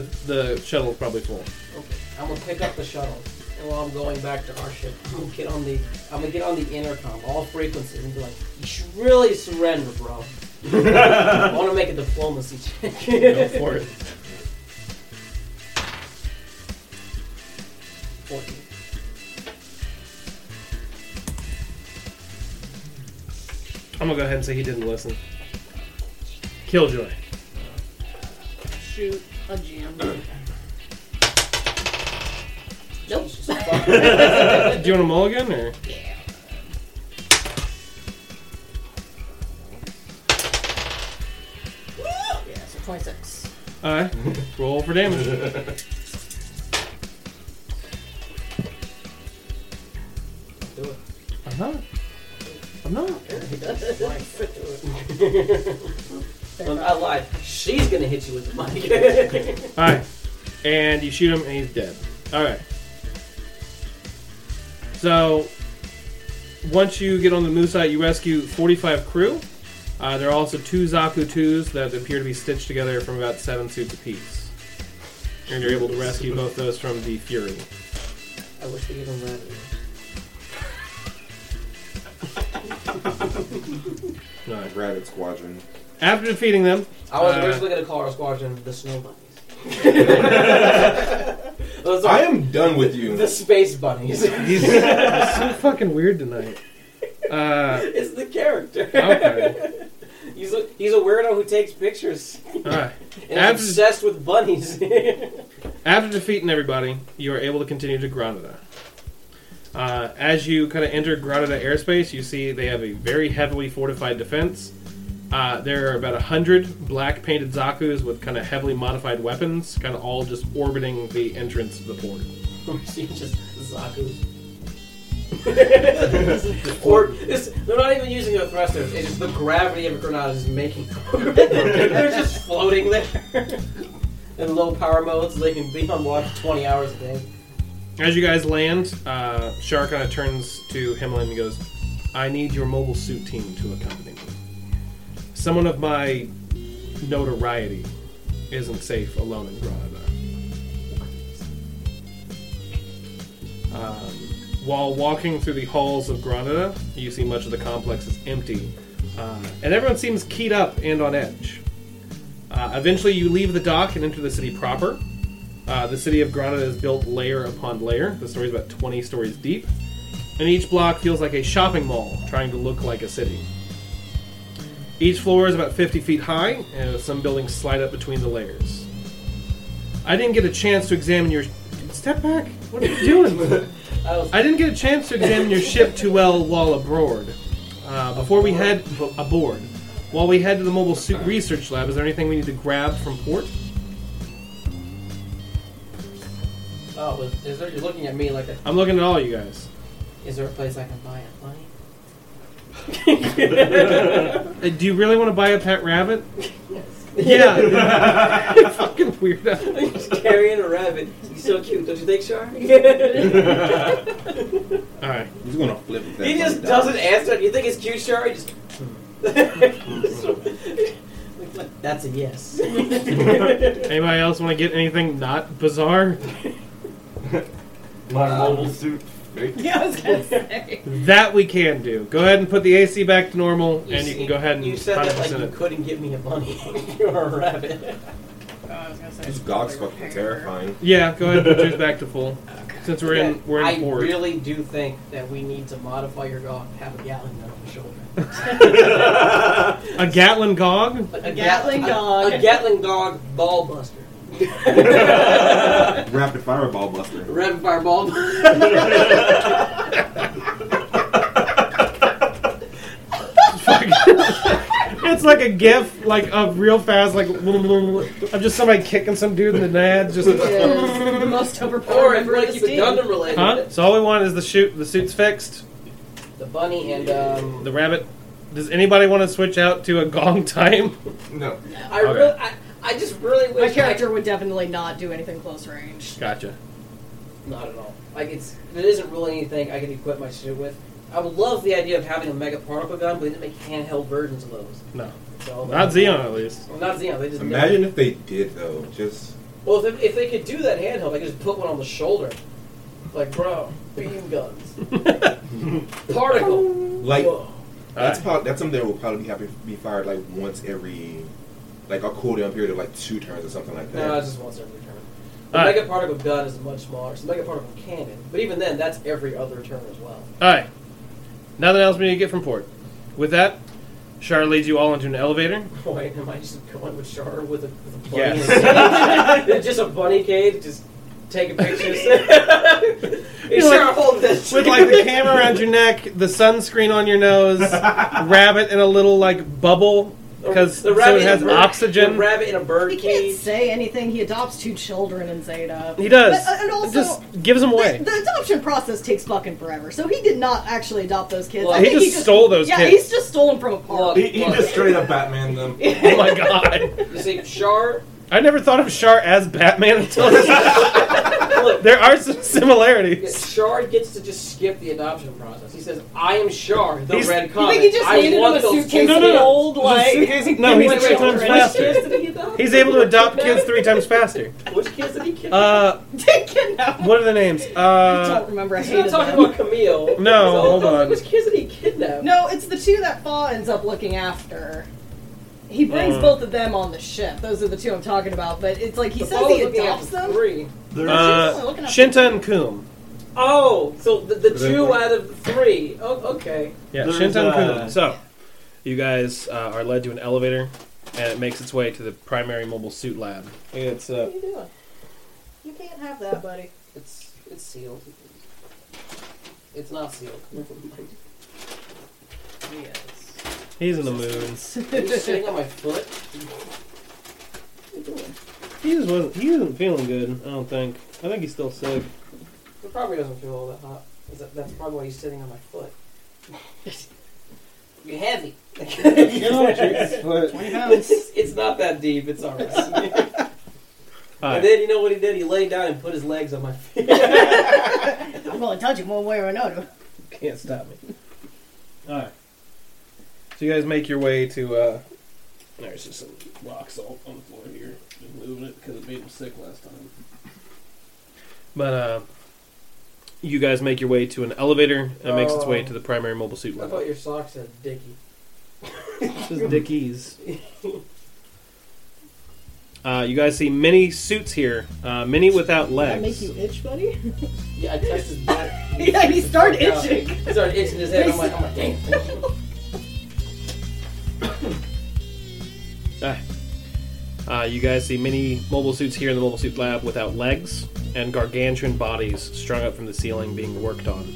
A: the shuttle's probably full.
C: Okay. I'm gonna pick up the shuttle, and while I'm going back to our ship, I'm gonna get on the I'm gonna get on the intercom, all frequencies, and be like, "You should really surrender, bro." [laughs] I want to make a diplomacy
A: [laughs] Go
C: check.
A: for it.
C: Fourteen.
B: I'm gonna go ahead and say he didn't listen. Killjoy.
F: Shoot a jam.
C: Nope.
B: Do you want a mulligan or?
C: yeah, so 26.
F: Uh,
C: [laughs]
B: Alright. Roll for damage.
C: Do it.
B: I'm not. I'm not.
C: I lied. She's gonna hit you with the mic. [laughs]
B: Alright. And you shoot him and he's dead. Alright. So, once you get on the move site, you rescue 45 crew. Uh, there are also two Zaku 2s that appear to be stitched together from about seven suits apiece. And you're able to rescue both those from the Fury.
C: I wish we could have run.
B: Nice.
G: Rabbit Squadron.
B: After defeating them,
C: I was
B: Uh,
C: originally gonna call our squadron the Snow Bunnies. Those
G: I
C: are
G: am done with you.
C: the Space Bunnies.
B: He's he's so fucking weird tonight. Uh,
C: it's the character.
B: okay.
C: He's a, he's a weirdo who takes pictures
B: All right.
C: and is
B: Abs-
C: obsessed with bunnies. [laughs]
B: After defeating everybody, you are able to continue to Granada. Uh, as you kind of enter Granada airspace, you see they have a very heavily fortified defense. Uh, there are about a hundred black painted Zaku's with kind of heavily modified weapons, kind of all just orbiting the entrance to the port.
C: See, just Zaku's. [laughs] or it's, they're not even using a thruster. It's just the gravity of Granada is making. [laughs] they're just floating there [laughs] in low power mode, so they can be on water twenty hours a day.
B: As you guys land, uh, Shar kind of turns to Himalayan and goes, I need your mobile suit team to accompany me. Someone of my notoriety isn't safe alone in Granada. Um, while walking through the halls of Granada, you see much of the complex is empty, uh, and everyone seems keyed up and on edge. Uh, eventually, you leave the dock and enter the city proper. Uh, the city of Granada is built layer upon layer. The story's about 20 stories deep. And each block feels like a shopping mall trying to look like a city. Each floor is about 50 feet high, and some buildings slide up between the layers. I didn't get a chance to examine your. Step back! What are you doing?
C: [laughs] I was
B: I didn't get a chance to examine your ship too well while abroad. Uh, before we head aboard, while we head to the mobile suit research lab, is there anything we need to grab from port?
C: oh, was, is there? You're looking at me like a.
B: I'm looking at all you guys.
C: Is there a place I can buy a [laughs] bunny?
B: Uh, do you really want to buy a pet rabbit?
C: Yes.
B: Yeah. fucking weirdo.
C: He's carrying a rabbit. He's so cute, don't you think, Char? [laughs] he
B: All right.
G: He's gonna flip that.
C: just
G: fucking
C: doesn't
G: dog.
C: answer. You think it's cute, Char? He just. [laughs] That's a [laughs] yes.
B: Anybody else want to get anything not bizarre?
E: My mobile suit.
F: Yeah, I was gonna say.
B: That we can do. Go ahead and put the AC back to normal, and you can go ahead and
C: You said that like
B: 100%
C: you
B: it.
C: couldn't get me a bunny [laughs] or a rabbit.
F: Oh, I was gonna say.
G: His
F: it's
G: dog's
F: like
G: fucking
F: repair.
G: terrifying.
B: Yeah, go ahead and put yours back to
C: [laughs]
B: full. Since we're in, we're in
C: I
B: port.
C: really do think that we need to modify your dog to have a Gatling gun on the shoulder.
B: a Gatlin Gog.
C: A
F: Gatling
C: Gat-
F: dog.
C: A, a Gatling dog ball
F: [laughs]
C: buster.
G: Rapid fireball buster.
C: Rapid fire ball buster.
B: It's like a GIF, like a real fast, like of just somebody kicking some dude in the nads. Just
F: Yes, the most
C: [laughs] Or
F: overpowered
C: if
F: member
C: we're
F: of
C: gonna
F: this
C: keep it
F: team.
C: Gundam related,
B: huh? So all we want is the shoot. The suit's fixed.
C: the bunny and um,
B: The rabbit. Does anybody want to switch out to a gong time? [laughs]
E: No.
C: I
B: Okay.
C: really, I, I just really
F: My
C: wish
F: character would definitely not do anything close range.
B: Gotcha.
C: I, not at all. Like it's there isn't really anything I can equip my shit with. I would love the idea of having a mega particle gun, but they didn't make handheld versions of those.
B: No,
C: So
B: not Xeon at least.
C: Well, not Xeon. They just
G: Imagine if they did though. Just
C: Well, if, if they could do that handheld, they could just put one on the shoulder. Like, bro, beam
B: [laughs]
C: guns, particle.
G: like
C: Whoa.
G: that's prob- that's something that will probably be happy be fired like once every like a cooldown period of like two turns or something like that.
C: No, it's just once every turn. The
B: Alright.
C: mega particle gun is much smaller. It's a mega particle cannon, but even then, [laughs] that's every other turn as well.
B: All right. Nothing else we need to get from port. With that, Char leads you all into an elevator.
C: Wait, am I just going with Char with a, with a bunny?
B: Yes.
C: [laughs] and a cage? just a bunny cage, just [laughs] taking pictures. hey,
B: You're
C: Char,
B: like-
C: hold this. [laughs]
B: With like the camera around your neck, the sunscreen on your nose, rabbit in a little like bubble because so
C: The rabbit
B: it
C: in a
B: has
C: bird-
B: oxygen.
C: The rabbit in a bird
F: He can't
C: cage.
F: say anything. He adopts two children in Zeta.
B: he does.
F: But, uh, and also,
B: just gives him away.
F: The, the adoption process takes fucking forever, so he did not actually adopt those kids.
C: Well,
F: I
C: he
F: think
B: just stole those
F: yeah,
B: kids.
F: he's just stolen from a park.
C: Look,
E: He, he
C: look.
E: just straight up Batman
B: [laughs]
E: them.
C: [laughs]
B: oh my god!
C: You see, Char.
B: I never thought of Char as Batman until this.
C: Look,
B: there are some similarities.
C: Char gets to just skip the adoption process. He says, "I am Char, the
B: He's-
C: red
F: You
C: comet.
F: think he just
C: I
F: needed him
C: want
F: a
C: those
F: suitcase
B: No, no,
F: full
B: no.
F: of old like?
B: No,
F: [laughs]
B: he's
C: Wait,
B: three
C: wait,
B: times
C: wait,
B: faster.
C: did he adopt?
B: He's able to adopt kids three times faster.
C: Which kids did he kidnap?
B: Uh,
F: Kidnapped.
B: what are the names?
F: I
B: Uh,
F: don't remember. I
C: He's not
F: hated
C: talking
F: them.
C: about Camille.
B: No,
C: So,
B: hold
C: I was like,
B: on.
C: Which kids did he kidnap?
F: No, it's the two that Fa ends up looking after. He brings
B: Mm.
F: both of them on the ship. Those are the two I'm talking about. But it's like he
C: The
F: says
C: father's
F: he
C: looking
F: adopts
C: after
F: them.
C: Three.
E: They're-
B: uh,
F: looking up-
B: Shinta and Coom.
C: Oh, so the, the
I: Is that
C: two
I: right?
C: out of the three. Oh, okay.
B: Yeah,
E: There's,
B: Shinta and
E: uh,
B: Coom. So, you guys uh, are led to an elevator, and it makes its way to the primary mobile suit lab.
E: It's uh,
C: What are you doing?
F: You can't have that, buddy.
C: It's it's sealed. It's not sealed.
F: [laughs]
C: yes.
B: He's in the mood.
C: Are you sitting on my foot? What are you doing?
B: He just wasn't. He isn't feeling good. I don't think. I think he's still sick.
C: It probably doesn't feel all that hot. Is that- That's probably why he's sitting on my foot. [laughs] You're [laughs] heavy. [laughs]
I: But
C: it's, it's not that deep. It's all [laughs] right.
B: All
C: And
B: right.
C: then you know what he did? He laid down and put his legs on my feet.
F: I'm gonna touch him one way or another.
B: Can't stop me. All right. So you guys make your way to. uh There's just some rock salt on the floor here. Just moving it because it made him sick last time. But uh, you guys make your way to an elevator and it makes its way
C: Oh.
B: to the primary mobile suit
C: I
B: lab.
C: thought your socks said Dickie.
B: This is Dickies. [laughs] Uh, you guys see many suits here, uh, many without
F: That make
B: legs.
F: you itch, [laughs] buddy?
C: Yeah, I touched his back.
F: yeah, he started
C: Yeah.
F: itching.
C: He started itching his head. I'm like, I'm like, damn.
B: Ah. Uh, you guys see many mobile suits here in the mobile suit lab without legs and gargantuan bodies strung up from the ceiling being worked on.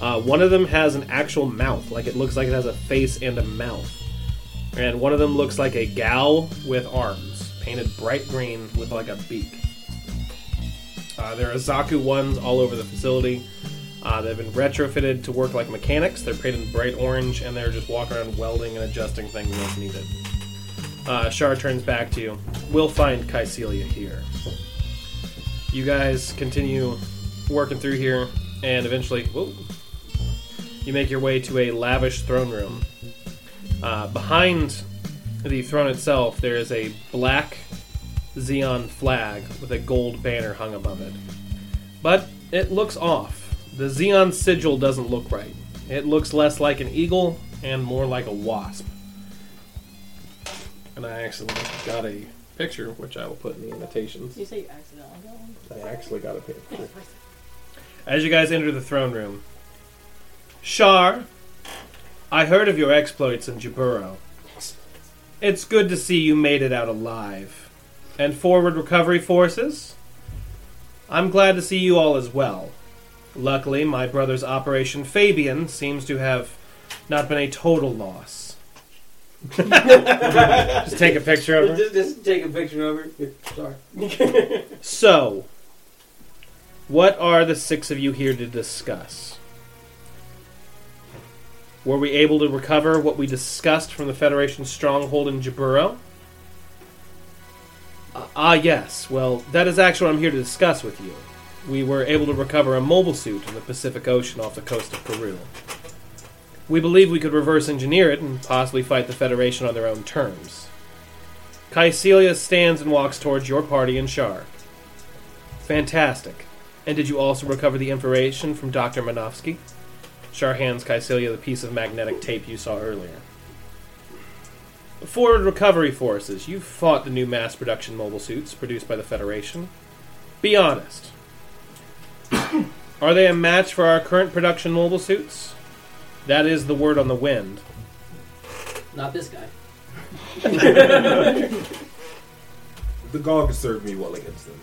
B: Uh, one of them has an actual mouth, like it looks like it has a face and a mouth. And one of them looks like a gal with arms, painted bright green with like a beak. Uh, there are Zaku ones all over the facility. Uh, they've been retrofitted to work like mechanics. They're painted bright orange, and they're just walking around welding and adjusting things as needed. Uh, Shar turns back to you. We'll find Caecilia here. You guys continue working through here, and eventually, whoa, you make your way to a lavish throne room. Uh, behind the throne itself, there is a black Xeon flag with a gold banner hung above it. But it looks off. The Xeon sigil doesn't look right. It looks less like an eagle and more like a wasp. And I actually got a picture, which I will put in the annotations.
F: you say you accidentally got one?
B: I actually got a picture. As you guys enter the throne room, Shar, I heard of your exploits in Jaburo. It's good to see you made it out alive. And forward recovery forces, I'm glad to see you all as well. Luckily, my brother's Operation Fabian seems to have not been a total loss. Just take a picture of her.
C: just, just take a picture of her. Sorry.
B: So, what are the six of you here to discuss? Were we able to recover what we discussed from the Federation's stronghold in Jaburo? Ah, ah, yes. Well, that is actually what I'm here to discuss with you. We were able to recover a mobile suit in the Pacific Ocean off the coast of Peru. We believe we could reverse engineer it and possibly fight the Federation on their own terms. Caecilia stands and walks towards your party and Shar. Fantastic. And did you also recover the information from Dr. Manofsky? Shar hands Caecilia the piece of magnetic tape you saw earlier. Forward recovery forces, you fought the new mass production mobile suits produced by the Federation. Be honest. Are they a match for our current production mobile suits? That is the word on the wind.
C: Not this guy.
G: The Gog served me well against them.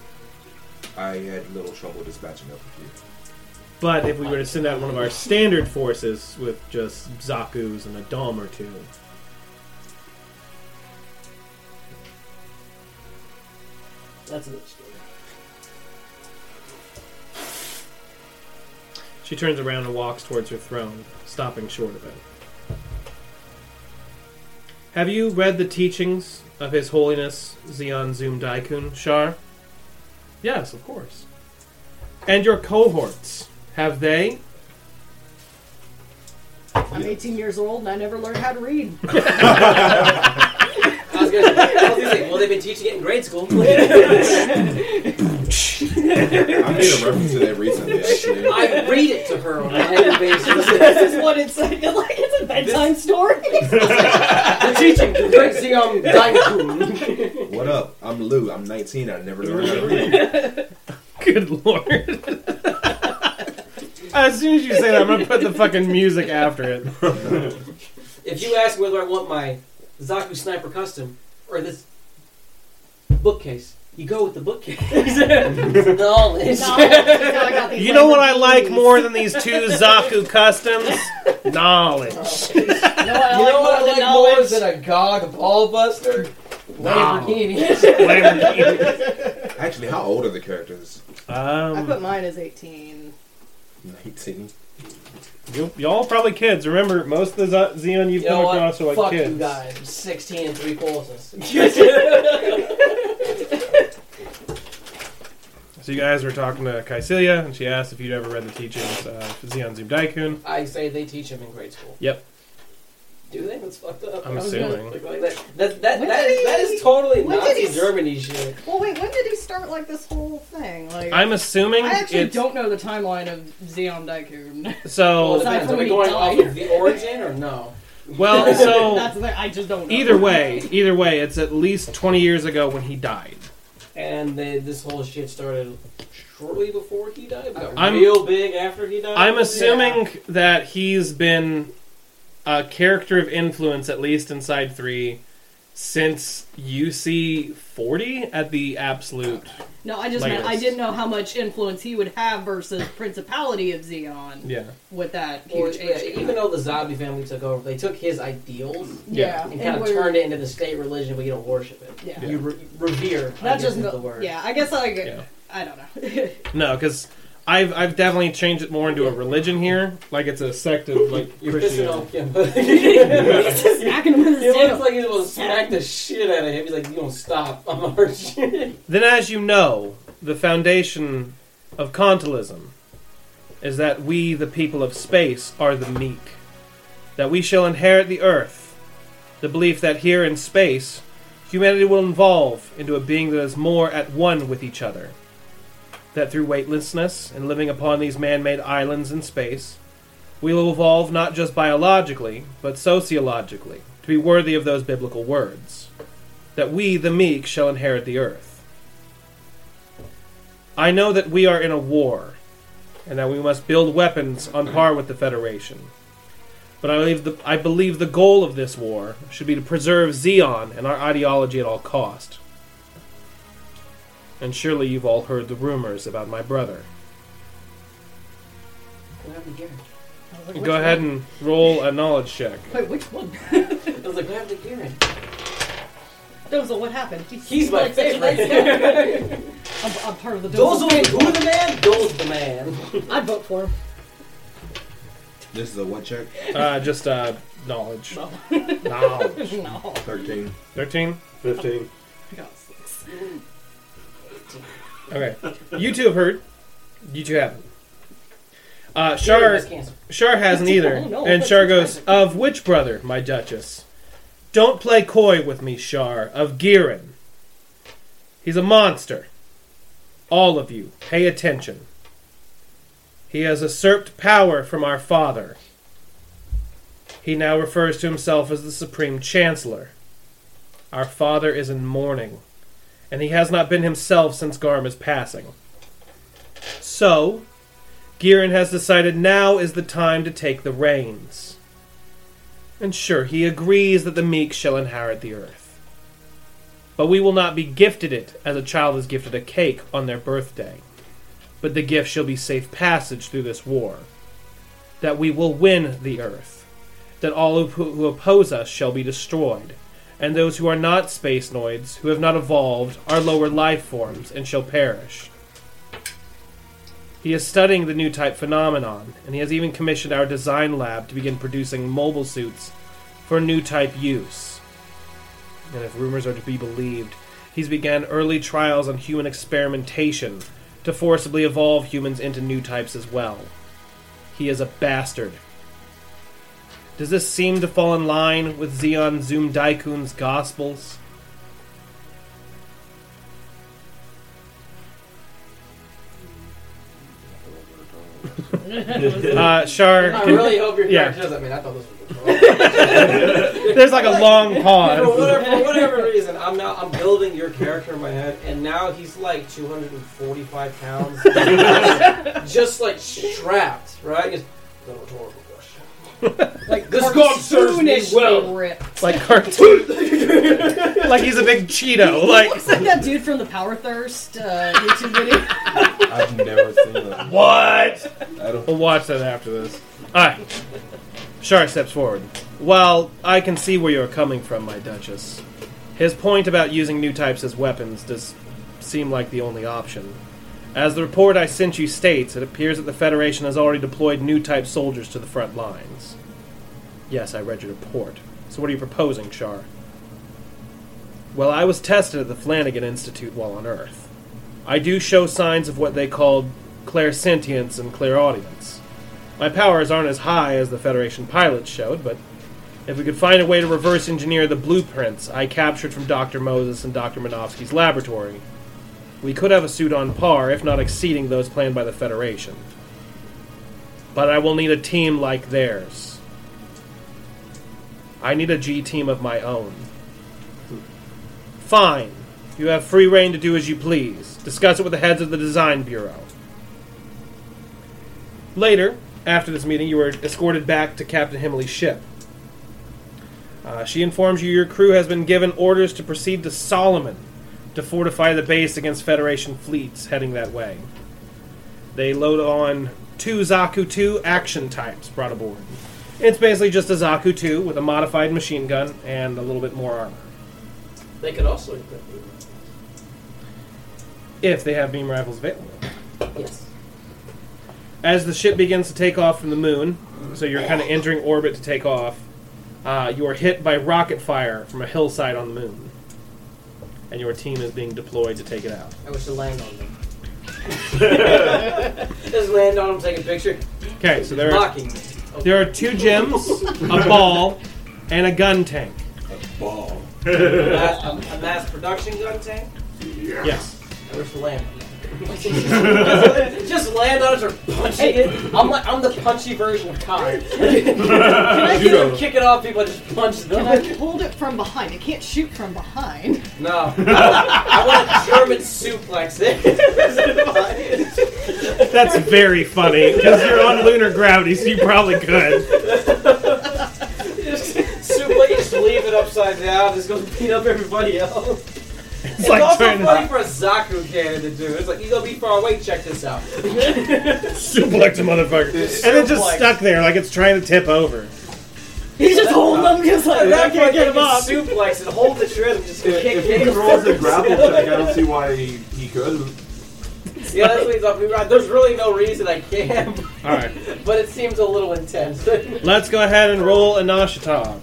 G: I had little trouble dispatching up with you.
A: But if we were to send out one of our standard forces with just Zaku's and a Dom or two,
C: That's another story.
A: she turns around and walks towards her throne, stopping short of it. Have you read the teachings of His Holiness Zeon Zum Daikun Shar? Yes, of course. And your cohorts, have they? [laughs]
B: I'm 18 years old and I never learned how to read.
C: I was gonna say, I was gonna say, well, they've been teaching it in grade school. I
G: I made a reference to that recently, actually.
C: read it to her on a daily basis.
F: This is what it's [laughs] like. Like it's a bedtime story.
C: the teaching, the great Zeom Daikun.
G: What up? I'm Lou. I'm 19. I never learned how to read.
A: Good lord. [laughs] as soon as you say that, I'm gonna put the fucking music after it.
C: If you ask whether I want my Zaku Sniper custom or this bookcase, you go with the bookcase. Knowledge.
F: No, that's how I got these
A: You know what I
F: Lamborghinis.
A: like more than these
B: [laughs]
A: two Zaku customs? Knowledge.
F: You know what I
C: You
F: like
C: know
F: more than knowledge?
C: what I like more than a Gog ball buster? Lamborghini.
A: Lamborghini.
G: Actually, how old are the characters?
B: I
A: um,
B: put mine as 18.
G: 19.
A: you, y'all probably kids. Remember, most of the Z- Xeon you've
C: You know
A: come across
C: what?
A: are like
C: Fuck
A: kids.
C: you guys. I'm 16 and three quarters.
A: So you guys were talking to Kaecilia, and she asked if you'd ever read the teachings of Xeon Zoom Daikun.
C: I say they teach him in grade school.
A: Yep.
C: Do they? That's fucked up.
A: I'm
C: I was gonna
A: assuming.
C: look Like that. That, that,
B: When
C: that,
B: did
C: is, that
B: he-
C: is totally
B: when did
C: Nazi
B: he-
C: Germany shit.
B: Well, wait, when did he start like this whole thing? Like,
A: I'm assuming
B: I actually
A: it's
B: don't know the timeline of Zeon Daikun.
C: Well,
A: so.
F: Well,
C: depends.
F: Not
C: Are we
F: when he
C: going off
F: died.
C: of the origin or no?
A: Well, [laughs] so
F: [laughs] That's the, I just don't. Know.
A: either way, either way, it's at least 20 years ago when he died.
C: And they, this whole shit started shortly before he died. Got
A: I'm-
C: real big after he died.
A: I'm assuming that he's been a character of influence, at least inside three, since UC 40 at the absolute.
F: No, I just
A: Like
F: meant I
A: this.
F: didn't know how much influence he would have versus Principality of Xeon
A: Yeah.
F: with that
C: Or,
F: huge
C: yeah,
F: HP.
C: even though the zombie family took over, they took his ideals
A: Yeah.
C: and kind of
F: we're-
C: turned it into the state religion, but you don't worship it.
F: Yeah.
C: You re- revere.
F: That
C: I guess
F: just
C: is
F: no-
C: the word.
F: Yeah, I guess I
A: Yeah.
F: I don't
C: [laughs]
F: know.
A: No, because I've, I've definitely changed it more into a religion here. Like it's a sect of like
C: You're pissing
A: Christianity.
C: off Kim. [laughs] he
F: Smacking him with his
C: looks
F: tail.
C: like he's gonna smack the shit out of him. He's like, "You don't stop. [laughs] I'm gonna hurt you."
A: Then, as you know, the foundation of Kontilism is that we, the people of space, are the meek. That we shall inherit the earth. The belief that here in space, humanity will evolve into a being that is more at one with each other. That through weightlessness and living upon these man made islands in space, we will evolve not just biologically, but sociologically, to be worthy of those biblical words. That we, the meek, shall inherit the earth. I know that we are in a war, and that we must build weapons on par with the Federation. But I believe the, I believe the goal of this war should be to preserve Xeon and our ideology at all cost. And surely you've all heard the rumors about my brother.
C: What happened to Garrett?
F: I was like, which
A: Go ahead
F: one?
A: and roll a knowledge check.
F: Wait, which one? [laughs]
C: I was like, "What happened to Garrett?"
F: Dozel, what happened? He-
C: He's
F: he's
C: my
F: like such a
C: favorite.
F: nice
C: [laughs]
F: guy. I'm, I'm part of the
C: Dole's
F: Dozel.
C: the who the man? Dole's the man.
F: I'd vote for him. [laughs]
G: This is a what check?
A: Uh, just uh, knowledge. [laughs] knowledge.
F: No,
G: 13.
A: 13?
E: 15.
F: I got six.
A: Okay. You two have heard. You two haven't. Uh, Shar,
C: Garrett was canceled.
A: Shar hasn't either.
F: Oh, no.
A: And Shar goes, Of which brother, my duchess? Don't play coy with me, Shar, of Girin. He's a monster. All of you, pay attention. He has usurped power from our father. He now refers to himself as the Supreme Chancellor. Our father is in mourning, and he has not been himself since Garma's passing. So, Girin has decided now is the time to take the reins. And sure, he agrees that the meek shall inherit the earth. But we will not be gifted it as a child is gifted a cake on their birthday. But the gift shall be safe passage through this war. That we will win the earth. That all who who oppose us shall be destroyed. And those who are not space noids, who have not evolved, are lower life forms and shall perish. He is studying the new type phenomenon, and he has even commissioned our design lab to begin producing mobile suits for new type use. And if rumors are to be believed, he's began early trials on human experimentation to forcibly evolve humans into new types as well. He is a bastard. Does this seem to fall in line with Zeon Zoom Daikun's Gospels? Uh, Shar,
C: I really hope your
A: Yeah.
C: character does. I mean, I thought this was.
A: there's like a long
C: [laughs] for,
A: pause.
C: whatever, for whatever reason, I'm now I'm building your character in my head, and now he's like 245 pounds, [laughs] just like strapped, right? He's, "The rhetorical question.
B: Like
C: This god serves me
B: cartoonishly
C: well.
B: ripped.
A: like cartoon. [laughs] like he's a big Cheeto.
B: He
A: Like
B: looks like that dude from the Power Thirst uh, YouTube [laughs] video.
G: I've never seen that.
A: what?
G: I don't.
A: We'll watch that after this. All right. Shar steps forward. Well, I can see where you're coming from, my Duchess. His point about using new types as weapons does seem like the only option. As the report I sent you states, it appears that the Federation has already deployed new type soldiers to the front lines. Yes, I read your report. So what are you proposing, Shar? Well, I was tested at the Flanagan Institute while on Earth. I do show signs of what they called clairsentience and clairaudience. My powers aren't as high as the Federation pilots showed, but if we could find a way to reverse engineer the blueprints I captured from Dr. Moses and Dr. Manofsky's laboratory, we could have a suit on par, if not exceeding those planned by the Federation. But I will need a team like theirs. I need a G team of my own. Fine. You have free reign to do as you please. Discuss it with the heads of the design bureau. Later, after this meeting, you were escorted back to Captain Himley's ship. Uh, she informs you your crew has been given orders to proceed to Solomon to fortify the base against Federation fleets heading that way. They load on two Zaku 2 action types brought aboard. It's basically just a Zaku 2 with a modified machine gun and a little bit more armor.
C: They could also equip you.
A: if they have beam rifles available.
C: Yes.
A: As the ship begins to take off from the moon, so you're kind of entering orbit to take off, uh, you are hit by rocket fire from a hillside on the moon. And your team is being deployed to take it out.
C: I wish to land
A: [laughs]
C: on [laughs] them. just land on them, take a picture.
A: Okay, so there are,
C: Mocking me. Oh,
A: there are two gems, a ball, and a gun tank.
G: Ball.
C: a, mass, a, a mass production gun tank.
A: Yes.
C: I wish to land on [laughs] them. just land on it or punch it. I'm like I'm the punchy version of Kai. [laughs]
B: Can I
G: You
B: get-
G: know,
C: Kick it off, people just punch
B: can
C: them.
B: I hold it from behind? It can't shoot from behind.
C: No. I want a German [laughs] suplex.
A: That's very funny, because you're on lunar gravity, so you probably could.
C: just, suplex, just leave it upside down. Just go beat up everybody else. It's,
A: like
C: also
A: trying to-
C: funny for a Zaku cannon to do. It's like, you gonna be far away, check
A: [laughs]
C: this out.
A: Suplex a motherfucker. And it just
C: Suplex.
A: stuck there, like it's trying to tip over.
B: He's just holding them just like
C: At
B: that.
C: that point,
A: get
C: you
A: him up.
C: [laughs] suplex and hold the trigger and just kick
E: If he
C: him.
E: rolls a grapple check, I don't see why he, he couldn't.
C: Yeah, that's what he's up to. There's really no reason I can,
A: Alright.
C: [laughs] but it seems a little intense. [laughs] and
A: Let's go ahead and roll Anashitov.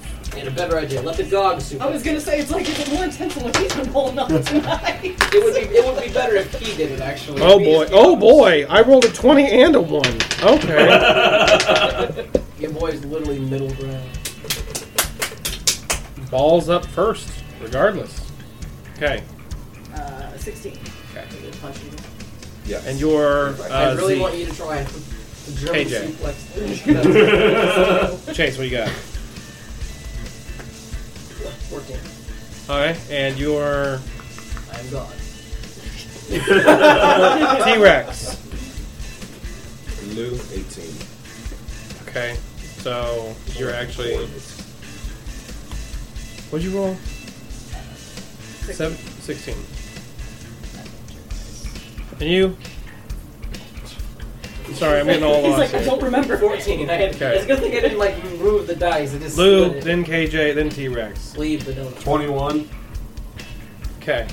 C: a better idea, let the dog suplex.
B: I was gonna say it's like it's more intense than what he's been holding up [laughs] tonight.
C: It would be it would be better if he did it actually.
A: Oh boy. Oh boy. I rolled a 20 and a 1. Okay. Oh.
C: Your boy is literally middle ground.
A: Balls up first, regardless. Okay.
B: Uh, sixteen.
G: yes.
A: And your
C: I
A: uh,
C: really
A: Z.
C: want you [laughs] to try it. The German
A: KJ.
C: suplex.
A: [laughs] Chase, what you got?
C: Fourteen.
A: Alright. And your
C: I'm gone.
A: T Rex.
G: Lou, 18.
A: Okay. So you're actually. What'd you roll? Seven, 16. And you? Sorry, I'm getting
F: [laughs]
A: all
C: He's
A: lost.
C: like, I don't remember. 14. [laughs] I had,
A: Okay.
C: It's a good thing I didn't, like, move the dice. I just
A: Lou,
C: slid it.
A: then KJ, then T Rex.
C: leave the donut.
D: 21.
A: Okay.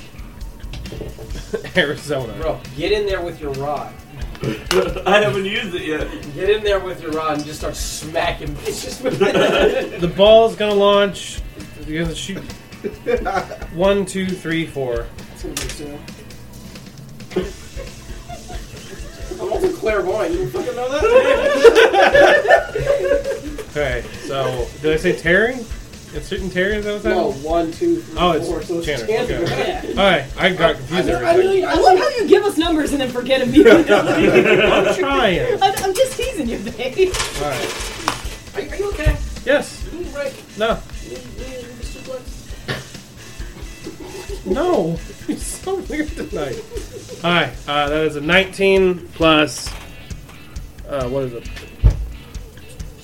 A: [laughs] Arizona.
C: Bro, get in there with your rod.
D: [laughs] I haven't used it yet.
C: Get in there with your rod and just start smacking bitches with it. [laughs]
A: The ball's gonna launch. You're gonna shoot. One, two, three, four.
C: I'm also clairvoyant. You fucking know that?
A: Okay, so did I say tearing? It's shooting tearing. Is that what that?
C: no,
A: All
C: one, two, three,
A: Oh, it's
C: four. So it's
A: Tanner,
C: Tanner.
A: okay.
C: Yeah.
A: right, I got confused. there for a
F: I,
A: second.
F: really, I love how you give us numbers and then forget
C: [laughs]
F: immediately.
A: I'm trying.
F: I'm, I'm just teasing you, babe.
A: All right.
C: Are, you, are you okay?
A: Yes.
C: You right?
A: No.
C: You, you, Mr. Blitz?
A: No. [laughs] You're so weird tonight. All right. Uh, that is a 19 plus. Uh, what is it?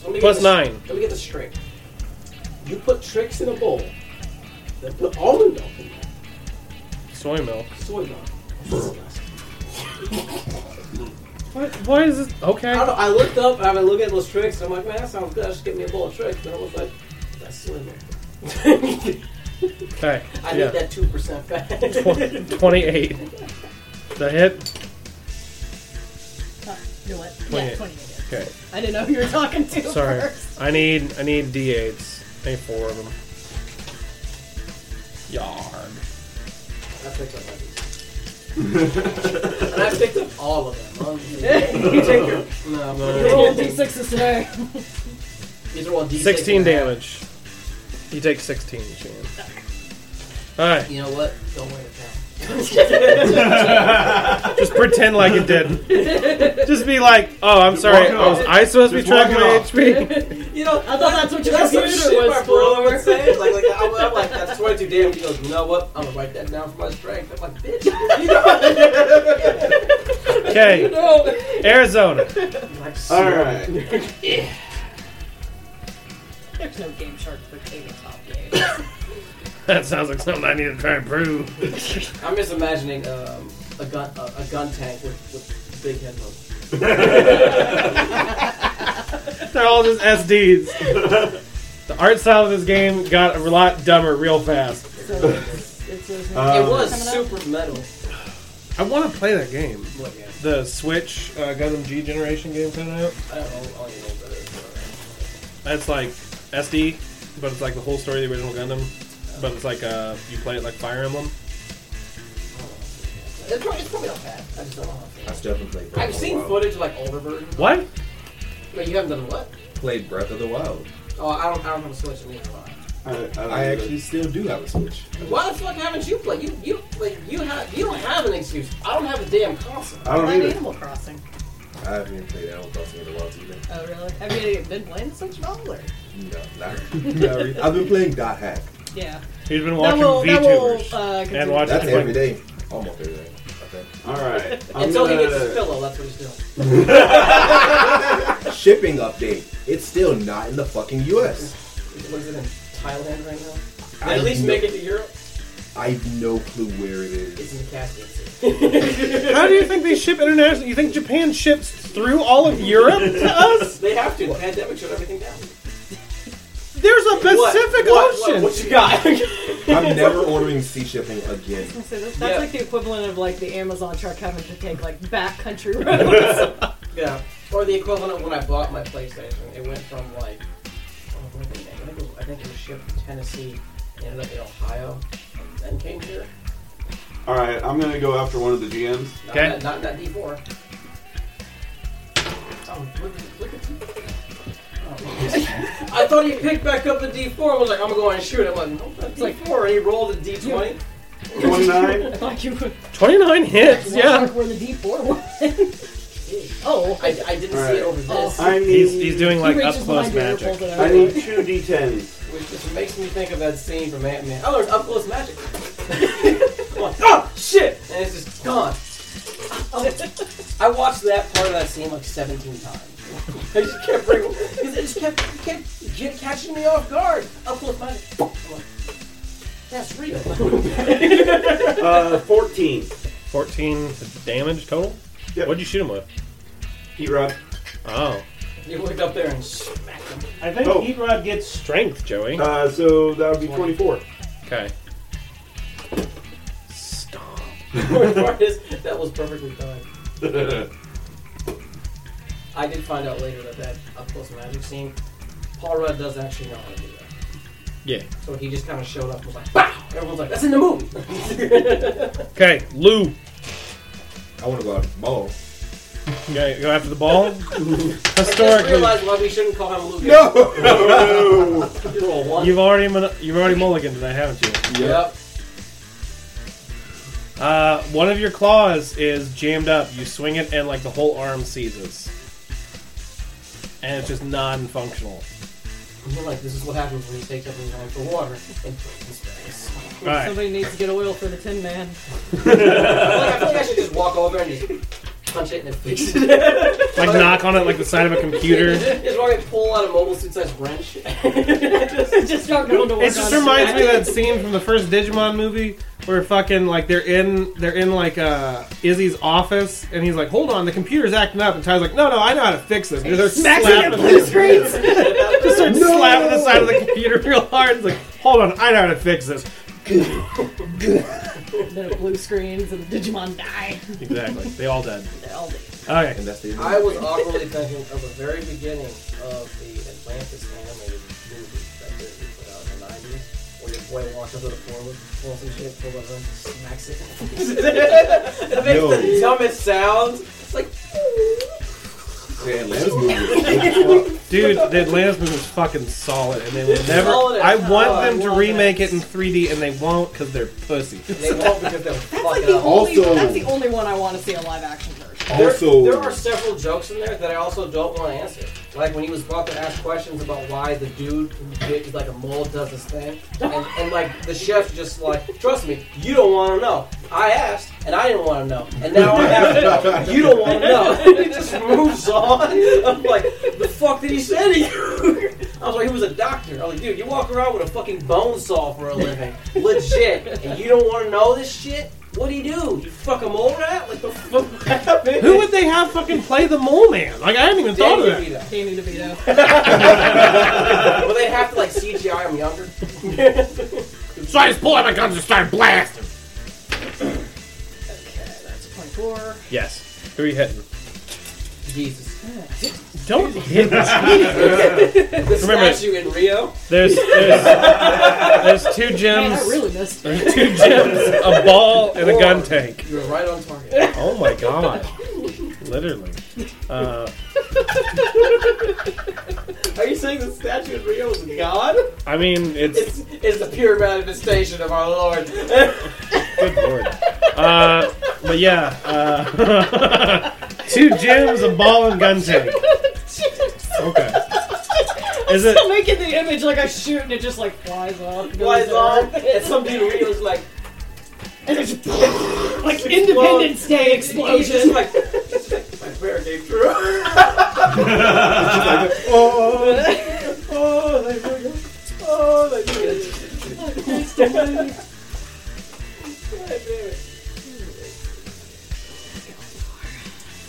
C: Let me get
A: Plus
C: this-
A: nine.
C: Let me get this straight. You put tricks in a bowl, then put almond milk in there,
A: Soy milk.
C: soy milk.
A: [laughs]
C: That's disgusting.
A: What? Why is this? Okay.
C: I don't know. I looked up and I look at those tricks. And I'm like, man, that sounds good. I should get me a bowl of tricks. Then I was like, that's soy [laughs] milk.
A: Okay.
C: I
A: yeah.
C: need that two percent [laughs] fat.
A: Tw- 28. The hit.
F: Huh, Uh, you know what? Yeah,
A: 28.
F: 28. it is.
A: Okay.
F: I didn't know who you were talking to
A: Sorry.
F: first.
A: I need I need d8s. I need four of them. Yard.
C: I picked up all these. [laughs] and I picked up all of them. Um, [laughs] you take your. No,
F: Roll
C: [laughs] no.
F: d6s today.
C: These are all D6
A: 16
C: and a half.
A: damage. You take 16, Shane. All right.
C: You know what? Don't worry about
A: Just pretend [laughs] like it didn't. Just be like, oh, I'm
D: walk
A: sorry.
D: it
A: I was
D: off.
A: I supposed to be
D: Just walk
A: tracking
D: it
A: my
D: off.
A: [laughs] HP?
C: it. You know,
F: I thought that's what your
C: that's some
F: computer
C: shit
F: was
C: my
F: for.
C: brother would say. Like, like I'm, I'm like, that's 22 damage. He goes, you know what? I'm gonna write that down for my strength. I'm like, bitch, you
A: Okay.
C: know.
A: Arizona.
C: I'm like,
E: All right.
F: There's no game shark for tabletop games.
A: [laughs] That sounds like something I need to try and prove.
C: I'm just imagining um, a gun, a, a gun tank with, with big headphones.
A: They're all just SDs. The art style of this game got a lot dumber real fast.
F: So it's, it's those
E: Um,
C: it was
F: coming
C: super metal.
A: I want to play that game.
C: What? Yeah,
A: The Switch uh, Gundam G Generation game coming out.
C: I don't know. I don't even know what that is.
A: That's like SD, but it's like the whole story of the original Gundam. But it's like uh, you play it like Fire Emblem.
C: It's probably, it's probably not bad. I just don't know. how to play
G: I still haven't played
C: it.
G: Breath
C: I've
G: of the
C: seen
G: Wild.
C: footage of like older versions.
A: What?
C: Wait, you haven't done what?
G: Played Breath of the Wild.
C: Oh, I don't. I don't have a Switch anymore.
E: I,
G: I actually still do have a Switch.
C: Why the fuck haven't you played? You you like you have you don't have an excuse. I don't have a damn console.
E: I don't
F: Played
E: either.
F: Animal Crossing.
G: I haven't even played Animal Crossing in a while either.
F: Oh, really? Have you been playing the Switch at all? Or?
G: No, not, not really. [laughs] I've been playing Dot Hack.
F: Yeah.
A: He's been watching
F: that will, that will,
A: VTubers
F: uh,
A: and
F: continue.
A: watching.
G: That's every day. Almost every day, I think.
E: All right. I'm
C: Until he gets his
E: gonna-
C: pillow, that's what he's doing.
G: Shipping update. It's still not in the fucking US.
C: What is it in Thailand right now? Did
G: I
C: at least
G: know-
C: make it to Europe.
G: I have no clue where it is.
C: It's in the Caspian Sea.
A: How do you think they ship internationally? You think Japan ships through all of Europe to us?
C: They have to. The pandemic shut everything down.
A: There's a Pacific
C: What? What? What,
A: Ocean.
C: what you got? [laughs]
G: I'm never ordering sea shipping again.
F: So that's
C: Yeah.
F: that's like the equivalent of like the Amazon truck having to take like backcountry [laughs] roads.
C: yeah. Or the equivalent of when I bought my PlayStation. It went from like oh, where did it end? I think it was, I think it was shipped to Tennessee, ended up in Ohio, and then came here.
E: All right. I'm gonna go after one of the GMs.
C: Not,
A: Okay.
C: in that, not in that D4. Oh, look, look at you. Oh. [laughs] I thought he picked back up a D4 and was like, I'm gonna go out and shoot. I'm like, no, that's like four. And he rolled a D20.
E: 29.
F: like you would.
A: 29 hits, yeah.
F: Where the D4 was. [laughs] oh.
C: I, I didn't see
E: Alright.
C: it over this,
E: I need.
A: He's, he's doing like
F: he
A: up
F: reaches
A: close
F: behind you
A: magic.
F: and pulls it out.
E: I need two D10s.
C: which just makes me think of that scene from Ant Man. Oh, there's up close [laughs] magic. I'm like, oh, shit! And it's just gone. Oh. [laughs] I watched that part of that scene like 17 times. [laughs] I just kept bringing, it just kept, kept catching me off guard. Up close magic. I'm like, That's real.
E: Uh, 14.
A: 14 damage total?
E: Yep.
A: What'd you shoot him with?
E: Heat rod.
A: Oh.
C: [laughs] you went up there and smacked him.
A: I think
E: Oh.
A: Heat Rod gets strength, Joey.
E: Uh, so that would be 24.
A: Okay. Stop.
C: that was perfectly timed. [laughs] I did find out later that that up close magic scene, Paul Rudd does actually know how to do that.
A: Yeah.
C: So he just kind of showed up and was like, "Wow!" Everyone's like, "That's in the movie." [laughs]
A: Okay, Lou.
G: I want to go out and ball.
A: You gotta go after the ball?
C: Just
A: Historically,
C: realized why we shouldn't call him Luke. [laughs] No. you roll one.
A: you've already mon- you've already mulliganed that, haven't you?
C: Yep.
A: Uh, one of your claws is jammed up. You swing it, and like the whole arm seizes, and it's just non-functional.
C: And you're like, this is what happens when you take something wrong for water and put it in space. [laughs]
A: All right.
F: Somebody needs to get oil for the Tin [laughs] Man.
C: I feel like I should just walk over and just punch it and it fixes it.
A: like knock on it like the side of a computer.
C: [laughs] just walk and pull out a mobile suit size wrench.
F: just start going to work
A: It just
F: on
A: reminds me of that scene from the first Digimon movie where fucking like they're in they're in like uh Izzy's office and he's like, Hold on, the computer's acting up and Ty's like, No no, I know how to fix this. And they're slapping
F: blue screens.
A: just starts slapping the side of the computer [laughs] real hard. It's like, hold on, I know how to fix this.
F: then it blue screens and the Digimon die.
A: Exactly. They all dead.
F: They're
C: Uh,
F: all dead.
A: Okay.
G: And that's the end of
C: I
G: it.
C: was awkwardly thinking of the very beginning of the Atlantis animated movie that Disney put out in the 90s, where your boy walks over the floor with pulls and shit, pulls over and smacks it. [laughs] it makes the dumbest sounds. It's like,
G: The Atlantis movie.
A: Dude, the Atlantis movie is fucking solid and they will never
C: Solid as
A: I
C: hell.
A: want
C: Oh, I
A: them to
C: want
A: remake it in 3D and they won't because they're pussy.
C: they won't because they'll
F: That's
C: fuck
F: like
C: it
F: the
C: up.
F: only.
G: Also-
F: That's the only one I want to see a live action version.
C: There-
G: Also-
C: there, are several jokes in there that I also don't want to answer. Like when he was about to ask questions about why the dude who did like a mole does this thing, and, and like the chef just like, trust me, you don't want to know. I asked, and I didn't want to know, and now I have to know. You don't want to know.
A: [laughs]
C: it just moves on. I'm like, the fuck did he say to you? [laughs] I was like, he was a doctor. I was like, dude, you walk around with a fucking bone saw for a living, legit, and you don't want to know this shit. What do you do? You fuck a mole rat? Like the fuck happened?
A: Who would they have fucking play the mole man? Like I hadn't even thought of
C: Danny
A: that.
C: DeVito.
F: Danny DeVito.
C: Well, they'd have to like CGI him younger.
A: So I just pull out my guns and start blasting.
F: That's 24.
A: Yes. Who are you hitting?
C: Jesus.
A: Don't hit
C: [laughs] The
A: Remember-
C: statue in Rio.
A: There's there's, there's two
F: Man, I
A: gems
F: really missed it.
A: two gems, a ball, and a gun tank.
C: You were right on target.
A: Oh my god. Literally. Uh,
C: [laughs] Are you saying the statue in Rio is God?
A: I mean, it's
C: It's, it's the pure manifestation of our [laughs] Lord.
A: good lord. Uh, but yeah, uh, [laughs] two gems, a ball, and gun tank. Okay. Is it?
F: [laughs] I'm making the image like I shoot and it just like Um, flies off. goes
C: Why is
F: over.
C: on? And some dude in Rio's [laughs] like,
F: And it's [laughs] like Independence Day [laughs]
C: he's just
F: explosion.
C: like, [laughs] it's like, my prayer came true. oh, like, oh, like, God damn it.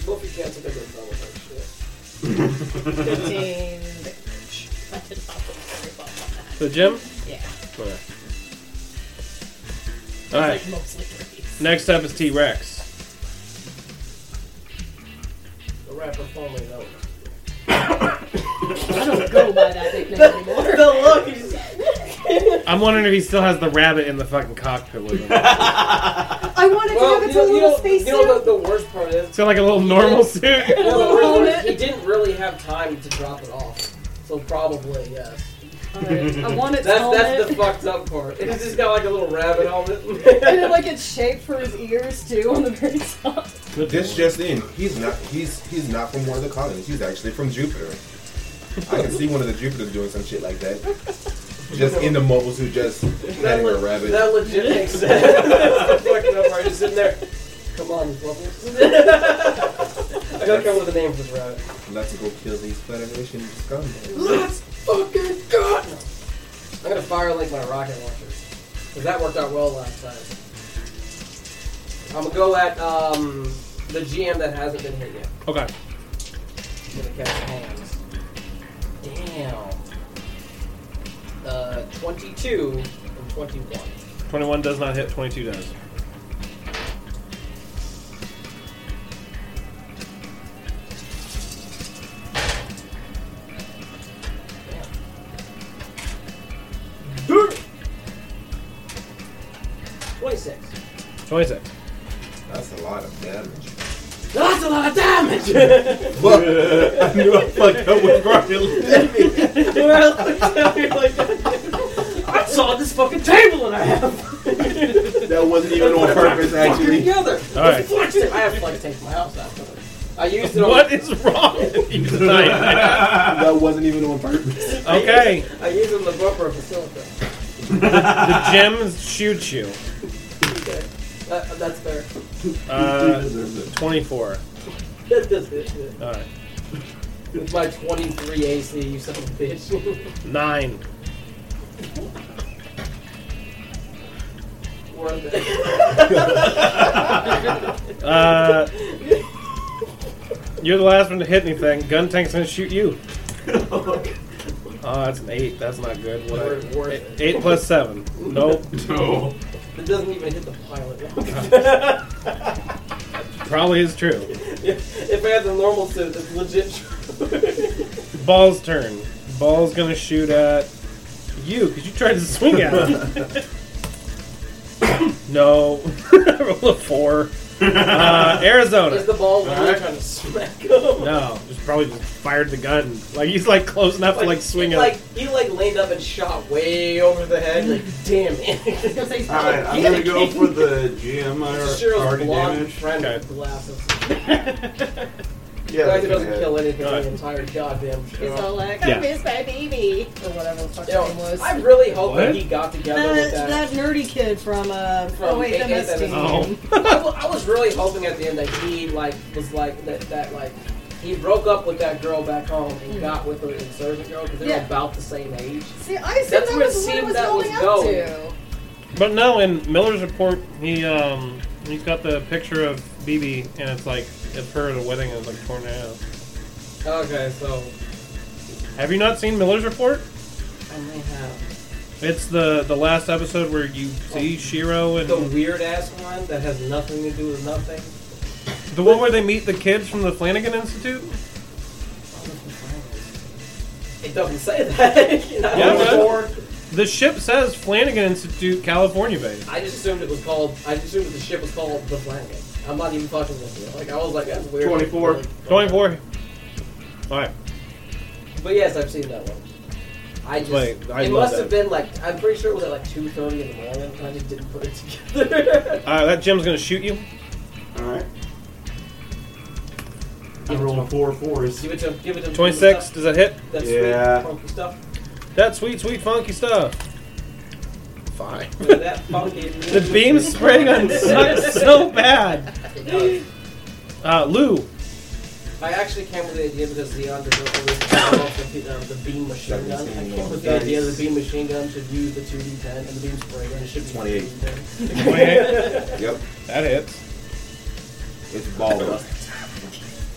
C: Wolfie can't take a good photo of that shit.
F: 15 damage. I did not look very well on
A: The gem?
F: that. Yeah.
A: Okay. Alright,
F: Like mostly threes.
A: next up is T Rex.
C: The rapper formerly known.
F: I don't go by that nickname anymore.
C: The look is
A: I'm wondering if he still has the rabbit in the fucking cockpit with him.
F: [laughs] I wanted to
C: well,
F: have
C: you
F: its
C: know,
F: own
C: you
F: little
C: know,
F: space
C: you know the, the worst part is
A: It's got like a little [laughs] normal suit.
C: no, the
F: little
C: worst part is
F: helmet.
C: he didn't really have time to drop it off. So probably yes.
F: Alright, I want its
C: That's
F: helmet.
C: that's the fucked up part. It's just got like a little rabbit helmet.
F: [laughs] and then, like it's shaped for his ears too on the very top.
G: This just in, he's not he's he's not from one of the colonies. He's actually from Jupiter. I can see one of the Jupiters doing some shit like that. Just in the mobiles who just petting a
C: le-
G: rabbit.
C: that legit makes sense. [laughs] that's the fucked up part. Just sitting there. Come on, you bubbles. [laughs] I gotta come up with a name for this rabbit.
G: Let's go kill these Federation scumbags.
C: Let's fucking go! I'm gonna fire like my rocket launcher. Because that worked out well last time. I'm gonna go at um, the GM that hasn't been hit yet.
A: Okay.
C: I'm gonna catch hands. Damn. Uh, 22 and 21.
A: 21 does not hit, 22 does.
C: Damn. 26.
A: 26.
G: That's a lot of damage.
C: That's a lot of damage!
G: Fuck! I knew I fucked up with Brian.
C: Well, [laughs] I saw this fucking table and I have
E: That wasn't even on purpose, actually.
C: together.
A: Alright.
C: Flex tape. I have flex tape in my house. That's what I I used it on.
A: What is wrong with you tonight?
E: That wasn't even on purpose.
A: okay.
C: I used it on the bumper of a silica.
A: The gems shoot you.
C: Okay. That, that's fair.
G: [laughs]
A: Uh,
E: deserves it.
A: 24.
C: That does it. yeah.
A: Alright.
C: With my 23 AC, you son of a bitch.
A: 9.
C: Worth it.
A: Uh, you're the last one to hit anything. Gun tank's gonna shoot [laughs] you. Oh, that's an eight. That's not good. What
C: Worth,
A: I-
C: worth
A: eight,
C: it.
A: eight plus seven. Nope.
D: No.
C: It doesn't even hit the pilot. [laughs]
A: Probably is true.
C: if I had the normal suit, it's legit. true.
A: Ball's turn. Ball's gonna shoot at you because you tried to swing at him. [coughs] no. [laughs] Roll a four. Uh, Arizona.
C: Is the ball really
D: Alright.
C: trying to smack him?
A: No, just probably just fired the gun. Like he's like close enough to like swing
C: he,
A: it.
C: like he like leaned up and shot way over the head. Like damn [laughs] it!
F: Because they-
E: Alright, I'm gonna go for the GM [laughs]
C: Cheryl's
E: already
C: blonde
E: damage.
C: friend
A: Okay.
C: with glasses.
E: Yeah,
C: the guy
E: that's
C: who doesn't
E: gonna
C: kill
E: hit.
C: anything in
A: Alright.
C: the entire goddamn
F: It's all
C: show.
F: like,
A: Yeah.
F: I miss my baby.
B: Or whatever the fuck
C: Yo,
B: his name was.
C: I really hope that
A: What?
C: he got together
F: That,
C: with that.
F: that nerdy kid from, uh,
C: From
F: oh wait,
C: Eight- Eight
F: MS team.
A: Oh.
C: [laughs] I, wa- I was really hoping at the end that he like was like that that like he broke up with that girl back home and got with her in Servant Girl because they're
F: Yeah.
C: about the same age.
G: Oh.
F: See, I said
C: That's
F: that
C: where it
F: was what
C: seemed
F: it was
C: that was
F: building up
C: going.
F: to.
A: But no, in Miller's report, he um he's got the picture of BB, and it's like it's her at a wedding, and it's like torn out.
C: Okay, so
A: Have you not seen Miller's report?
C: I may have
A: It's the the last episode where you see Shiro and
C: the
A: the,
C: weird ass one that has nothing to do with nothing.
A: one where they meet the kids from the Flanagan Institute.
C: It doesn't say that. [laughs] you know?
A: Yeah, man.
C: Or-
A: The ship says Flanagan Institute, California base.
C: I just assumed it was called. I just assumed the ship was called the Flanagan. I'm not even fucking with you. Like I was like, that's weird.
E: 24.
A: Twenty four. All right.
C: But yes, I've seen that one. I just
A: Like, I
C: it
A: love
C: must
A: that.
C: have been like I'm pretty sure it was at like two thirty in the morning. and I just didn't put it [laughs] together.
A: Uh, that Jim's gonna shoot you.
E: Alright. I'm rolling four fours.
C: give it to him. Give it to him.
A: Twenty six. Does that hit?
C: That's
E: Yeah.
C: sweet, funky stuff.
A: That sweet, sweet, funky stuff. Fine.
C: Look at
A: [laughs]
C: that funky.
A: The beam spray gun sucks so bad. Uh, Lou.
C: I actually came with the idea because Leon developed the, uh, the beam machine gun. I came with the idea that the beam machine gun should use the 2d10 and the beam spray gun should be
G: 28.
C: 2D10.
A: Wait,
G: Yep,
A: that hits.
G: it's ball rust.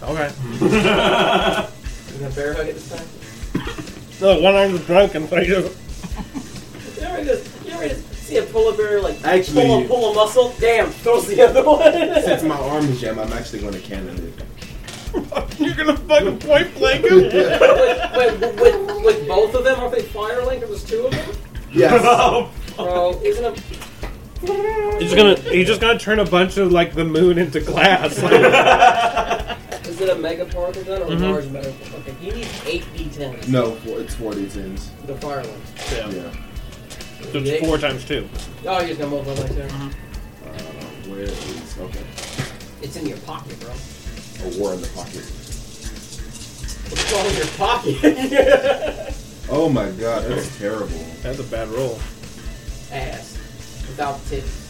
A: Okay.
C: You gonna bear hug it this time?
A: No, one arm's drunk [laughs] and so he just.
C: You ever just, you ever just see a polar bear like
E: Actually-
C: pull, a, pull a muscle? Damn, throws the other one. [laughs]
G: Since my arm is jammed, I'm actually going to cannon it.
A: You're gonna fucking point blank him?
C: wait, wait, with, with both of them? Aren't they fire link? There was two of them?
G: Yes.
C: Bro, isn't it?
A: He's just gonna. He's just gonna turn a bunch of like the moon
D: [laughs]
A: into glass.
C: Is it a mega particle gun or a
A: Mhm.
C: large mega Okay, he needs 8 d10s.
G: [laughs] no, four, it's 40 tins.
C: The fire link.
A: yeah.
G: Yeah.
A: So it's four Mm-hmm. times two.
C: Oh, he's got multiple legs there.
G: Uh, where is okay?
C: It's in your pocket, bro.
G: A war in the pocket.
C: What's wrong with your pocket?
G: Oh my god, that's terrible.
A: That's a bad roll.
C: [laughs] Ass. Without tits.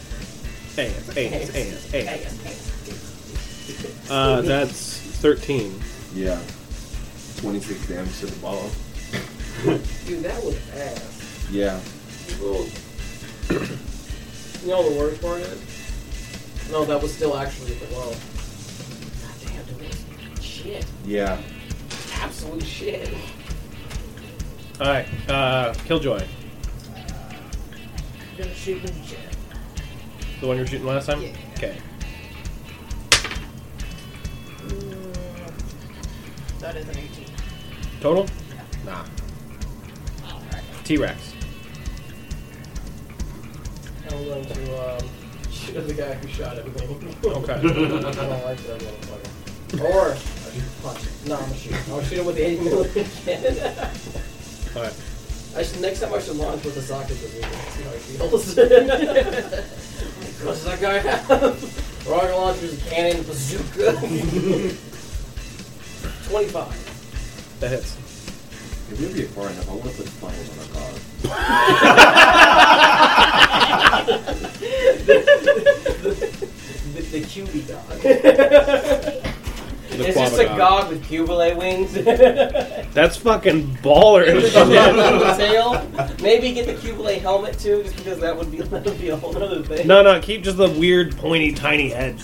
A: Ass, ass, ass, ass.
C: Ass. ass.
A: Uh, that's thirteen.
G: Yeah. 26 damage to the ball.
C: Dude, that was ass.
G: Yeah. Little
C: You know the worst part is? No, that was still actually below. God damn, dude. Shit.
G: Yeah.
C: Absolute shit.
A: All right, uh, Killjoy,
B: Gonna shoot him. Shit.
A: the one you were shooting last time.
B: Yeah.
A: Okay.
B: Mm, That is an 18.
A: Total? Nah. T Rex.
C: I'm going to um, shoot the guy who shot [laughs] at me.
A: Okay. [laughs]
C: I don't like that motherfucker. Or, I should punch him. No, I'm gonna shoot him. I'm gonna shoot him with the 80 [laughs] millimeter cannon.
A: All right.
C: I should, next time I should launch with a socket to see how he [laughs] feels. Because that guy have rocket launchers, cannon, bazooka. [laughs] 25.
A: That hits.
J: If you'll be far enough, I want to put flames on a car.
C: The, the cutie dog. [laughs] it's just a
A: Quabadog.
C: dog with cubilee wings. [laughs] With
A: That's fucking
C: [laughs]
A: [laughs]
C: a
A: baller.
C: tail. Maybe get the cubilee helmet too, just because that would be, [laughs] that would be a whole other thing.
A: no, no, keep just the weird, pointy, tiny head.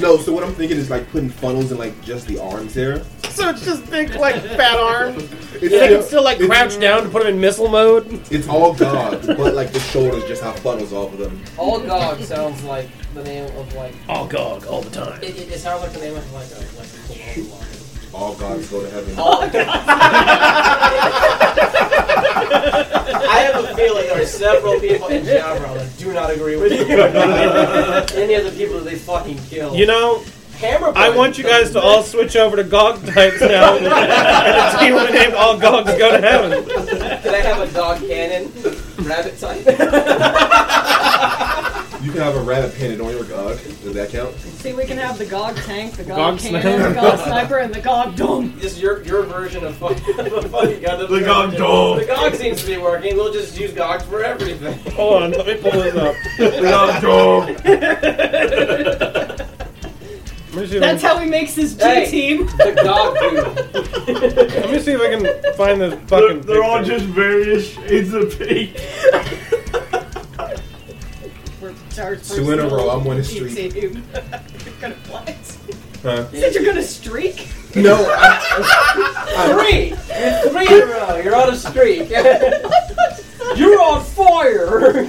G: No, so what I'm thinking is like putting funnels in like just the arms there.
A: So it's just big, like, fat arm.
G: It's
A: They can still, like,
G: it's-
A: [laughs] crouch down to put him in missile mode.
G: It's all God, but like the shoulders just have funnels off of them.
C: All dog sounds like the name of like.
A: All gog, all the time.
C: It, it, it sounds like the name of like a like a cool dog.
G: All gods go to heaven.
C: All dogs. I have a feeling there are several people in Jabra that do not agree with [laughs] you. Any of the people that they fucking kill.
A: You know,
C: Hammer.
A: I
C: Button
A: want you guys to
C: doesn't-
A: all switch over to gog types now. and a team will be named All Gogs Go to Heaven.
C: Can I have a dog cannon? Rabbit [laughs] type?
G: You can have a rabbit painted on your god. Does that count?
F: See, we can have the GOG tank, the GOG,
A: GOG
F: cannon,
A: sniper.
F: the GOG sniper, and the GOG
G: [laughs]
F: dome.
C: Just your your version of fucking, of a fucking gun.
D: The gog dog.
C: The gog seems to be working. We'll just use gogs for everything.
A: Hold on, let me pull this up.
D: Without
E: [laughs]
D: dog.
A: Let me see if I
F: That's
A: can,
F: how he makes his G
C: Hey.
F: [laughs] team.
C: The gog dude.
A: let me see if I can find the
D: They're,
A: fucking.
D: they're all
A: picture.
D: just various shades of pink.
F: We're charged
G: Two in a row, I'm on the
F: G
G: street.
F: team. [laughs] You're gonna flex.
G: Huh?
F: You said you're gonna [laughs] streak?
G: [laughs] No, I,
C: Three! You're three in a row. You're on a streak. [laughs] You're on fire!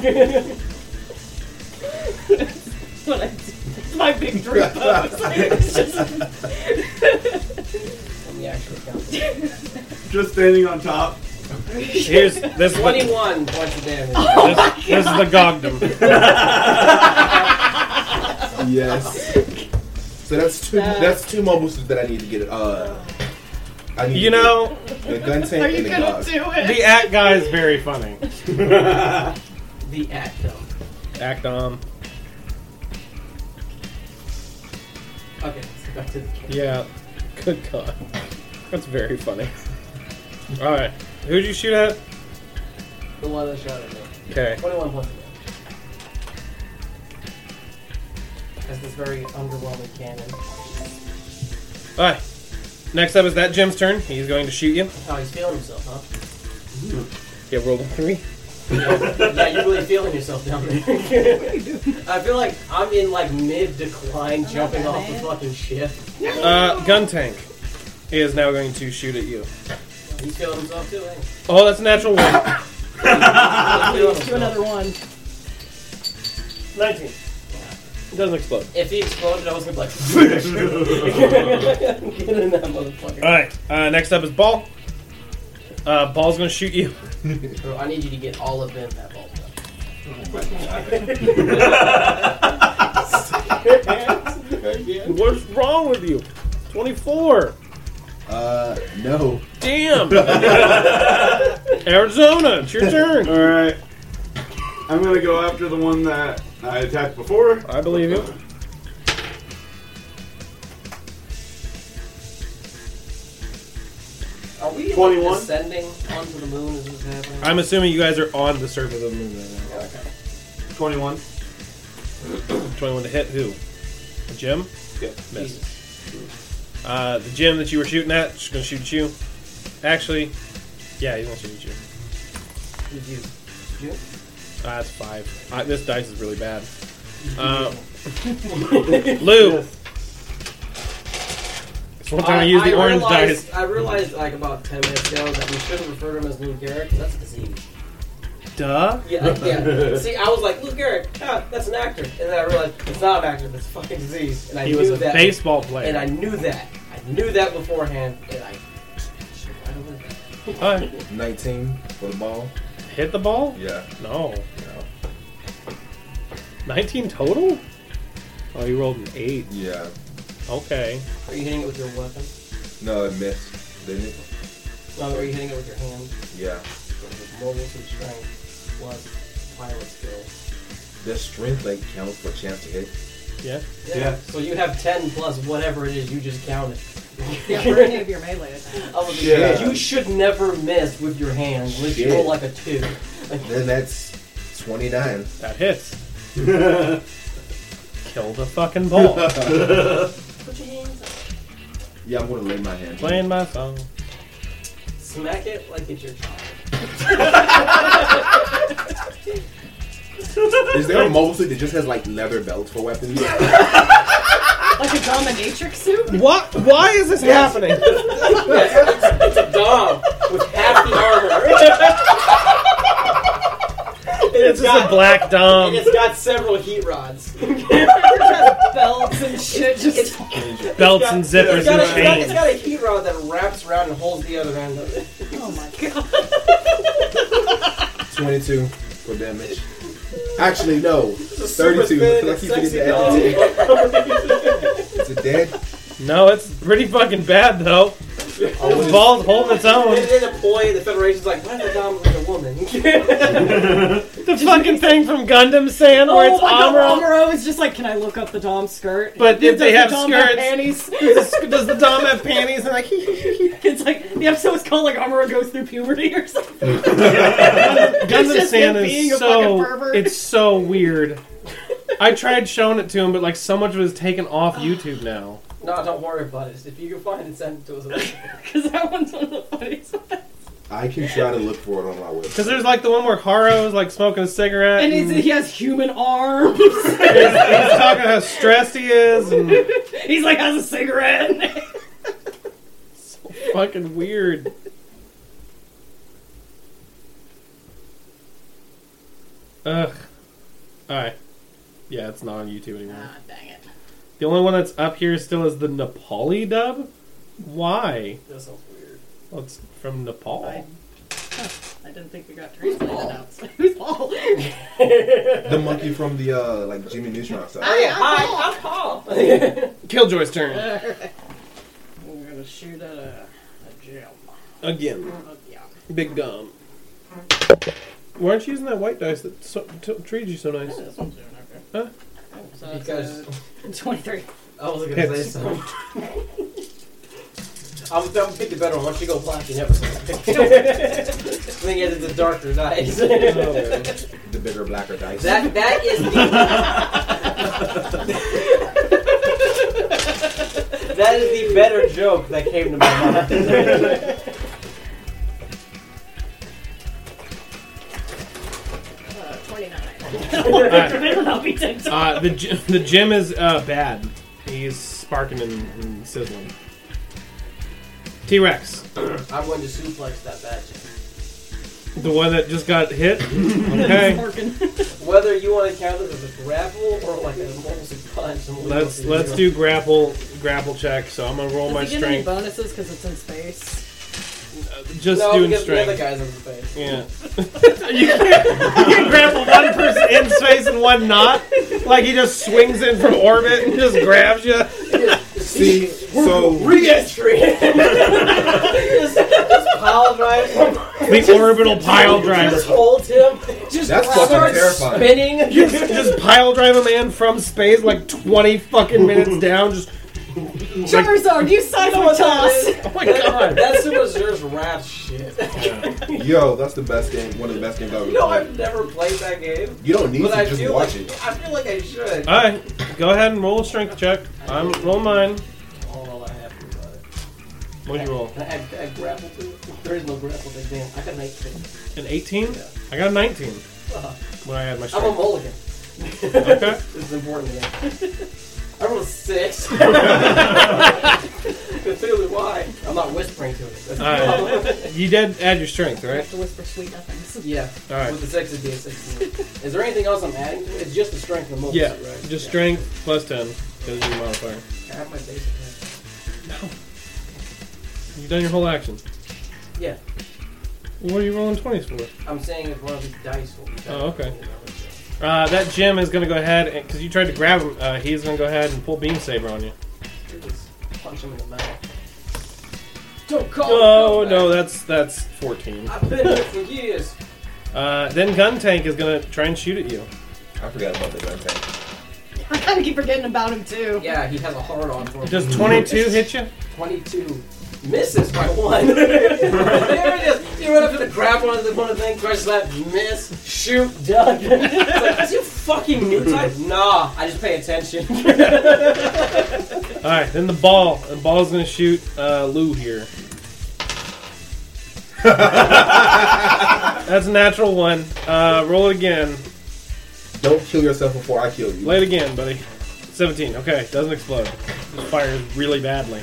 F: That's what I do. It's my big
C: [laughs]
F: dream. pose. It's just-
D: Just standing on top.
A: Here's this. This,
C: 21 points of damage.
A: this is the gogdom.
G: yes. So that's two.
F: Uh,
G: that's two mobiles that I need to get. Uh, I need
A: You
G: to get
A: know,
G: the gun tank
F: Are you
G: and the
F: gonna
G: god.
F: do it?
A: the act guy is very funny.
C: The act though.
A: Act um, on.
C: Okay, let's go back to the game.
A: Yeah. Good God. That's very funny. Alright. Who'd you shoot at?
C: The one that shot at me.
A: Okay.
C: 21 points of damage. Has this very underwhelming cannon.
A: Alright. Next up is that Jim's turn. He's going to shoot you.
C: Oh, he's feeling himself, huh?
A: Yeah, roll a three.
C: yeah, you're really feeling yourself down [laughs] there. I feel like I'm in like mid decline, jumping off the fucking ship.
A: Uh, gun tank is now going to shoot at you.
C: He's feeling himself too, eh? [laughs] ain't he?
A: Oh, that's a natural one.
C: He's feeling
F: Do
C: himself.
F: another one.
A: 19. It doesn't explode.
C: If he exploded, I was gonna be like, [laughs] get in that motherfucker.
A: Alright. Uh, next up is Ball. Uh, Ball's going to shoot you.
C: Bro, I need you to get all of them that ball.
A: What's wrong with you? 24.
G: Uh, no.
E: [laughs]
A: Damn. Arizona, it's your turn.
E: All right. I'm gonna go after the one that I attacked before.
A: I believe you.
C: Are we like,
E: 21?
C: descending onto the moon? Is what's happening?
A: I'm assuming you guys are on the surface of the moon right now.
E: 21.
A: 21 to hit who? The gym?
E: Yeah.
A: Miss. Uh, the gym that you were shooting at, just gonna shoot at you. Actually, yeah, he's gonna shoot at you.
C: Did you?
A: Ah, that's five. Uh, this dice is really [laughs] bad. Uh, Lou. It's one time I, used the orange
C: realized,
A: dice.
C: I realized like about ten minutes ago that we shouldn't refer to him as Lou Gehrig. 'cause That's disease.
A: Duh.
C: Yeah, yeah. See, I was like Lou Gehrig. Ah, that's an actor, and then I realized it's not an actor. That's fucking disease. And I
A: He
C: knew
A: was a
C: that.
A: baseball player.
C: and I knew that. I knew that beforehand. And I. I don't know.
A: Uh,
G: 19 for the ball.
A: hit the ball?
G: Yeah.
A: No.
G: No.
A: 19 total? Oh, you rolled an 8.
G: Yeah.
A: Okay.
C: Are you hitting it with your weapon?
G: No, it missed, didn't it?
C: No, are you hitting it with your hand?
G: Yeah.
C: Mobile suit strength plus pilot skill.
G: Their strength like counts for chance to hit.
A: Yeah.
C: Yeah.
E: Yeah.
C: So you have ten plus whatever it is you just counted.
F: [laughs] Yeah, for any of your melee attacks.
C: I was like,
E: Yeah.
C: You should never miss with your hand unless you
G: Shit.
C: roll like a two.
G: Then that's 29.
A: That
E: [laughs]
A: hits. Kill the fucking
E: [laughs]
A: ball.
C: Put your hands up.
G: Yeah, I'm gonna lay my hand.
A: Playing my phone.
C: Smack it like it's your child.
G: Is there a mobile suit that just has like leather belts for weapons? [laughs]
F: Like a dominatrix suit?
A: What? Why is this happening?
C: it's a dog with half the
A: [laughs]
C: armor.
A: This is a black dom.
C: And it's got several heat rods.
F: Belts and shit just
A: Belts and zippers
C: It's got, a,
A: and
C: it's got- it's
A: chains.
C: got a heat rod that wraps around and holds the other end of it.
F: Oh my [laughs] god.
G: 22 for damage. Actually, no.
C: super
G: 32.
C: thin
G: I
C: and
G: keep
C: sexy
G: forgetting to add the 10. Is it dead?
A: No, it's pretty fucking bad though. The ball's holding its
C: And
A: own.
C: then the boy, the Federation's like, why did the dom look like a woman? [laughs]
A: The fucking thing from Gundam Sand where
F: Oh
A: it's
F: my god,
A: Amuro.
F: [laughs] Amuro is just like, can I look up the Dom skirt?
A: But if
F: Does
A: they
F: the
A: have
F: Dom have
A: skirts-
F: panties. [laughs]
A: Does the dom have panties? And like,
F: It's like the episode was called like Amuro goes through puberty or something. It's
A: Gundam
F: just
A: Sand
F: him being
A: is
F: a fucking
A: so
F: pervert.
A: it's so weird. I tried showing it to him, but like so much of it is taken off YouTube now.
C: no, don't worry about it. If you can find it, send it to us.
F: Because that one's one of the funniest ones.
G: I can try to look for it on my
A: Because
G: website.
A: there's like the one where Haro's like smoking a cigarette
F: And
A: and,
F: he's,
A: he's,
F: he has human arms. [laughs]
A: talking [laughs] how stressed he is and
F: he's like has a cigarette.
A: [laughs]
F: [laughs]
A: fucking weird. Ugh. Alright. Yeah, it's not on YouTube anymore.
F: Ah, dang it.
A: The only one that's up here still is the Nepali dub? Why?
C: That sounds weird.
A: Well, it's from Nepal.
F: I, huh, I didn't think it got translated out. [laughs] So who's Paul?
G: The monkey from the uh, like Jimmy Neutron
C: Oh
G: side.
C: yeah, hi, I'm Paul.
A: Killjoy's turn.
C: Uh,
F: We're gonna shoot at a, a gym.
A: Again.
F: Oh, yeah.
A: Big gum. Why aren't you using that white dice that so, t- treated you so nice?
F: Yeah, this one's doing okay. Oh,
A: Huh?
F: So that's
C: Because-
F: a 23.
C: I was gonna say
A: Hits.
C: [laughs] something. I was gonna pick the better one. Once you go black, you never see
A: [laughs]
C: [laughs] Then you it's a darker dice.
A: Oh,
G: The bigger, blacker dice.
C: that that is the that is the better joke that came to my [laughs] mind.
F: Uh, [laughs] 29.
A: Alright.
F: It'll not be 10 times.
A: Uh, the gy- the gym is uh, bad. He's sparking and, and sizzling. T Rex,
C: I'm going to suplex that badge.
A: the one that just got hit. Okay,
C: Whether you want to count it as a grapple or like a multi punch, I'm leaving it
A: let's
C: to
A: let's
C: you.
A: do grapple grapple check. So I'm gonna roll my
F: Does he get any
A: strength.
F: bonuses because it's in space?
A: Just
C: no,
A: doing
C: because the other
A: strength.
C: guy's on the face.
A: Yeah. [laughs] you, can't, you can grapple one person in space and one not. Like he just swings in from orbit and just grabs you.
G: See, so
C: Re-entry. [laughs] just, just pile
A: [laughs]
C: drive him.
A: The orbital pile
C: [laughs]
A: driver.
C: Just hold him.
F: Just
G: that's fucking terrifying.
C: Spinning.
A: You just, just pile drive a man from space like 20 fucking minutes down. Just,
F: Charizard, you seismic toss!
A: oh my god.
C: That Super Zero's rap shit. [laughs]
G: Yo, that's the best game. One of the best games I've ever
C: You know,
G: played.
C: I've never played that game,
G: You don't need
C: but
G: to
C: I
G: just
C: feel
G: watch
C: like
G: it.
C: I feel like I should.
A: Alright, go ahead and roll a strength check. I'm roll mine.
C: All I have to do about it.
A: What'd you roll?
C: I, I, I grapple too. There is no grapple. Like, damn, I got 19.
A: An 18?
C: Yeah.
A: I got a 19. when I had my
C: Uh-huh. I'm a
A: strength.
C: mulligan.
A: Okay.
C: [laughs] This is important to me. I rolled
A: [laughs]
C: a six. [laughs] Clearly, why? I'm not whispering to it. That's the
A: Alright.
C: problem.
A: You did add your strength,
B: You
A: right?
B: have to whisper sweet
C: [laughs]
B: nothings.
C: Yeah.
A: Alright.
C: With the six, it'd be a six. is there anything else I'm adding to it? It's just the strength of the mulligan,
A: Yeah.
C: right?
A: Just
C: Yeah.
A: strength plus ten because your modifier.
C: I have my basic attack.
A: You've done your whole action.
C: Yeah.
A: What are you rolling twenties for?
C: I'm saying if one of these dice will be better.
A: Oh, okay. Uh, that Jim is gonna go ahead because you tried to grab him. Uh, he's gonna go ahead and pull beam saber on you.
C: Just punch him in the mouth. Don't call
A: Oh
C: me
A: no,
C: back.
A: that's that's fourteen.
C: I've been here for years.
A: Uh, then gun tank is gonna try and shoot at you.
G: I forgot about the gun tank.
F: I kind of keep forgetting about him too.
C: Yeah, he has a hard on for
A: Does [laughs] twenty-two hit you?
C: 22 misses by one. [laughs] there it is. You run up to the grab one of the one of the things, try to slap, miss, shoot, done. [laughs] it's like, is you fucking noob Nah, I just pay attention. [laughs]
A: All right, then the ball. The ball's gonna shoot uh, Lou here. [laughs] That's a natural one. Uh, roll it again.
G: Don't kill yourself before I kill you.
A: Play it again, buddy. Seventeen. Okay, doesn't explode. Just fires really badly.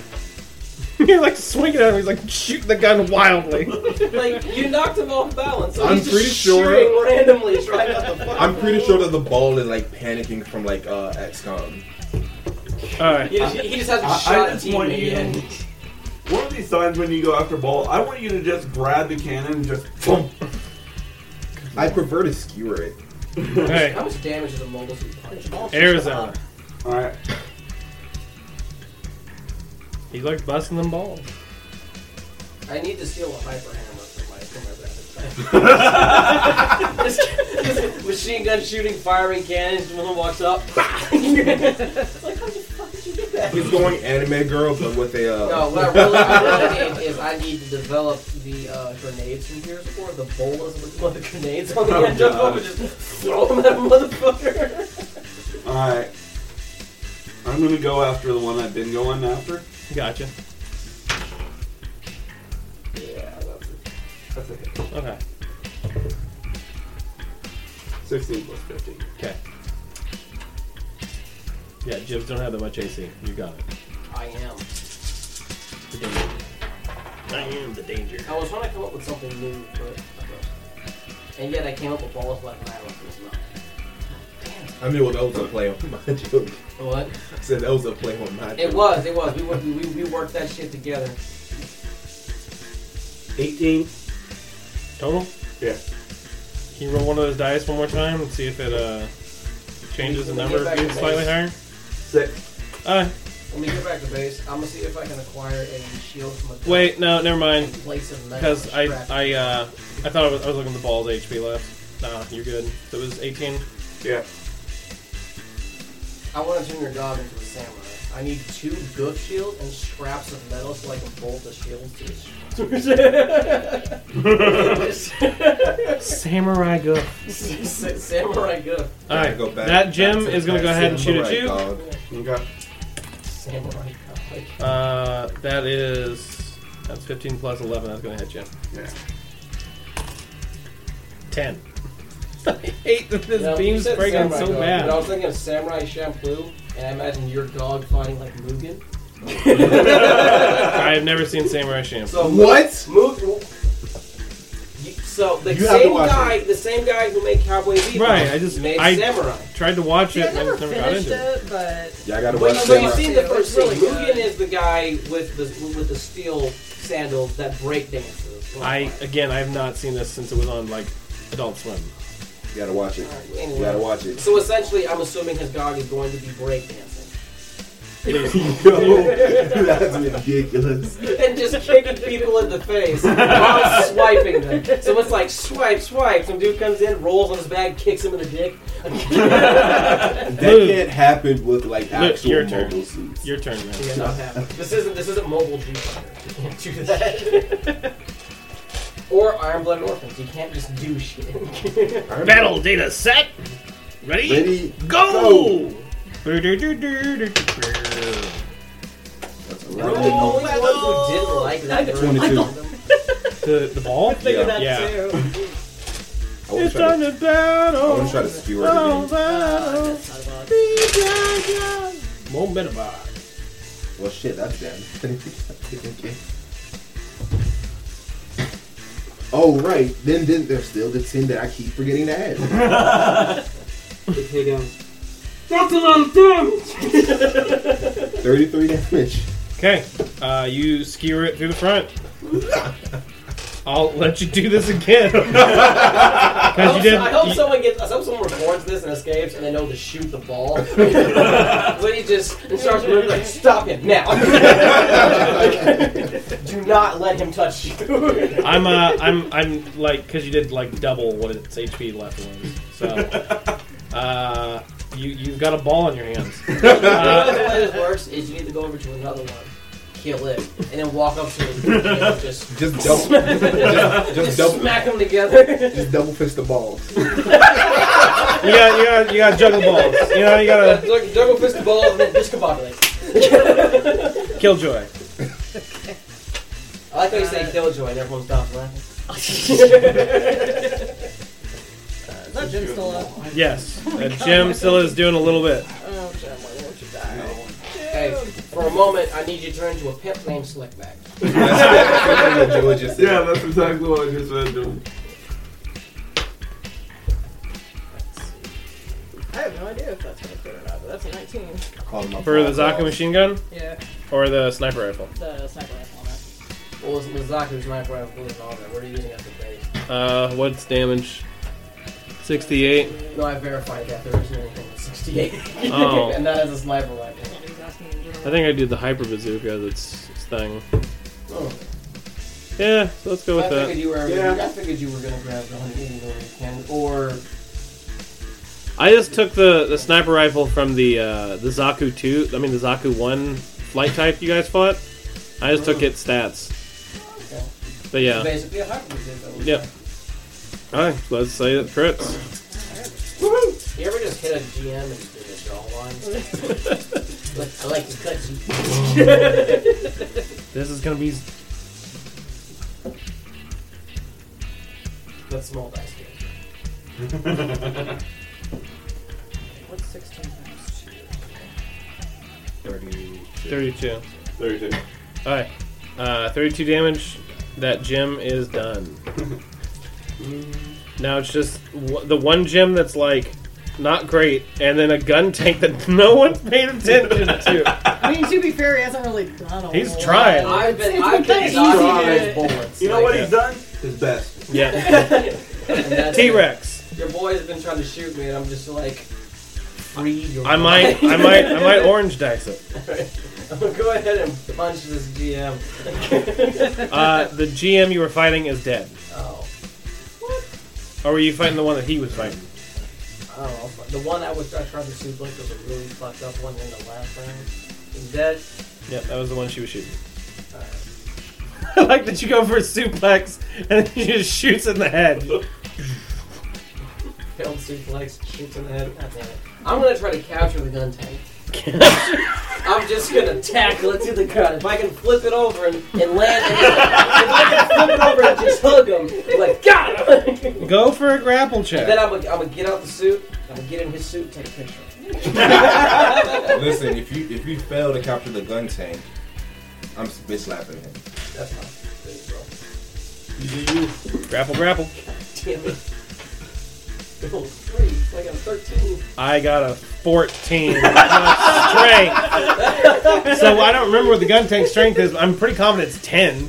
A: [laughs] You're like swinging at him. He's like shooting the gun wildly.
C: like, you knocked him off balance. So
G: I'm
C: he's just
G: pretty sure-
C: shooting randomly trying not to fuck.
G: I'm pretty sure that the ball is like panicking from like uh XCOM.
A: All right.
C: He just, he just hasn't
E: I,
C: shot
E: I
C: a
E: just
C: team
E: want you.
C: yet.
E: One of these times when you go after ball, I want you to just grab the cannon and just boom.
G: I prefer to skewer it.
A: Okay.
C: How much damage is a mobile suit punch?
A: Arizona.
E: All right.
A: He likes busting them balls.
C: I need to steal a hyper hammer from my from my rabbit. [laughs] This machine gun shooting, firing cannons. One walks [laughs] up. like, how the fuck did you do that?
G: He's going anime girl, but with a uh,
C: No, what I really, what I need is I need to develop the uh, grenades from Gears of War, the bolas with the mother grenades on the
E: Oh,
C: end of them,
E: God.
C: and just throw them at a motherfucker.
E: All right. I'm gonna go after the one I've been going after.
A: Gotcha.
C: Yeah, that's it.
E: That's a hit.
A: Okay.
E: 16 plus 15.
A: Okay. Yeah, Jibs don't have that much AC. You got it.
C: I am.
A: The danger. I am the danger.
C: I was trying to come up with something new, but and yet I came up with bolas left and I left was not.
G: I mean, well, that was a play on my [laughs] joke.
C: What?
G: I said that was a play on my joke.
C: It was, it was. We worked, we, we worked that shit together.
E: 18.
A: Total?
E: Yeah.
A: Can you roll one of those dice one more time and see if it uh, changes the
C: Let me
A: number
C: get
A: of you
C: back to
A: slightly higher?
E: Six.
A: Uh,
C: Let me get back to base. I'm gonna see if I can acquire a shield from a gun
A: wait, no, never mind.
C: and place it in that
A: Because I,
C: strap.
A: I, uh, I thought I was, I was looking at the ball's HP left. Nah, you're good. So it was 18.
E: Yeah.
C: I want to turn your dog into a samurai. I need two good shields and straps of metal so I can bolt the shields to the shield.
A: Samurai go.
C: [laughs]
A: [laughs]
C: samurai good.
A: All right,
G: Go back-
A: that Jim
G: back to
A: is going to
G: that
A: go ahead and shoot at
G: samurai
A: you.
G: dog.
E: Okay.
C: Samurai good.
A: Uh, that is that's 15 plus 11. That's gonna hit you.
E: Yeah.
A: 10. [laughs] I hate that this
C: No, you
A: beam's
C: said
A: breaking
C: samurai
A: so
C: dog,
A: bad.
C: But I was thinking of samurai shampoo, and I imagine your dog fighting like Mugen.
A: I have never seen Samurai Champloo.
C: So
G: What?
C: Move. you- So the
G: You have to
C: same
G: watch
C: guy, the same guy who made Cowboy Bebop,
A: Right, I just-
C: made
A: I-
C: Samurai.
A: Tried to watch
B: See,
A: it
B: I
A: and I
B: never
A: just never got
B: finished
A: into it.
B: it, but
G: Yeah, I gotta
C: Wait,
G: watch
C: so you've
G: that.
C: seen the
B: It's
C: first
B: really
C: scene.
B: good.
C: Mugen is the guy with the with the steel sandals that break dances. Well,
A: I again, I have not seen this since it was on like Adult Swim.
G: You gotta watch it.
C: anyway.
G: You gotta
C: [laughs]
G: watch it. [laughs]
C: So essentially, I'm assuming his dog is going to be break dancing [laughs]
G: Yo, that's ridiculous.
C: and just kicking people in the face
G: [laughs]
C: while swiping them. So it's like swipe, swipe. Some dude comes in, rolls on his bag, kicks him in the dick.
G: That
A: Luke.
G: can't happen with like actual
A: your turn.
G: mobile suits.
A: Your turn, man.
C: Yeah, not happening. This isn't this isn't mobile G Fighter. You can't do that. [laughs] or Iron Blooded Orphans. You can't just do [laughs] shit.
A: Battle data set. Ready?
G: Ready?
A: Go. Does
G: That's
C: I'm the
G: right.
C: only one who didn't like that. version.
G: 22.
A: The, the ball?
F: Think
G: Yeah.
F: of that
A: Yeah.
F: too.
G: I I want
A: It's
G: to try
A: time
G: to.
A: to battle.
G: I want to try to skewer
A: Oh,
G: everything.
A: battle.
F: That's not about-
A: Be giant. Momentum.
G: Well, shit, that's them. [laughs] oh right, then then there's still the ten that I keep forgetting to add.
C: Hey, down. That's what I'm doing!
G: Thirty-three damage.
A: Okay, uh, you skewer it through the [laughs] front. I'll let you do this again. [laughs] 'Cause
C: I
A: you
C: hope,
A: did.
C: I hope
A: you-
C: someone gets. I hope someone records this and escapes, and they know to shoot the [laughs] ball. so he just starts moving like, "Stop him [laughs] now! Do not let him touch [laughs] you."
A: I'm uh, I'm I'm like because you did like double what its HP left was. [laughs] So uh, you you've got a ball in your hands.
C: Uh,
A: Uh,
C: the way this works is you need to go over to another one, kill it, and then walk up to [laughs] it and just,
G: Just double, just, just
C: just
G: double,
C: smack them [laughs] together.
G: just double fist the balls.
A: you got you got you got juggle balls. You know you got
C: Jug- Juggle fist the ball and then discombobulate.
A: a killjoy.
C: I like how you say killjoy and everyone stops laughing.
B: Is that Jim still up?
A: Yes, uh, Jim still is doing a little bit.
B: Oh, Jim, why won't you die?
C: Hey, for a moment, I need you to turn into a pimp named Slickback.
G: That's what Joey just said.
D: Yeah, that's exactly what I just said to him.
B: I have no idea if that's gonna clear it out, but that's a 19.
G: Call him up.
A: For the Zaka machine gun
B: Yeah,
A: or the sniper rifle?
B: the sniper rifle on that.
C: Well, it's Mizaku's knife rifle and all that. What are you using at the base?
A: Uh, what's damage? Sixty-eight.
C: No, I verified that. There isn't anything with 68.
A: Oh.
C: [laughs] and that is a sniper rifle.
B: He's asking in general.
A: I think I did the hyper bazooka. That's his thing.
C: Oh.
A: Yeah, so let's go
C: I
A: with
C: figured
A: that.
C: you were.
E: Yeah.
C: I figured you were gonna grab the 180 million can, or
A: I just took the, the sniper rifle from the uh, the Zaku two. I mean the Zaku one flight type you guys fought. I just took its stats.
C: Okay.
A: But yeah,
C: basically a hybrid. though.
A: yeah. All right, let's say it trips.
C: You ever just hit a GM and did a jaw line? Like, I like to cut you.
A: This is gonna be
C: But small dice game.
B: What's 16 times? 2?
A: thirty two.
D: Thirty-two.
A: All right, uh, thirty two damage. That gym is done. now it's just w- the one gym that's like not great, and then a gun tank that [laughs] no one paid attention to.
F: I mean, to be fair, he hasn't really done a
A: He's
F: [laughs] whole
A: trying.
F: lot.
C: I've been.
F: It's
C: I've
F: been
C: been
F: kinda
C: dodging
E: easy
C: those
E: to-
C: bullets.
E: You know
C: like,
E: what he's done? His best.
A: Yeah.
C: and
A: [laughs]
C: that's-
A: T Rex.
C: Your boy has been trying to shoot me, and I'm just like, free your.
A: I might, I might, I might orange dice it.
C: [laughs] Go ahead and punch this GM.
A: Uh, the GM you were fighting is dead.
C: Oh.
A: Or were you fighting the one that he was fighting?
C: I don't know. but oh, The one I was I tried to shoot like was a really fucked up one in the last round. He's dead.
A: Yeah, that was the one she was shooting. I like that you go for a suplex and then she just shoots in the head.
C: Failed suplex, shoots in the head. God damn it. I'm gonna try to capture the gun tank. I'm just gonna tackle it to the ground. If I can flip it over and, and land it, if I can flip it over and just hug him, like God. him."
A: Go for a grapple check.
C: then I'm gonna, I'm gonna get out the suit. I'm gonna get in his suit, take a picture.
G: Listen, if you if you fail to capture the gun tank, I'm bitch slapping him.
C: That's not good, bro.
A: grapple, grapple.
C: Damn it. Oh, three. I got a 13.
A: I got a 14 strength. So I don't remember what the gun tank strength is. But I'm pretty confident it's 10.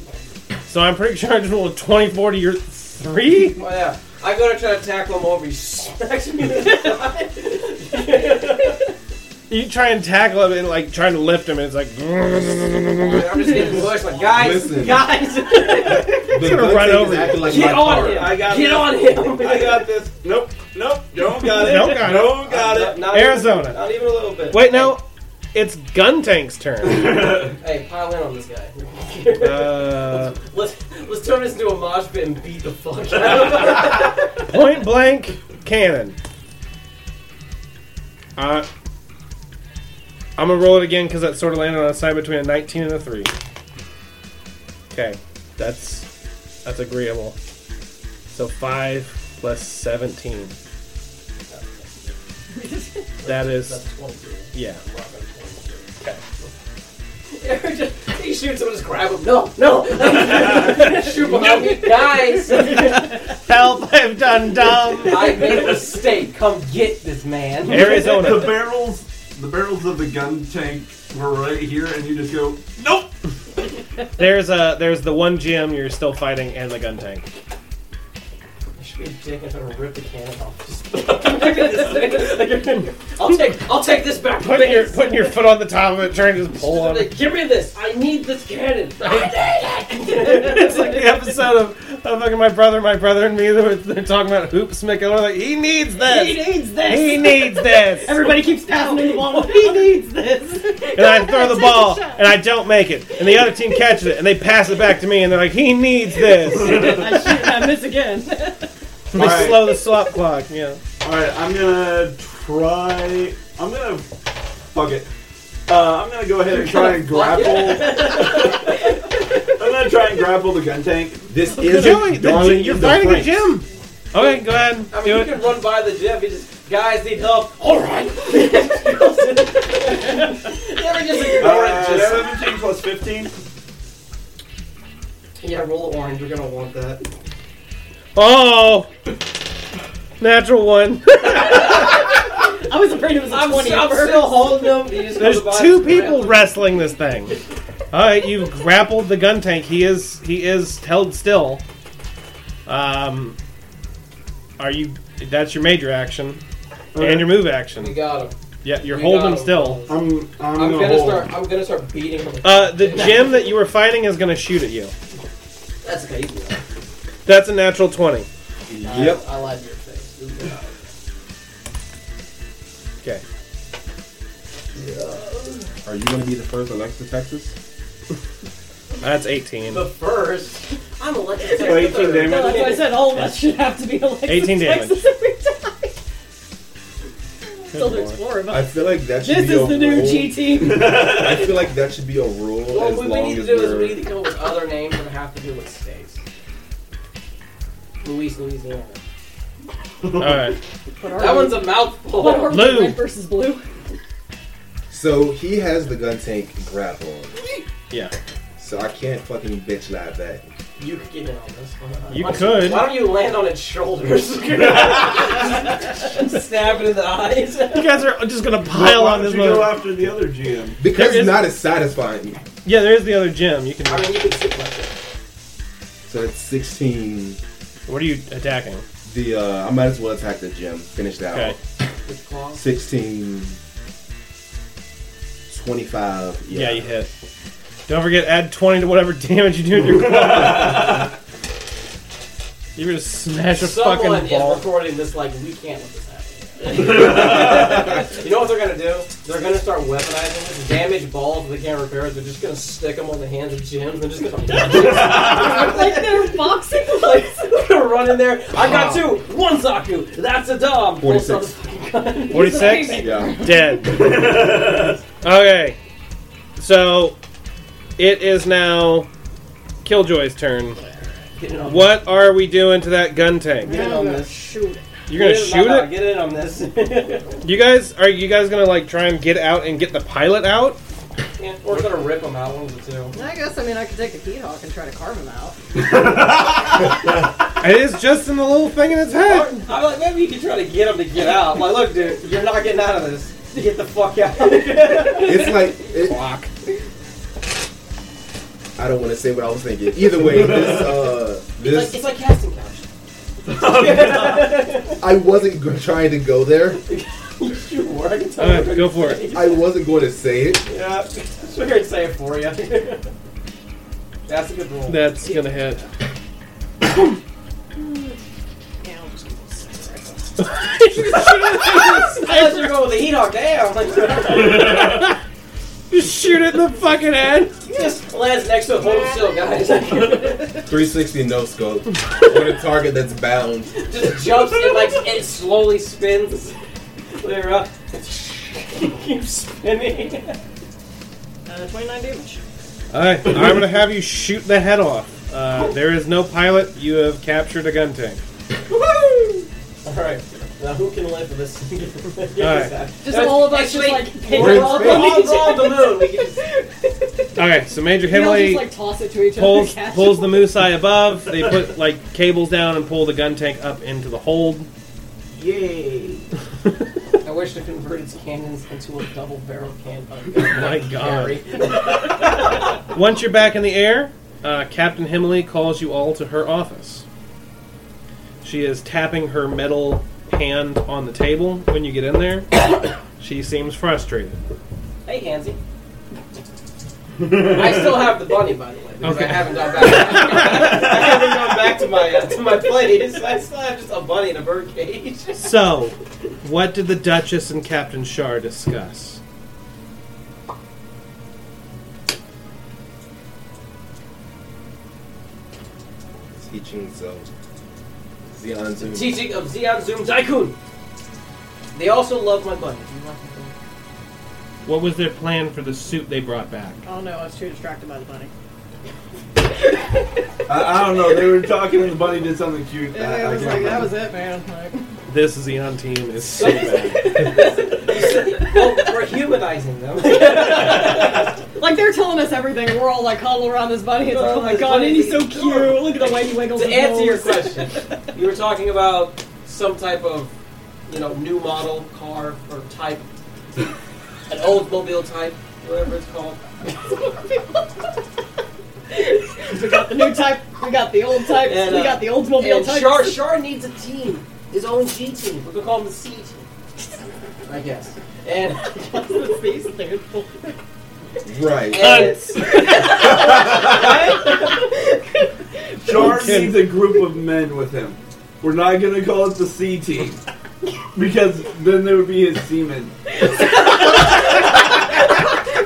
A: So I'm pretty sure I just rolled a 24 to your 3?
C: Oh yeah. I go to try to tackle him over. He smacks me. in the eye.
A: You try and tackle him and like trying to lift him, and it's like "Mm,
C: I'm just getting pushed. Like guys,
G: Listen.
F: [laughs]
C: guys,
G: The
A: gonna
G: gun
A: run
G: tank
A: over you.
G: is acting like
C: get
G: my
C: on
G: car.
C: him.
E: I got
C: get
E: this.
C: on him.
E: I got this. Nope. Nope. Don't got it.
A: Don't got it.
E: Don't got it.
C: Not even-
A: Arizona.
C: not even a little bit.
A: Wait, no, it's gun tank's turn.
C: Hey, pile in on this guy.
A: Uh,
C: let's let's turn this into a mosh pit and beat the fuck out [laughs] of him.
A: point blank cannon. Uh, I'm gonna roll it again because that sort of landed on a side between a 19 and a three. Okay, that's that's agreeable. So five plus 17. That is,
C: That's 22.
A: yeah.
C: Eric just- he shoots him and just grab him. No, no. [laughs] Shoot behind me. Guys,
A: Help, I've done dumb.
C: I made a mistake. Come get this man.
A: Arizona.
D: The barrels, the barrels of the gun tank were right here, and you just go, nope.
A: There's a there's the one gym you're still fighting and the gun tank.
C: I should be a dick and try to rip the cannon off. [laughs] Just- I'll take, I'll take this back.
A: Putting your
C: please.
A: putting your foot on the top of it, trying to just pull on it.
C: Give me this. I need this
A: [laughs]
C: cannon. I need [laughs] it.
A: It's like the episode of, of fucking my brother, my brother and me. They were, they're talking about hoops, making like he needs
F: He
A: this.
F: needs this.
A: He needs this.
F: Everybody keeps passing him the [laughs] ball. He needs this.
A: and I throw the ball and I don't make it, and the other team catches it and they pass it back to me, and they're like, "He needs this."
F: [laughs] I shoot and I miss [laughs] again.
A: They
E: Alright.
A: slow the slot clock. Yeah.
E: Alright, I'm gonna try. I'm gonna. Fuck it. Uh, I'm gonna go ahead and try and grapple. I'm
K: [laughs]
E: gonna try and grapple the gun tank.
G: This is
A: Joey, the,
G: Darling
A: you're
G: in the
A: fighting the gym.
G: Franks.
A: Okay, go ahead.
C: I mean,
A: Do
C: you
A: it.
C: can run by the gym. You just, guys need help. All right. yeah, just like, all right,
E: Uh,
C: just-
E: 17 plus 15.
C: yeah, roll the orange. You're gonna want that.
A: Oh, natural one.
F: I was afraid it was a
C: I'm,
F: 20
C: I'm
F: at first.
C: still holding them. You just
A: There's
C: go by
A: two
C: the
A: people
C: ground.
A: wrestling this thing. All right, you've grappled the gun tank. He is he is held still. Um, are you? That's your major action and your move
C: We
A: action.
C: got him.
A: Yeah, you're
C: We
A: holding him
C: got
A: still.
E: I'm, I'm,
C: I'm
E: gonna,
C: gonna
E: hold.
C: start. I'm gonna start beating him.
A: Uh, the gym that you were fighting is going to shoot at you.
C: That's okay. You can go.
A: That's a natural twenty.
G: Yep.
C: I, I lied to your face. You can go.
A: Okay.
G: Are you going to be the first Alexa Texas?
A: That's 18.
C: The first. I'm electric.
E: So 18
F: No,
E: damage.
F: that's why I said all of us should have to be Alexis
A: 18 damage.
F: Texas every time. Still there's four of
G: I
F: us.
G: feel like that should
F: This
G: be a
F: is the new
G: rule. [laughs]
F: GT.
G: I feel like that should be a rule
C: Well,
G: as
C: what we
G: long
C: need to
G: as
C: do is
G: we're.
C: we need to come up with other names that have to do with states. Luis, Louisiana.
A: All right.
F: What are
C: That
F: we?
C: one's a mouthful.
F: What are we,
A: Lou.
F: Red versus blue.
G: So he has the gun tank grappled.
A: Yeah.
G: So I can't fucking bitch lie back.
C: You could get in on this. one.
A: You
C: Why don't
A: could.
C: Why don't you land on its
A: [laughs]
C: [laughs] shoulders? Stab it in the eyes.
A: You guys are just going to
E: Why
A: pile
E: don't
A: on this
E: you go
A: mother.
E: after the other GM?
G: Because
A: There is-
G: not as satisfying.
A: Yeah, there is the other gym. You
C: I
A: can.
C: mean, you could sit like it.
G: So it's 16.
A: What are you attacking?
G: The uh, I might as well attack the gym. Finish that
A: Okay.
G: out.
C: With claws.
G: 16. 25.
A: Yeah, you hit. Don't forget, add 20 to whatever [laughs] damage you do in your You're going to smash a
C: Someone
A: fucking ball.
C: is recording this like we can't let this happen. you know what they're gonna do? They're gonna start weaponizing this damaged balls that they can't repair. They're just gonna stick them on the hands of gyms and just gonna [laughs]
F: like they're boxing.
C: like they're gonna run in there. I got two. One Zaku. That's a dom. Pull out the
G: 46.
C: fucking gun.
A: 46?
G: Yeah.
A: Dead. okay. So, it is now Killjoy's turn.
C: [laughs] Get in on this.
A: What are we doing to that gun tank?
C: Get in on this.
B: Shoot.
A: You're going to
C: Get in
A: shoot
C: on-
A: it?
C: Get in on this.
A: You guys, are you guys going to, like, try and get out and get the pilot out?
C: yeah, or gonna rip them out. One of the two.
B: I guess, I mean, I could take a heat hawk and try to carve him out.
A: It is just in the little thing in its
C: Or,
A: head.
C: I'm like, maybe you can try to get them to get out. Like, look, dude, you're not getting out of this. Get the fuck out. [laughs]
G: It's like. It,
A: Fuck.
G: I don't want to say what I was thinking. Either way, this. Uh,
C: Like,
G: this
C: it's like casting couch.
G: [laughs] I wasn't go- trying to go there.
C: you were. I can tell
A: Alright,
C: you.
A: go for it.
G: I wasn't going to say it.
C: Yeah, [laughs] I figured I'd say it for you. [laughs] That's a good roll.
A: That's going to hit.
C: [laughs] I thought you were going with the heat hawk. [laughs] Damn.
A: Just shoot it in the fucking head.
C: just lands next to a totem shield, guys. [laughs]
G: 360 no [laughs] scope. on a target that's bound.
C: just jumps and like it slowly spins. Clear up. [laughs] Keeps spinning.
B: Uh, 29 damage.
A: Alright, I'm gonna have you shoot the head off. Uh, there is no pilot, you have captured a gun tank.
C: Woo! Alright. Now who can live for this?
B: Alright.
F: Just all of us
C: Next
F: just
C: week.
F: like pick
G: We're
F: it
G: in
F: up.
G: space.
C: All
F: [laughs]
C: on the moon. We can just
B: Okay, so Major
F: We all
B: Himley
F: just like toss it to each [laughs]
B: pulls
F: other.
B: pulls the moose eye above. They put like cables down and pull the gun tank up into the hold.
C: Yay! I wish to convert its cannons into a double barrel cannon.
B: [laughs] My God! Once you're back in the air, uh, Captain Himley calls you all to her office. She is tapping her metal hand on the table when you get in there. [coughs] she seems frustrated.
C: Hey,
B: [laughs]
C: Hansy. I still have the bunny, by the way, because
B: Okay.
C: I haven't gone
B: [laughs]
C: back. I haven't gone back to my uh, to my place. I still have just a bunny in a bird cage.
B: So, what did the Duchess and Captain Shar discuss?
G: Teaching so. Xeon Zoom.
C: [laughs] Teaching of Xeon Zoom Tycoon. They also love my
B: [laughs]
C: bunny. Do you love my bunny?
B: What was their plan for the suit they brought back?
K: Oh no, I was too distracted by the bunny.
E: I, I don't know. They were talking and the bunny did something cute. I-
K: Yeah,
E: I
K: I was
E: can't
K: like, that
E: remember.
K: was it, man. Like,
B: This Xeon team is so bad.
C: well, we're humanizing them.
F: Like they're telling us everything, and we're all like huddled around this bunny. It's like, oh my god, and he's so cute. Look at the way he wiggles.
C: to
F: his
C: answer your
F: nose.
C: question, you were talking about some type of, you know, new model car or type, an Oldsmobile type, whatever it's called.
F: we got the [laughs] new type, we got the old type,
C: And,
F: we
C: uh,
F: got the Oldsmobile
C: And
F: type. [laughs]
C: Char Char needs a team, his own G team. We're gonna call him the C team, I guess. And
F: The face there.
G: Right.
C: and,
E: Char needs a group of men with him. We're not gonna call it the C team because then there would be his semen.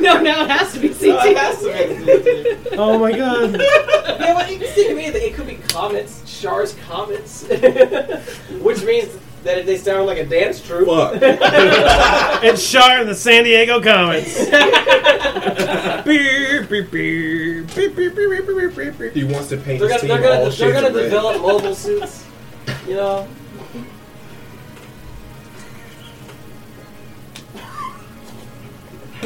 F: No, now it has to be
C: No, it
F: CT.
C: has to be the C team.
B: Oh my god.
C: Yeah, but you can see to me that it could be comets, Char's comets, [laughs] which means that they sound like a dance troupe.
G: Fuck.
B: [laughs] It's Char and the San Diego [laughs] Comets. Beep, beep, beep, beep, beep, beep, beep, beep, beep.
G: He wants to paint
C: They're
G: his
C: gonna, they're
G: team
C: gonna,
G: all
C: they're
G: shades
C: gonna
G: of red.
C: develop mobile suits, you know.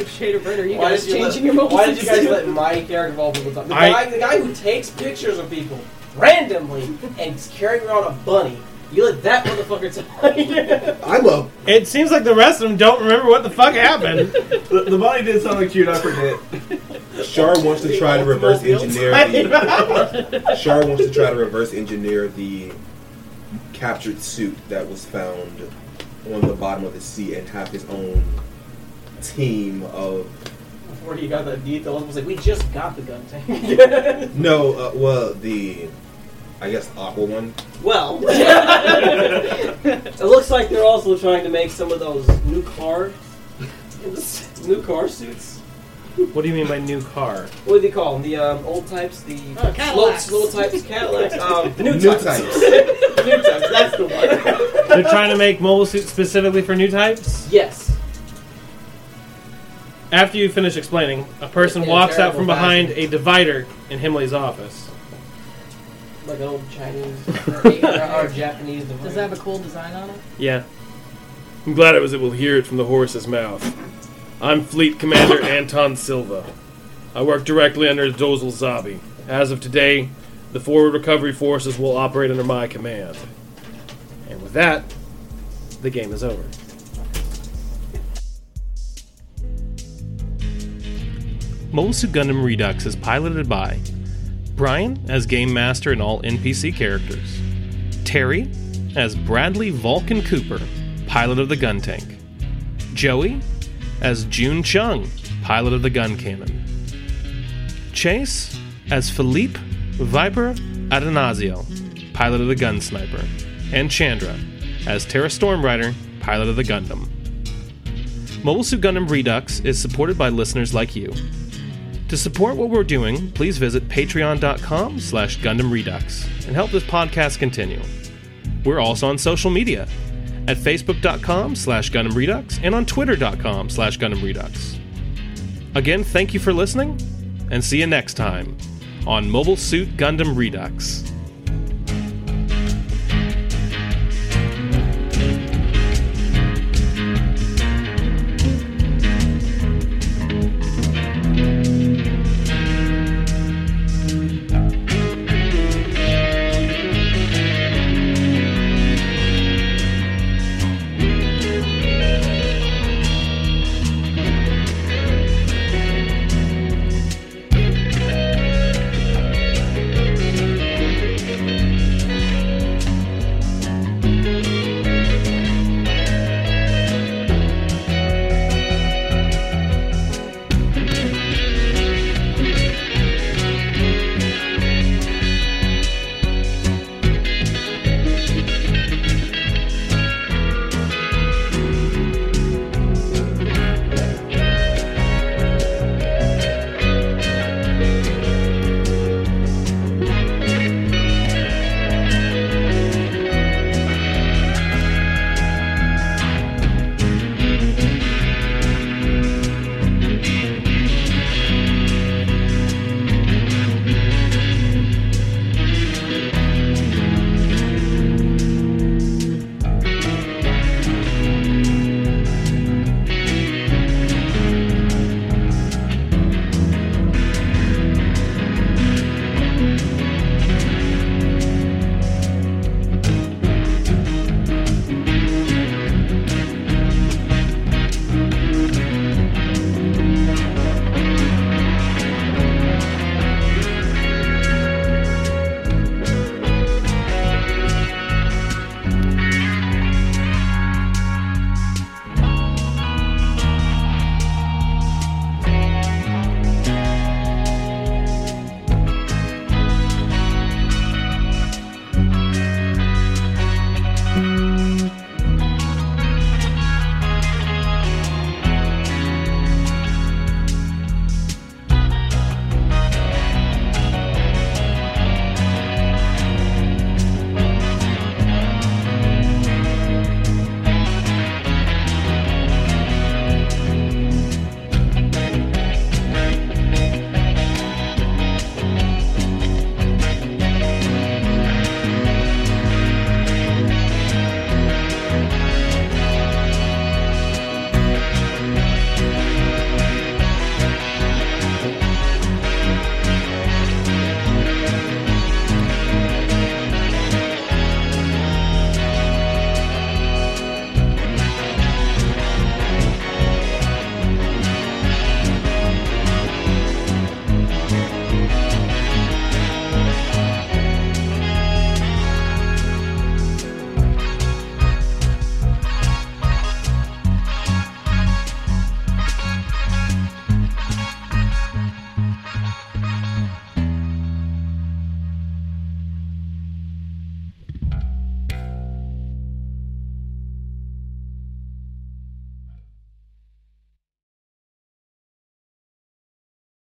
F: Shade of red, are you
C: Why
F: guys
C: did you let-
F: changing your mobile
C: Why did you
F: [laughs]
C: guys
F: suit?
C: let my character involve people? The
B: I-
C: guy, the guy who takes pictures of people randomly and is carrying around a bunny. You let that motherfucker tell
G: I'm a.
B: It seems like the rest of them don't remember what the fuck happened.
E: The, the bunny did something cute. I forget.
G: Char wants to try to reverse engineer. The, Char wants to try to reverse engineer the captured suit that was found on the bottom of the sea and have his own team of
C: [laughs] Before he got that detail, I was like, we just got the gun tank. [laughs]
G: no. Uh, well, the I guess aqua one.
C: [laughs] well, it looks like they're also trying to make some of those new car, new car suits.
B: what do you mean by new car?
C: What do they call them? The um, old types, the
F: Oh, Cadillacs.
C: slow, slow types, Cadillacs, um, new,
G: New
C: types.
G: types.
C: new types. That's the one.
B: They're trying to make mobile suits specifically for new types?
C: Yes.
B: After you finish explaining, a person
C: In a
B: walks out from
C: terrible
B: behind a divider in Himley's office.
C: Like an old Chinese or, or Japanese device.
K: does that have a cool design on it?
B: Yeah. I'm glad I was able to hear it from the horse's mouth. I'm Fleet Commander Anton Silva. I work directly under Dozel Zabi. As of today, the forward recovery forces will operate under my command. And with that, the game is over. Mobile Suit Gundam Redux is piloted by Brian as game master and all NPC characters. Terry as Bradley Vulcan Cooper, pilot of the gun tank. Joey as June Chung, pilot of the gun cannon. Chase as Philippe Viper Adonazio, pilot of the gun sniper. And Chandra as Terra Stormrider, pilot of the Gundam. Mobile Suit Gundam Redux is supported by listeners like you. To support what we're doing, please visit patreon.com slash Gundam Redux and help this podcast continue. We're also on social media at facebook.com slash Gundam Redux and on twitter.com slash Gundam Redux. Again, thank you for listening and see you next time on Mobile Suit Gundam Redux.